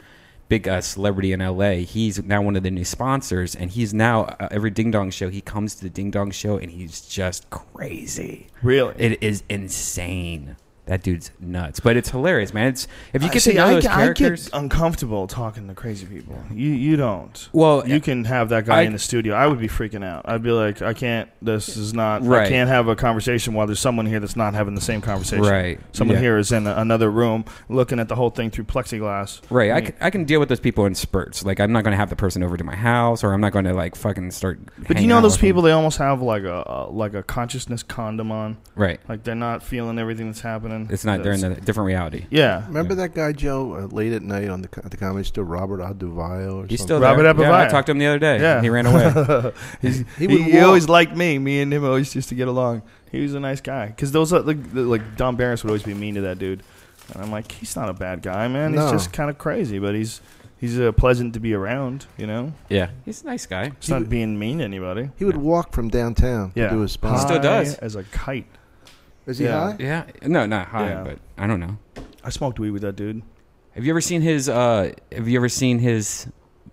Big uh, celebrity in LA. He's now one of the new sponsors, and he's now uh, every Ding Dong show. He comes to the Ding Dong show, and he's just crazy. Really? It is insane. That dude's nuts, but it's hilarious, man. It's if you I- get Uh, see, to know I, those get- um, I characters. get uncomfortable talking to crazy people. You you don't. Well, you can have that guy I- in the studio. I would be freaking out. I'd be like, I can't. This is not. I Right. can't have a conversation while there's someone here that's not having the same conversation. Right. Someone Yeah. here is in a, another room looking at the whole thing through plexiglass. Right, I mean, can, I can deal with those people in spurts. Like, I'm not going to have the person over to my house, or I'm not going to like fucking start. But do you hanging know out those with them. people? They almost have like a, a like a consciousness condom on. Right. Like they're not feeling everything that's happening. It's not during That's- the different reality. Yeah. Remember that guy Joe uh, late at night on the co- at the comedy store, Robert Aduvayo. Or something? He's still there. Robert Yeah, I Aduvayo. talked to him the other day. Yeah. He ran away. He's- he He would he walk. always liked me. Me and him always used to get along. He was a nice guy. Because those are, like, the- like Don Barris would always be mean to that dude, and I'm like, he's not a bad guy, man. No. He's just kind of crazy, but he's he's uh, pleasant to be around. You know. Yeah. He's a nice guy. He's not being mean to anybody. He would walk from downtown Yeah. to do his spot. still does. High As a kite. Is he high? Yeah. No, not high, Yeah. but I don't know. I smoked weed with that dude. Have you ever seen his? uh Have you ever seen his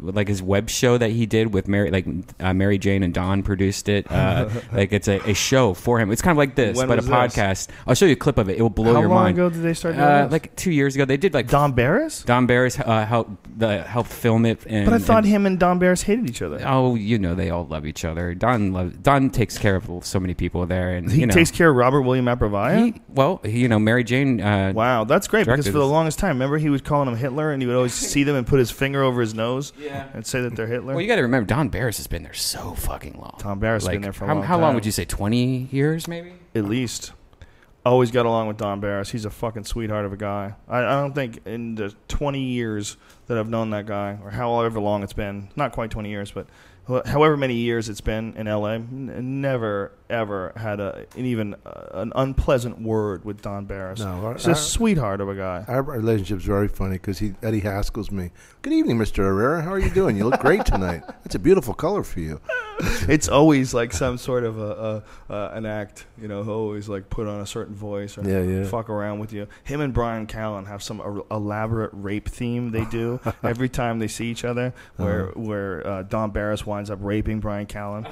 like his web show that he did with Mary, like uh, Mary Jane and Don produced it. Uh, like it's a, a show for him. It's kind of like this, When but a was this? podcast. I'll show you a clip of it. It will blow How your long mind. ago did they start doing Uh, this? like two years ago, they did like Don Barris. Don Barris uh, helped the helped film it, and but I thought and- him and Don Barris hated each other. Oh, you know they all love each other. Don loves Don takes care of so many people there, and He you know, takes care of Robert William Approvia. He- well, he- you know Mary Jane. Uh, wow, that's great because for the long. longest time, remember he was calling him Hitler, and he would always see them and put his finger over his nose and say that they're Hitler. Well, you got to remember Don Barris has been there so fucking long. Don Barris has like, been there for a how, long how long time. would you say? Twenty years, maybe. at least. Always got along with Don Barris. He's a fucking sweetheart of a guy. I, I don't think in the 20 years that I've known that guy, or however long it's been, not quite 20 years, but wh- however many years it's been in LA, n- never, ever had a, an even uh, an unpleasant word with Don Barris. No, our- He's a our- sweetheart of a guy. Our relationship's very funny because he Eddie Haskell's me. Good evening, Mr. Herrera. How are you doing? You look great tonight. That's a beautiful color for you. it's always like some sort of a, a uh, an act, you know. he'll Always like put on a certain voice or Yeah, yeah. fuck around with you. Him and Brian Callen have some er- elaborate rape theme they do every time they see each other, where Uh-huh. where uh, Don Barris winds up raping Brian Callen.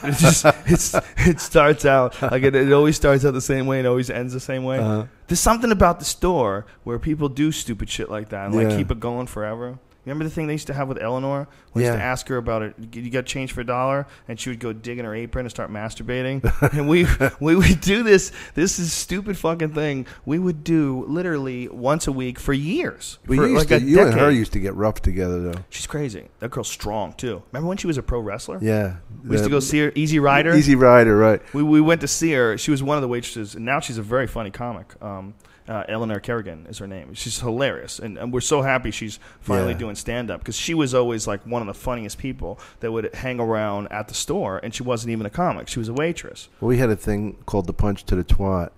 it just it's, it starts out like it, it always starts out the same way and always ends the same way. Uh-huh. There's something about the store where people do stupid shit like that and Yeah. like keep it going forever. Remember the thing they used to have with Eleanor? We used to Yeah. ask her about it. You got change for a dollar, and she would go dig in her apron and start masturbating. and we we would do this. This is stupid fucking thing. We would do literally once a week for years. We for used like to, a you and her decade. used to get rough together, though. She's crazy. That girl's strong too. Remember when she was a pro wrestler? Yeah. We used to The- go see her, Easy Rider. Easy Rider, right. We, we went to see her. She was one of the waitresses, and now she's a very funny comic. Um, uh, Eleanor Kerrigan is her name. She's hilarious, and, and we're so happy she's finally Yeah. doing stand up because she was always like one of the funniest people that would hang around at the store, and she wasn't even a comic. She was a waitress. Well, we had a thing called the punch to the twat,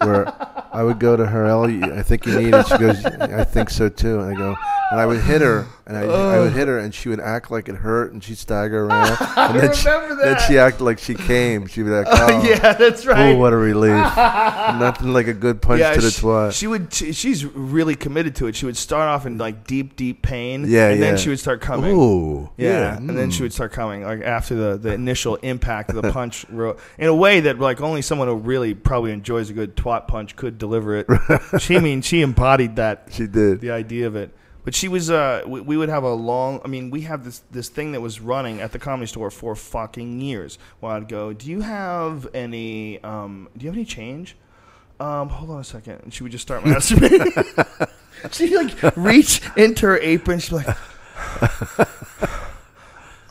where I would go to her, "Ellie, I think you need it. She goes, I think so too. And I go, and I would hit her, and I, I would hit her, and she would act like it hurt, and she'd stagger around. I and then she, remember Then she that. acted like she came. She would act, oh, yeah, that's right. Oh, what a relief. Nothing like a good punch to the she, twat. She would. She, she's really committed to it. She would start off in like deep, deep pain. Yeah, and yeah. then she would start coming. Ooh, yeah. yeah, hmm. And then she would start coming like after the, the initial impact of the punch, ro- in a way that like only someone who really probably enjoys a good twat punch could deliver it. she I mean she embodied that. She did. the idea of it. But she was. Uh, we, we would have a long. I mean, we had this this thing that was running at the comedy store for fucking years. Where I'd go, do you have any? Um, do you have any change? Um, hold on a second. And she would just start masturbating. she like reach into her apron. She's like.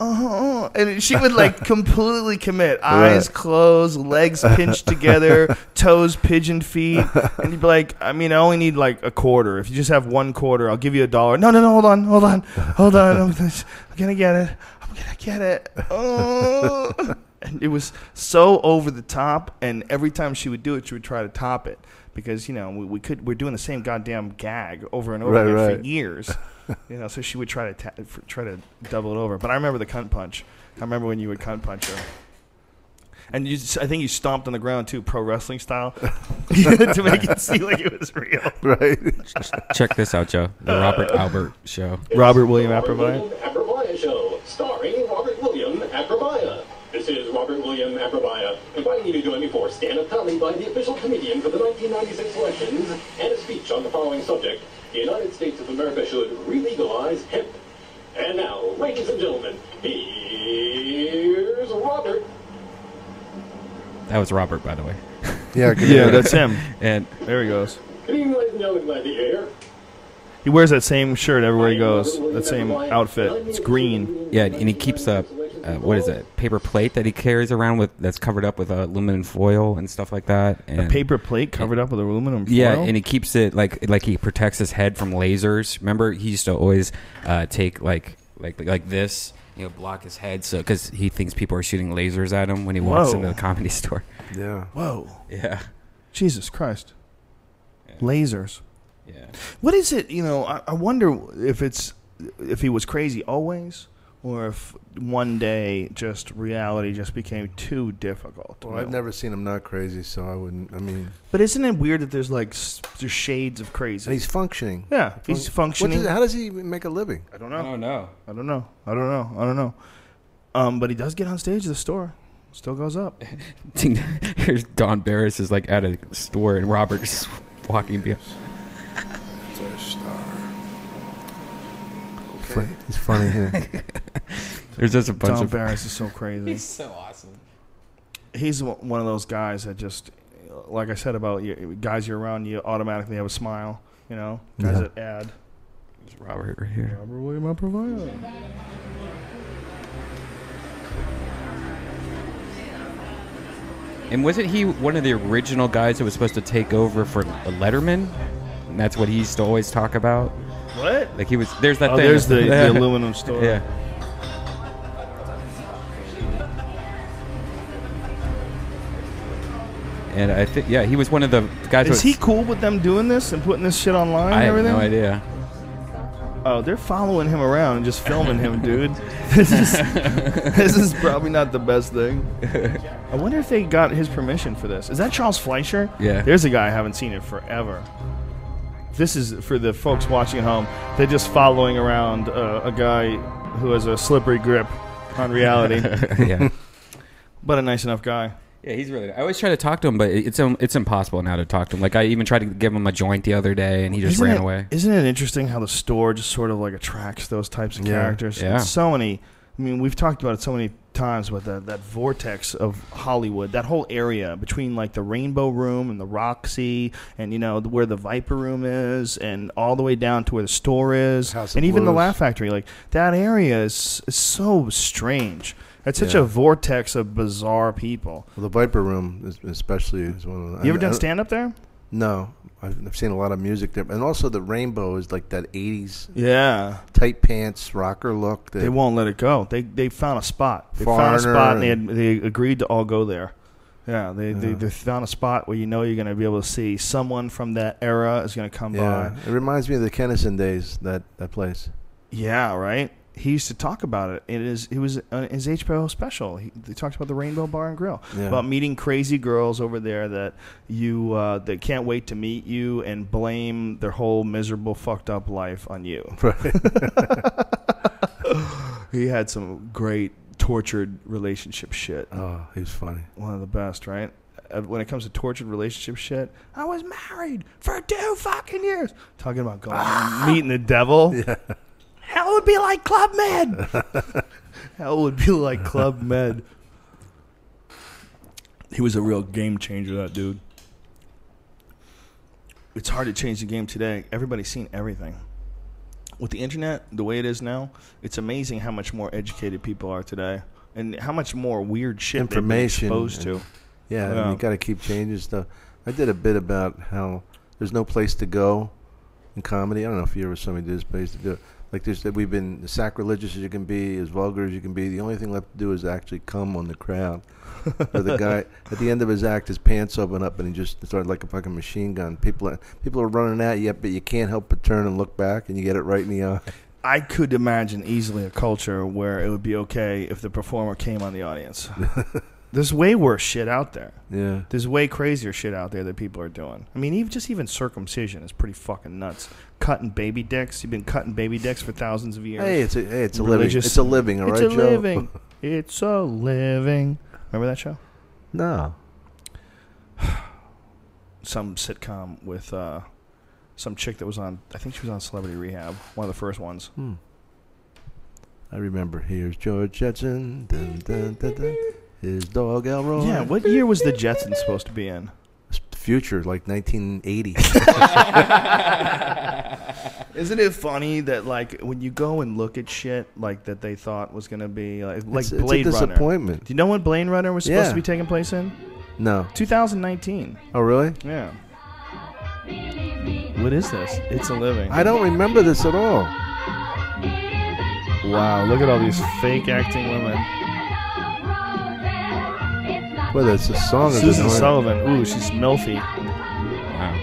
Oh, and she would like completely commit, eyes Right. closed, legs pinched together, toes pigeon feet, and you'd be like, I mean, I only need like a quarter. If you just have one quarter, I'll give you a dollar. No, no, no, hold on, hold on, hold on. I'm gonna, I'm gonna get it. I'm gonna get it. Oh. And it was so over the top, and every time she would do it, she would try to top it because you know we, we could we're doing the same goddamn gag over and over Right, again for right. years. you know, so she would try to ta- f- try to double it over. But I remember the cunt punch. I remember when you would cunt punch her. And you, s- I think you stomped on the ground too, pro wrestling style, to make it seem like it was real. right. Check this out, Joe. The Robert Albert Show. Robert William Appleby. Aprobia Show, starring Robert William Aprobia. This is Robert William Aprobia, inviting you to join me for stand-up comedy by the official comedian for the 1996 elections and a speech on the following subject. The United States of America should re-legalize hemp. And now, ladies and gentlemen, here's Robert. That was Robert, by the way. Yeah, Yeah, that's him. And there he goes. Good evening, ladies and gentlemen. Glad that you're here. He wears that same shirt everywhere he goes. That same outfit. It's green. Yeah, and he keeps a uh, what is it? Paper plate that he carries around with that's covered up with uh, aluminum foil and stuff like that. And A paper plate covered up with aluminum foil. Yeah, and he keeps it like like he protects his head from lasers. Remember, he used to always uh, take like like like this, you know, block his head so because he thinks people are shooting lasers at him when he walks Whoa. into the comedy store. Yeah. Whoa. Yeah. Jesus Christ. Lasers. Yeah. What is it? You know, I, I wonder if it's if he was crazy always, or if one day just reality just became too difficult. Well, I've never seen him not crazy, so I wouldn't. I mean, But isn't it weird that there's like s- there's shades of crazy? He's functioning. Yeah, he's Func- functioning. What does- how does he make a living? I don't know. I don't know. I don't know. I don't know. I don't know. Um, but he does get on stage at the store. Still goes up. Ding- Here's Don Barris is like at a store and Robert is walking behind. Fun- He's funny here. There's just a bunch Tom of Barris is so crazy. He's so awesome. He's o- one of those guys that just, like I said about you, guys you're around, you automatically have a smile. You know, guys Yeah. that add. It's Robert right here. Robert William Approval. And wasn't he one of the original guys that was supposed to take over for Letterman? And that's what he used to always talk about. What? Like he was. There's that Oh, thing. there's the- the aluminum store. Yeah. And I think yeah, he was one of the guys. Is who- he cool with them doing this and putting this shit online I and have everything? no idea. Oh, they're following him around and just filming him, dude. this, is, this is probably not the best thing. I wonder if they got his permission for this. Is that Charles Fleischer? Yeah. There's a guy I haven't seen in forever. This is for the folks watching at home. They're just following around uh, a guy who has a slippery grip on reality. Yeah. But a nice enough guy. Yeah, he's really. I always try to talk to him, but it's um, it's impossible now to talk to him. Like I even tried to give him a joint the other day, and he just Isn't ran it- away. Isn't it interesting how the store just sort of like attracts those types of Yeah. characters? Yeah. And So many. I mean, we've talked about it so many times, but that that vortex of Hollywood, that whole area between like the Rainbow Room and the Roxy, and you know the- where the Viper Room is, and all the way down to where the store is, of and even the Blues. Laugh Factory. Like that area is, is so strange. It's such Yeah. a vortex of bizarre people. Well, the Viper Room, is, especially, is one of the. You ever I- done uh, I- stand up there? No, I've, I've seen a lot of music there, and also the Rainbow is like that '80s Yeah. tight pants rocker look. That, They won't let it go. They they found a spot. They found a Foreigner spot and they, had, and- they agreed to all go there. Yeah, they, They, Yeah. they found a spot where you know you're going to be able to see someone from that era is going to come yeah, by. it reminds me of the Kennison days. That that place. Yeah, right. He used to talk about it. It is it was on his HBO special. He, they talked about the Rainbow Bar and Grill, Yeah. about meeting crazy girls over there that you uh, that can't wait to meet you and blame their whole miserable fucked up life on you. Right. he had some great tortured relationship shit. Oh, he was funny. One of the best, right? Uh, When it comes to tortured relationship shit, I was married for two fucking years. Talking about going and meeting the devil. Yeah. Hell would be like Club Med. Hell would be like Club Med. He was a real game changer, that dude. It's hard to change the game today. Everybody's seen everything. With the internet, the way it is now, it's amazing how much more educated people are today and how much more weird shit Information they've been exposed to. and- Yeah, I mean, you got to keep changing stuff. I did a bit about how there's no place to go in comedy. I don't know if you ever saw me do this place to do it. Like there's that we've been as sacrilegious as you can be, as vulgar as you can be. The only thing left to do is actually come on the crowd. Where the guy at the end of his act, his pants open up and he just started like a fucking machine gun. People are, people are running at you, but you can't help but turn and look back, and you get it right in the eye. I could imagine easily a culture where it would be okay if the performer came on the audience. There's way worse shit out there. Yeah. There's way crazier shit out there that people are doing. I mean, even just even circumcision is pretty fucking nuts. Cutting baby dicks. You've been cutting baby dicks for thousands of years. Hey, it's a- hey, it's a living. It's a living, all it's right, a Joe? living. It's a living. Remember that show? No. Some sitcom with uh, some chick that was on. I think she was on Celebrity Rehab. One of the first ones. Hmm. I remember. Here's George Jetson. Dun, dun, dun, dun. His dog Elroy. Oh, Yeah. What year was the Jetsons supposed to be in? Future, like 1980. Isn't it funny that like when you go and look at shit like that they thought was gonna be like, like It's- it's a Blade Runner. disappointment. Do you know when Blade Runner was supposed Yeah. to be taking place in? no. 2019. Oh, really? Yeah. What is this? It's a living. I don't remember this at all. Wow, look at all these fake acting women. Whether it's a song or Susan just- Sullivan. Ooh, she's milfy. Wow.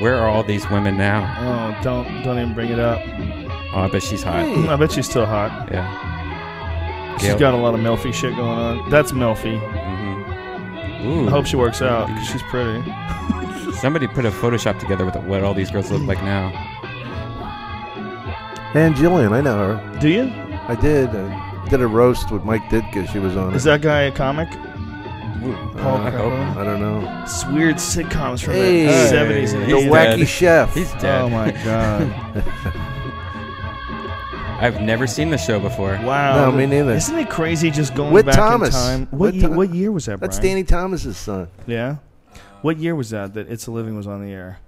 Where are all these women now? Oh, don't don't even bring it up. Oh, I bet she's hot. I bet she's still hot. Yeah. She's Gail. got a lot of Melfi shit going on. That's Melfi. mm-hmm. Ooh. I hope she works out 'cause she's pretty. Somebody put a Photoshop together with what all these girls look like now. And Jillian, I know her. Do you? I did. I did a roast with Mike Ditka. She was on. Is it. that guy a comic? Paul uh, I hope. Crapo? I don't know. It's weird sitcoms from Hey, the 70s and the 80s. wacky chef. He's dead. Oh my god. I've never seen the show before. Wow. No, me neither. Isn't it crazy just going Whit back Thomas. in time? What, Whit ye- Tho- what year was that, That's Brian? Danny Thomas's son. Yeah. What year was that that It's a Living was on the air?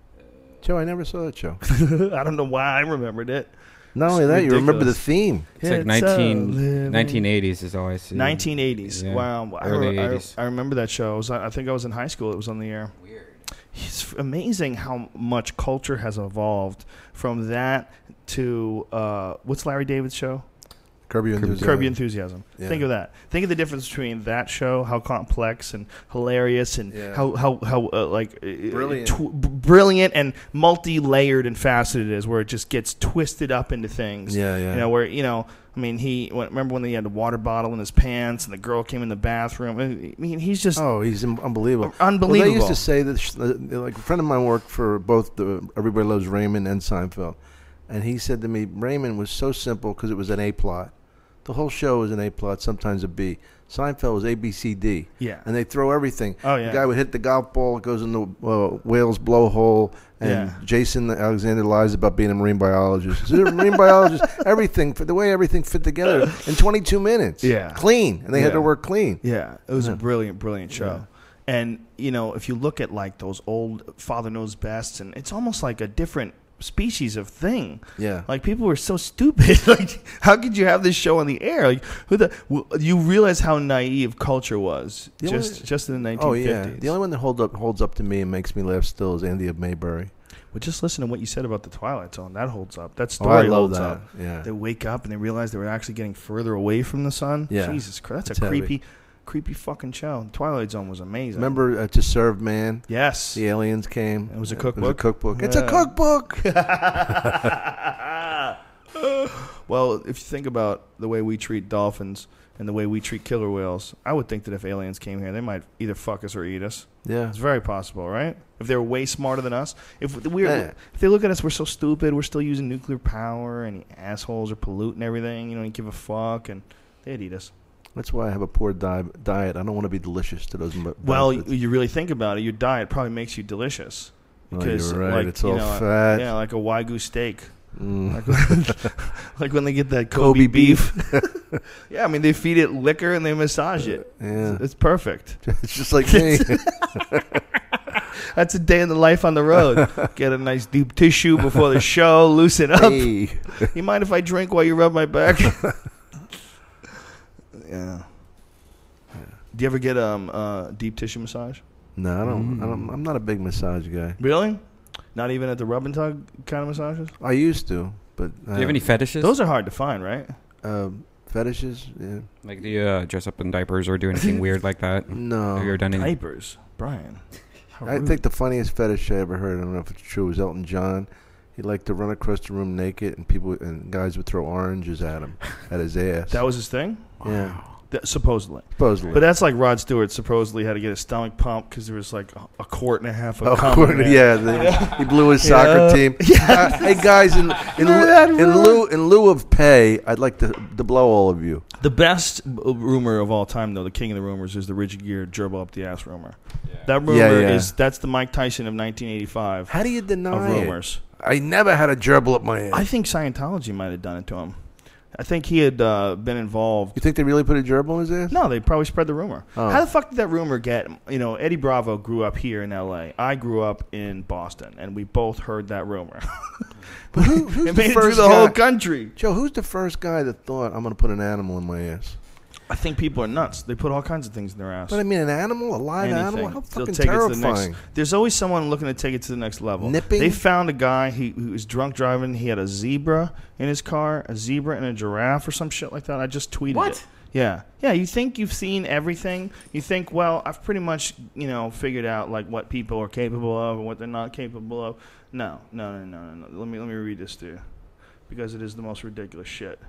Joe, I never saw that show. I don't know why I remembered it. Not It's only that, you remember the ridiculous. theme. It's like a 19, living- 1980s is all I see. 1980s. Yeah. Wow. I, Early re- I, 80s. I remember that show. I, was, I think I was in high school. It was on the air. Weird. It's f- amazing how much culture has evolved from that to uh, what's Larry David's show? Curb Your Enthusiasm. Curb Your Enthusiasm. Yeah. Think of that. Think of the difference between that show, how complex and hilarious, and Yeah. how how how uh, like uh, Brilliant. tw- b- brilliant and multi-layered and faceted it is, where it just gets twisted up into things. Yeah, yeah. You know where you know. I mean, he when- remember when he had the water bottle in his pants, and the girl came in the bathroom. I mean, he's just Oh, he's un- unbelievable. Well, they unbelievable. used to say that, sh- uh, like a friend of mine worked for both the Everybody Loves Raymond and Seinfeld, and he said to me, Raymond was so simple because it was an A plot. The whole show was an A plot, sometimes a B. Seinfeld was A B C D. Yeah. and they throw everything. Oh, yeah. the guy would hit the golf ball, it goes in the uh, whale's blowhole, and Yeah. Jason Alexander lies about being a marine biologist. So they're marine biologist, everything the way everything fit together in 22 minutes. Yeah. clean, and they had Yeah. to work clean. Yeah, it Hmm. was a brilliant, brilliant show. And you know, if you look at like those old Father Knows Best, and it's almost like a different species of thing. Yeah. like people were so stupid. like, how could you have this show on the air? Like, who the? w- You realize how naive culture was The only- just just in the nineteen Oh fifties. yeah, the only one that hold up holds up to me and makes me laugh still is Andy of Mayberry. But just listen to what you said about the Twilight Zone. That holds up. That Oh, I story love holds that. up. Yeah. They wake up and they realize they were actually getting further away from the sun. Yeah. Jesus Christ, that's It's a heavy. creepy, creepy fucking show. Twilight Zone was amazing. Remember uh, to serve man? Yes. The aliens came. It was a It was a cookbook. cookbook. It's a Yeah. cookbook. well, if you think about the way we treat dolphins and the way we treat killer whales, I would think that if aliens came here, they might either fuck us or eat us. yeah. It's very possible, right? If they're way smarter than us, if we're Yeah. if they look at us, we're so stupid. We're still using nuclear power, and the assholes are polluting everything. You know, you give a fuck, and they'd eat us. That's why I have a poor di- diet. I don't want to be delicious to those. m- Well, you, benefits. you really think about it, your diet probably makes you delicious. Oh, you're right. It's all know, fat. Yeah, like a wagyu steak. Mm. Like, like when they get that Kobe, Kobe beef. yeah, I mean they feed it liquor and they massage it. Uh, yeah. It's perfect. it's just like me. That's a day in the life on the road. Get a nice deep tissue before the show. Loosen up. hey. You mind if I drink while you rub my back? yeah. Do you ever get um uh, deep tissue massage? No, I don't, I don't. I'm not a big massage guy. Really? Not even at the rub and tug kind of massages? I used to, but uh, Do you have any fetishes? Those are hard to find, right? uh, fetishes? Yeah. like do you uh, dress up in diapers or do anything weird like that? No. Have you ever done any? Diapers, Brian. How I rude. think the funniest fetish I ever heard, I don't know if it's true, was Elton John. He liked to run across the room naked, and people and guys would throw oranges at him, at his ass. that was his thing, yeah, That- supposedly. supposedly. But that's like Rod Stewart supposedly had to get his stomach pumped because there was like a- a quart and a half of Oh, cum in Courtney, there. yeah, the, he blew his soccer Yeah. team. Uh, hey guys, in in, that li- in rumor? lieu in lieu of pay, I'd like to to blow all of you. The best b- rumor of all time, though, the king of the rumors is the Richard Gere gerbil up the ass rumor. That rumor Yeah, yeah. is that's the Mike Tyson of 1985 How do you deny of it? rumors. I never had a gerbil up my ass. I think Scientology might have done it to him. I think he had uh, been involved. you think they really put a gerbil in his ass? No, they probably spread the rumor. Oh. How the fuck did that rumor get? You know, Eddie Bravo grew up here in L.A. I grew up in Boston, and we both heard that rumor. But who, who's it the made it through first the whole guy- country. Joe, who's the first guy that thought I'm going to put an animal in my ass? I think people are nuts. They put all kinds of things in their ass. But I mean, an animal, a live anything. animal, how They'll fucking take it to the terrifying! next- There's always someone looking to take it to the next level. Nipping? They found a guy he, who was drunk driving. He had a zebra in his car, a zebra and a giraffe, or some shit like that. I just tweeted What? it. Yeah, yeah. You think you've seen everything? You think, well, I've pretty much, you know, figured out like what people are capable of and what they're not capable of. No, no, no, no, no. no. Let me let me read this to you, because it is the most ridiculous shit.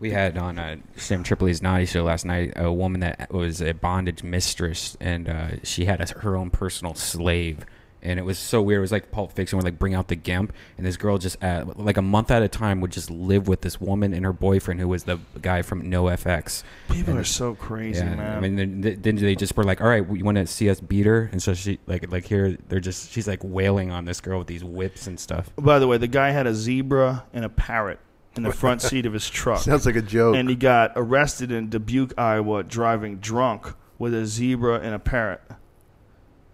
We had on uh, Sam Tripoli's Naughty Show last night a woman that was a bondage mistress, and uh, she had a, her own personal slave. And it was so weird. It was like Pulp Fiction, where like bring out the gimp, and this girl just uh, like a month at a time would just live with this woman and her boyfriend, who was the guy from NoFX. People And- are so crazy, man. I mean, then, then they just were like, "All right, you want to see us beat her?" And so she like like here they're just she's like wailing on this girl with these whips and stuff. By the way, the guy had a zebra and a parrot in the front seat of his truck. Sounds like a joke. And he got arrested in Dubuque, Iowa, driving drunk with a zebra and a parrot.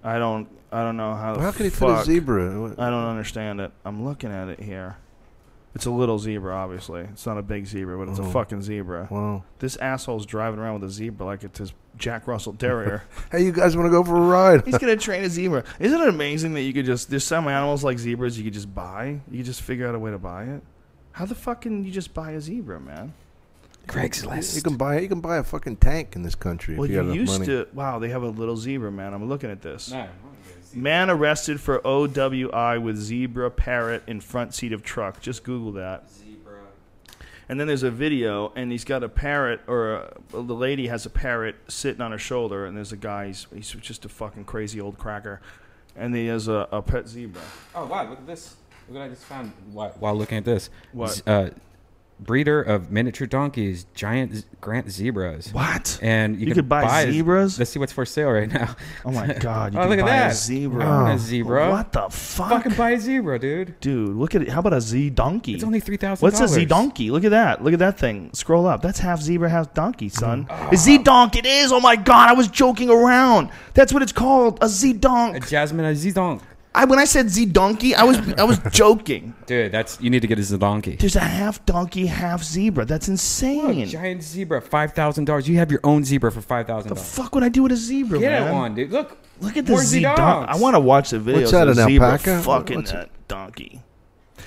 I don't. I don't know how. the How could he fit a fuck. Uh, zebra? I don't understand it. I'm looking at it here. It's a little zebra, obviously. It's not a big zebra, but it's Oh. a fucking zebra. Wow. This asshole's driving around with a zebra like it's his Jack Russell Terrier. Hey, you guys want to go for a ride? He's gonna train a zebra. Isn't it amazing that you could just there's some animals like zebras you could just buy. You could just figure out a way to buy it. How the fuck can you just buy a zebra, man? You can buy you can buy a fucking tank in this country. Well, if you, you, got enough used money. to. Wow, they have a little zebra, man. I'm looking at this. Man arrested for OWI with zebra parrot in front seat of truck. Just Google that. Zebra. And then there's a video, and he's got a parrot, or a, the lady has a parrot sitting on her shoulder, and there's a guy. He's, he's just a fucking crazy old cracker, and he has a, a pet zebra. Oh wow! Look at this. Look what I just found. While looking at this, What? Z- Uh, breeder of miniature donkeys, giant z- Grant zebras. What? And you, You can could buy zebras. Let's see what's for sale right now. Oh my god! You oh can look buy at that a zebra. I want a zebra. What the fuck? Fucking buy a zebra, dude. Dude, look at it. How about a Z donkey? It's only $3,000. What's a Z donkey? Look at that. Look at that thing. Scroll up. That's half zebra, half donkey, son. Mm. A Z donk. It is. Oh my god! I was joking around. That's what it's called. A Z donk. A Jasmine a zedonk. I when I said Z donkey, I was I was joking. Dude, that's you need to get a zedonky. There's a half donkey, half zebra. That's insane. giant zebra, five thousand dollars. You have your own zebra for five thousand dollars. fuck would I do with a zebra, Get man? one, dude. Look, Look at the Z donk. I want to watch the video. What's that, of the an zebra alpaca? Fucking What's it- that donkey.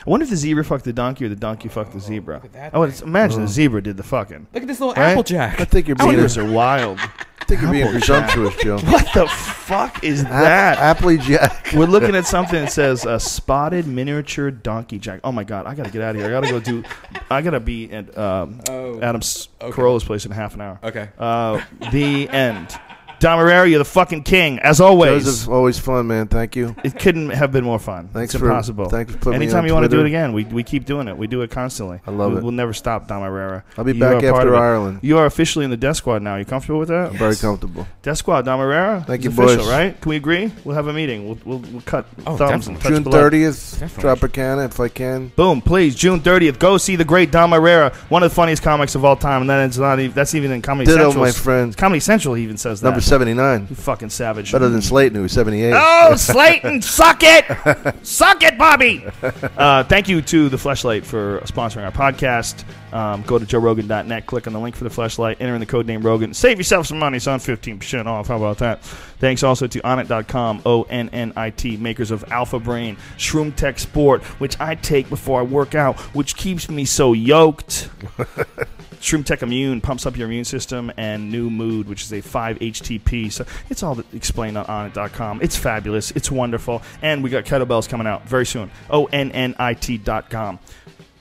I wonder if the zebra fucked the donkey or the donkey fucked the zebra. Oh, that I would imagine the zebra did the fucking. Look at this little Right? applejack. I think you're being Zebras are wild. I think you're being Applejack. presumptuous, Joe. What the fuck is that? Applejack. We're looking at something that says a spotted miniature donkey jack. Oh my god, I gotta get out of here. I gotta go do. I gotta be at um, Oh. Adam S- Carolla's place in half an hour. Okay. Uh, the end. Domerary, you're the fucking king, as always. Joseph, always fun, man. Thank you. It couldn't have been more fun. Thanks it's for- impossible. thanks for putting me Anytime on you want to do Twitter. it again, we, we keep doing it. We do it constantly. I love we, it. We'll never stop, Dom Herrera. I'll be You back are part after of it. Ireland. You are officially in the death squad now. You comfortable with that? Very comfortable. Death squad, Dom Herrera. Thank It's you, official, boys. Right? Can we agree? We'll have a meeting. We'll we'll, we'll cut Oh, thumbs and touch June blood. thirtieth, Tropicana, if I can. Boom! Please, June thirtieth, go see the great Dom Herrera, one of the funniest comics of all time, and then it's not even that's even in Comedy Ditto, Central. my friend. Comedy Central even says that. Number seventy nine. You fucking savage. Better than Slayton, who was seventy eight. Oh, Slayton, suck it, suck it, Bobby. Uh, thank you to the Fleshlight for sponsoring our podcast. Um, go to joerogan.net, click on the link for the Fleshlight, enter in the code name Rogan, save yourself some money, son. Fifteen percent off. How about that? Thanks also to Onnit.com, O N N I T, makers of Alpha Brain, Shroom Tech Sport, which I take before I work out, which keeps me so yoked. Shroom Tech Immune pumps up your immune system, and New Mood, which is a 5-HTP. So it's all that- explained on onit.com. It's fabulous. It's wonderful. And we got kettlebells coming out very soon. O-N-N-I-T.com.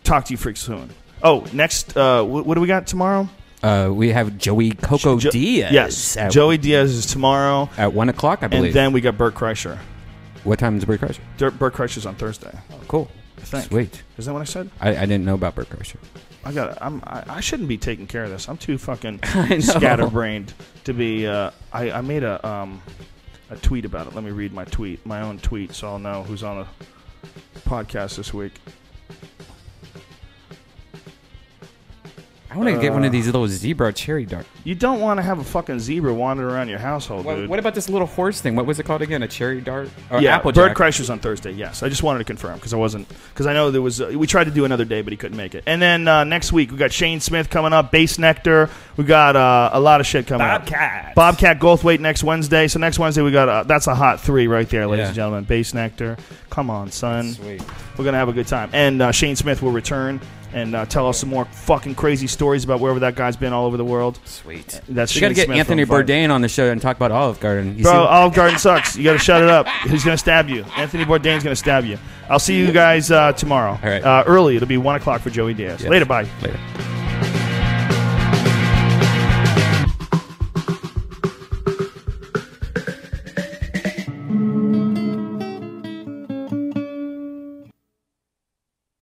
Talk to you freaks soon. Oh, next, uh, wh- what do we got tomorrow? Uh, we have Joey Coco Jo- Diaz. Yes. at, Joey Diaz is tomorrow. at one o'clock, I And believe. then we got Burt Kreischer. what time is Bert Kreischer? Dur- Burt Kreischer's on Thursday. Cool. I think. Sweet. Is that what I said? I, I didn't know about Bert Kreischer. I got. I'm. I, I shouldn't be taking care of this. I'm too fucking know. scatterbrained to be. Uh, I I made a um a tweet about it. Let me read my tweet, my own tweet, so I'll know who's on the podcast this week. I want to get one of these little zebra cherry dark. You don't want to have a fucking zebra wandering around your household, What, dude. what about this little horse thing? What was it called again? A cherry dart? Or yeah, Applejack. Bird Crashers on Thursday. Yes, I just wanted to confirm because I wasn't because I know there was uh, we tried to do another day, but he couldn't make it. And then uh, next week we got Shane Smith coming up, Bass Nectar. We got uh, a lot of shit coming Bobcats. up. Bobcat Goldthwait next Wednesday. So next Wednesday we got uh, that's a hot three right there, ladies Yeah. and gentlemen. Bass Nectar, come on, son. Sweet. We're gonna have a good time. And uh, Shane Smith will return and uh, tell us some more fucking crazy stories about wherever that guy's been all over the world. Sweet. That's we got Shane to get Smith Anthony on Friday. Bourdain on the show and talk about Olive Garden. You Bro, see- Olive Garden sucks. You got to shut it up. He's going to stab you. Anthony Bourdain's going to stab you. I'll see you guys uh, tomorrow. right. Uh, early. It'll be 1 o'clock for Joey Diaz. Yes. Later. Bye. Later.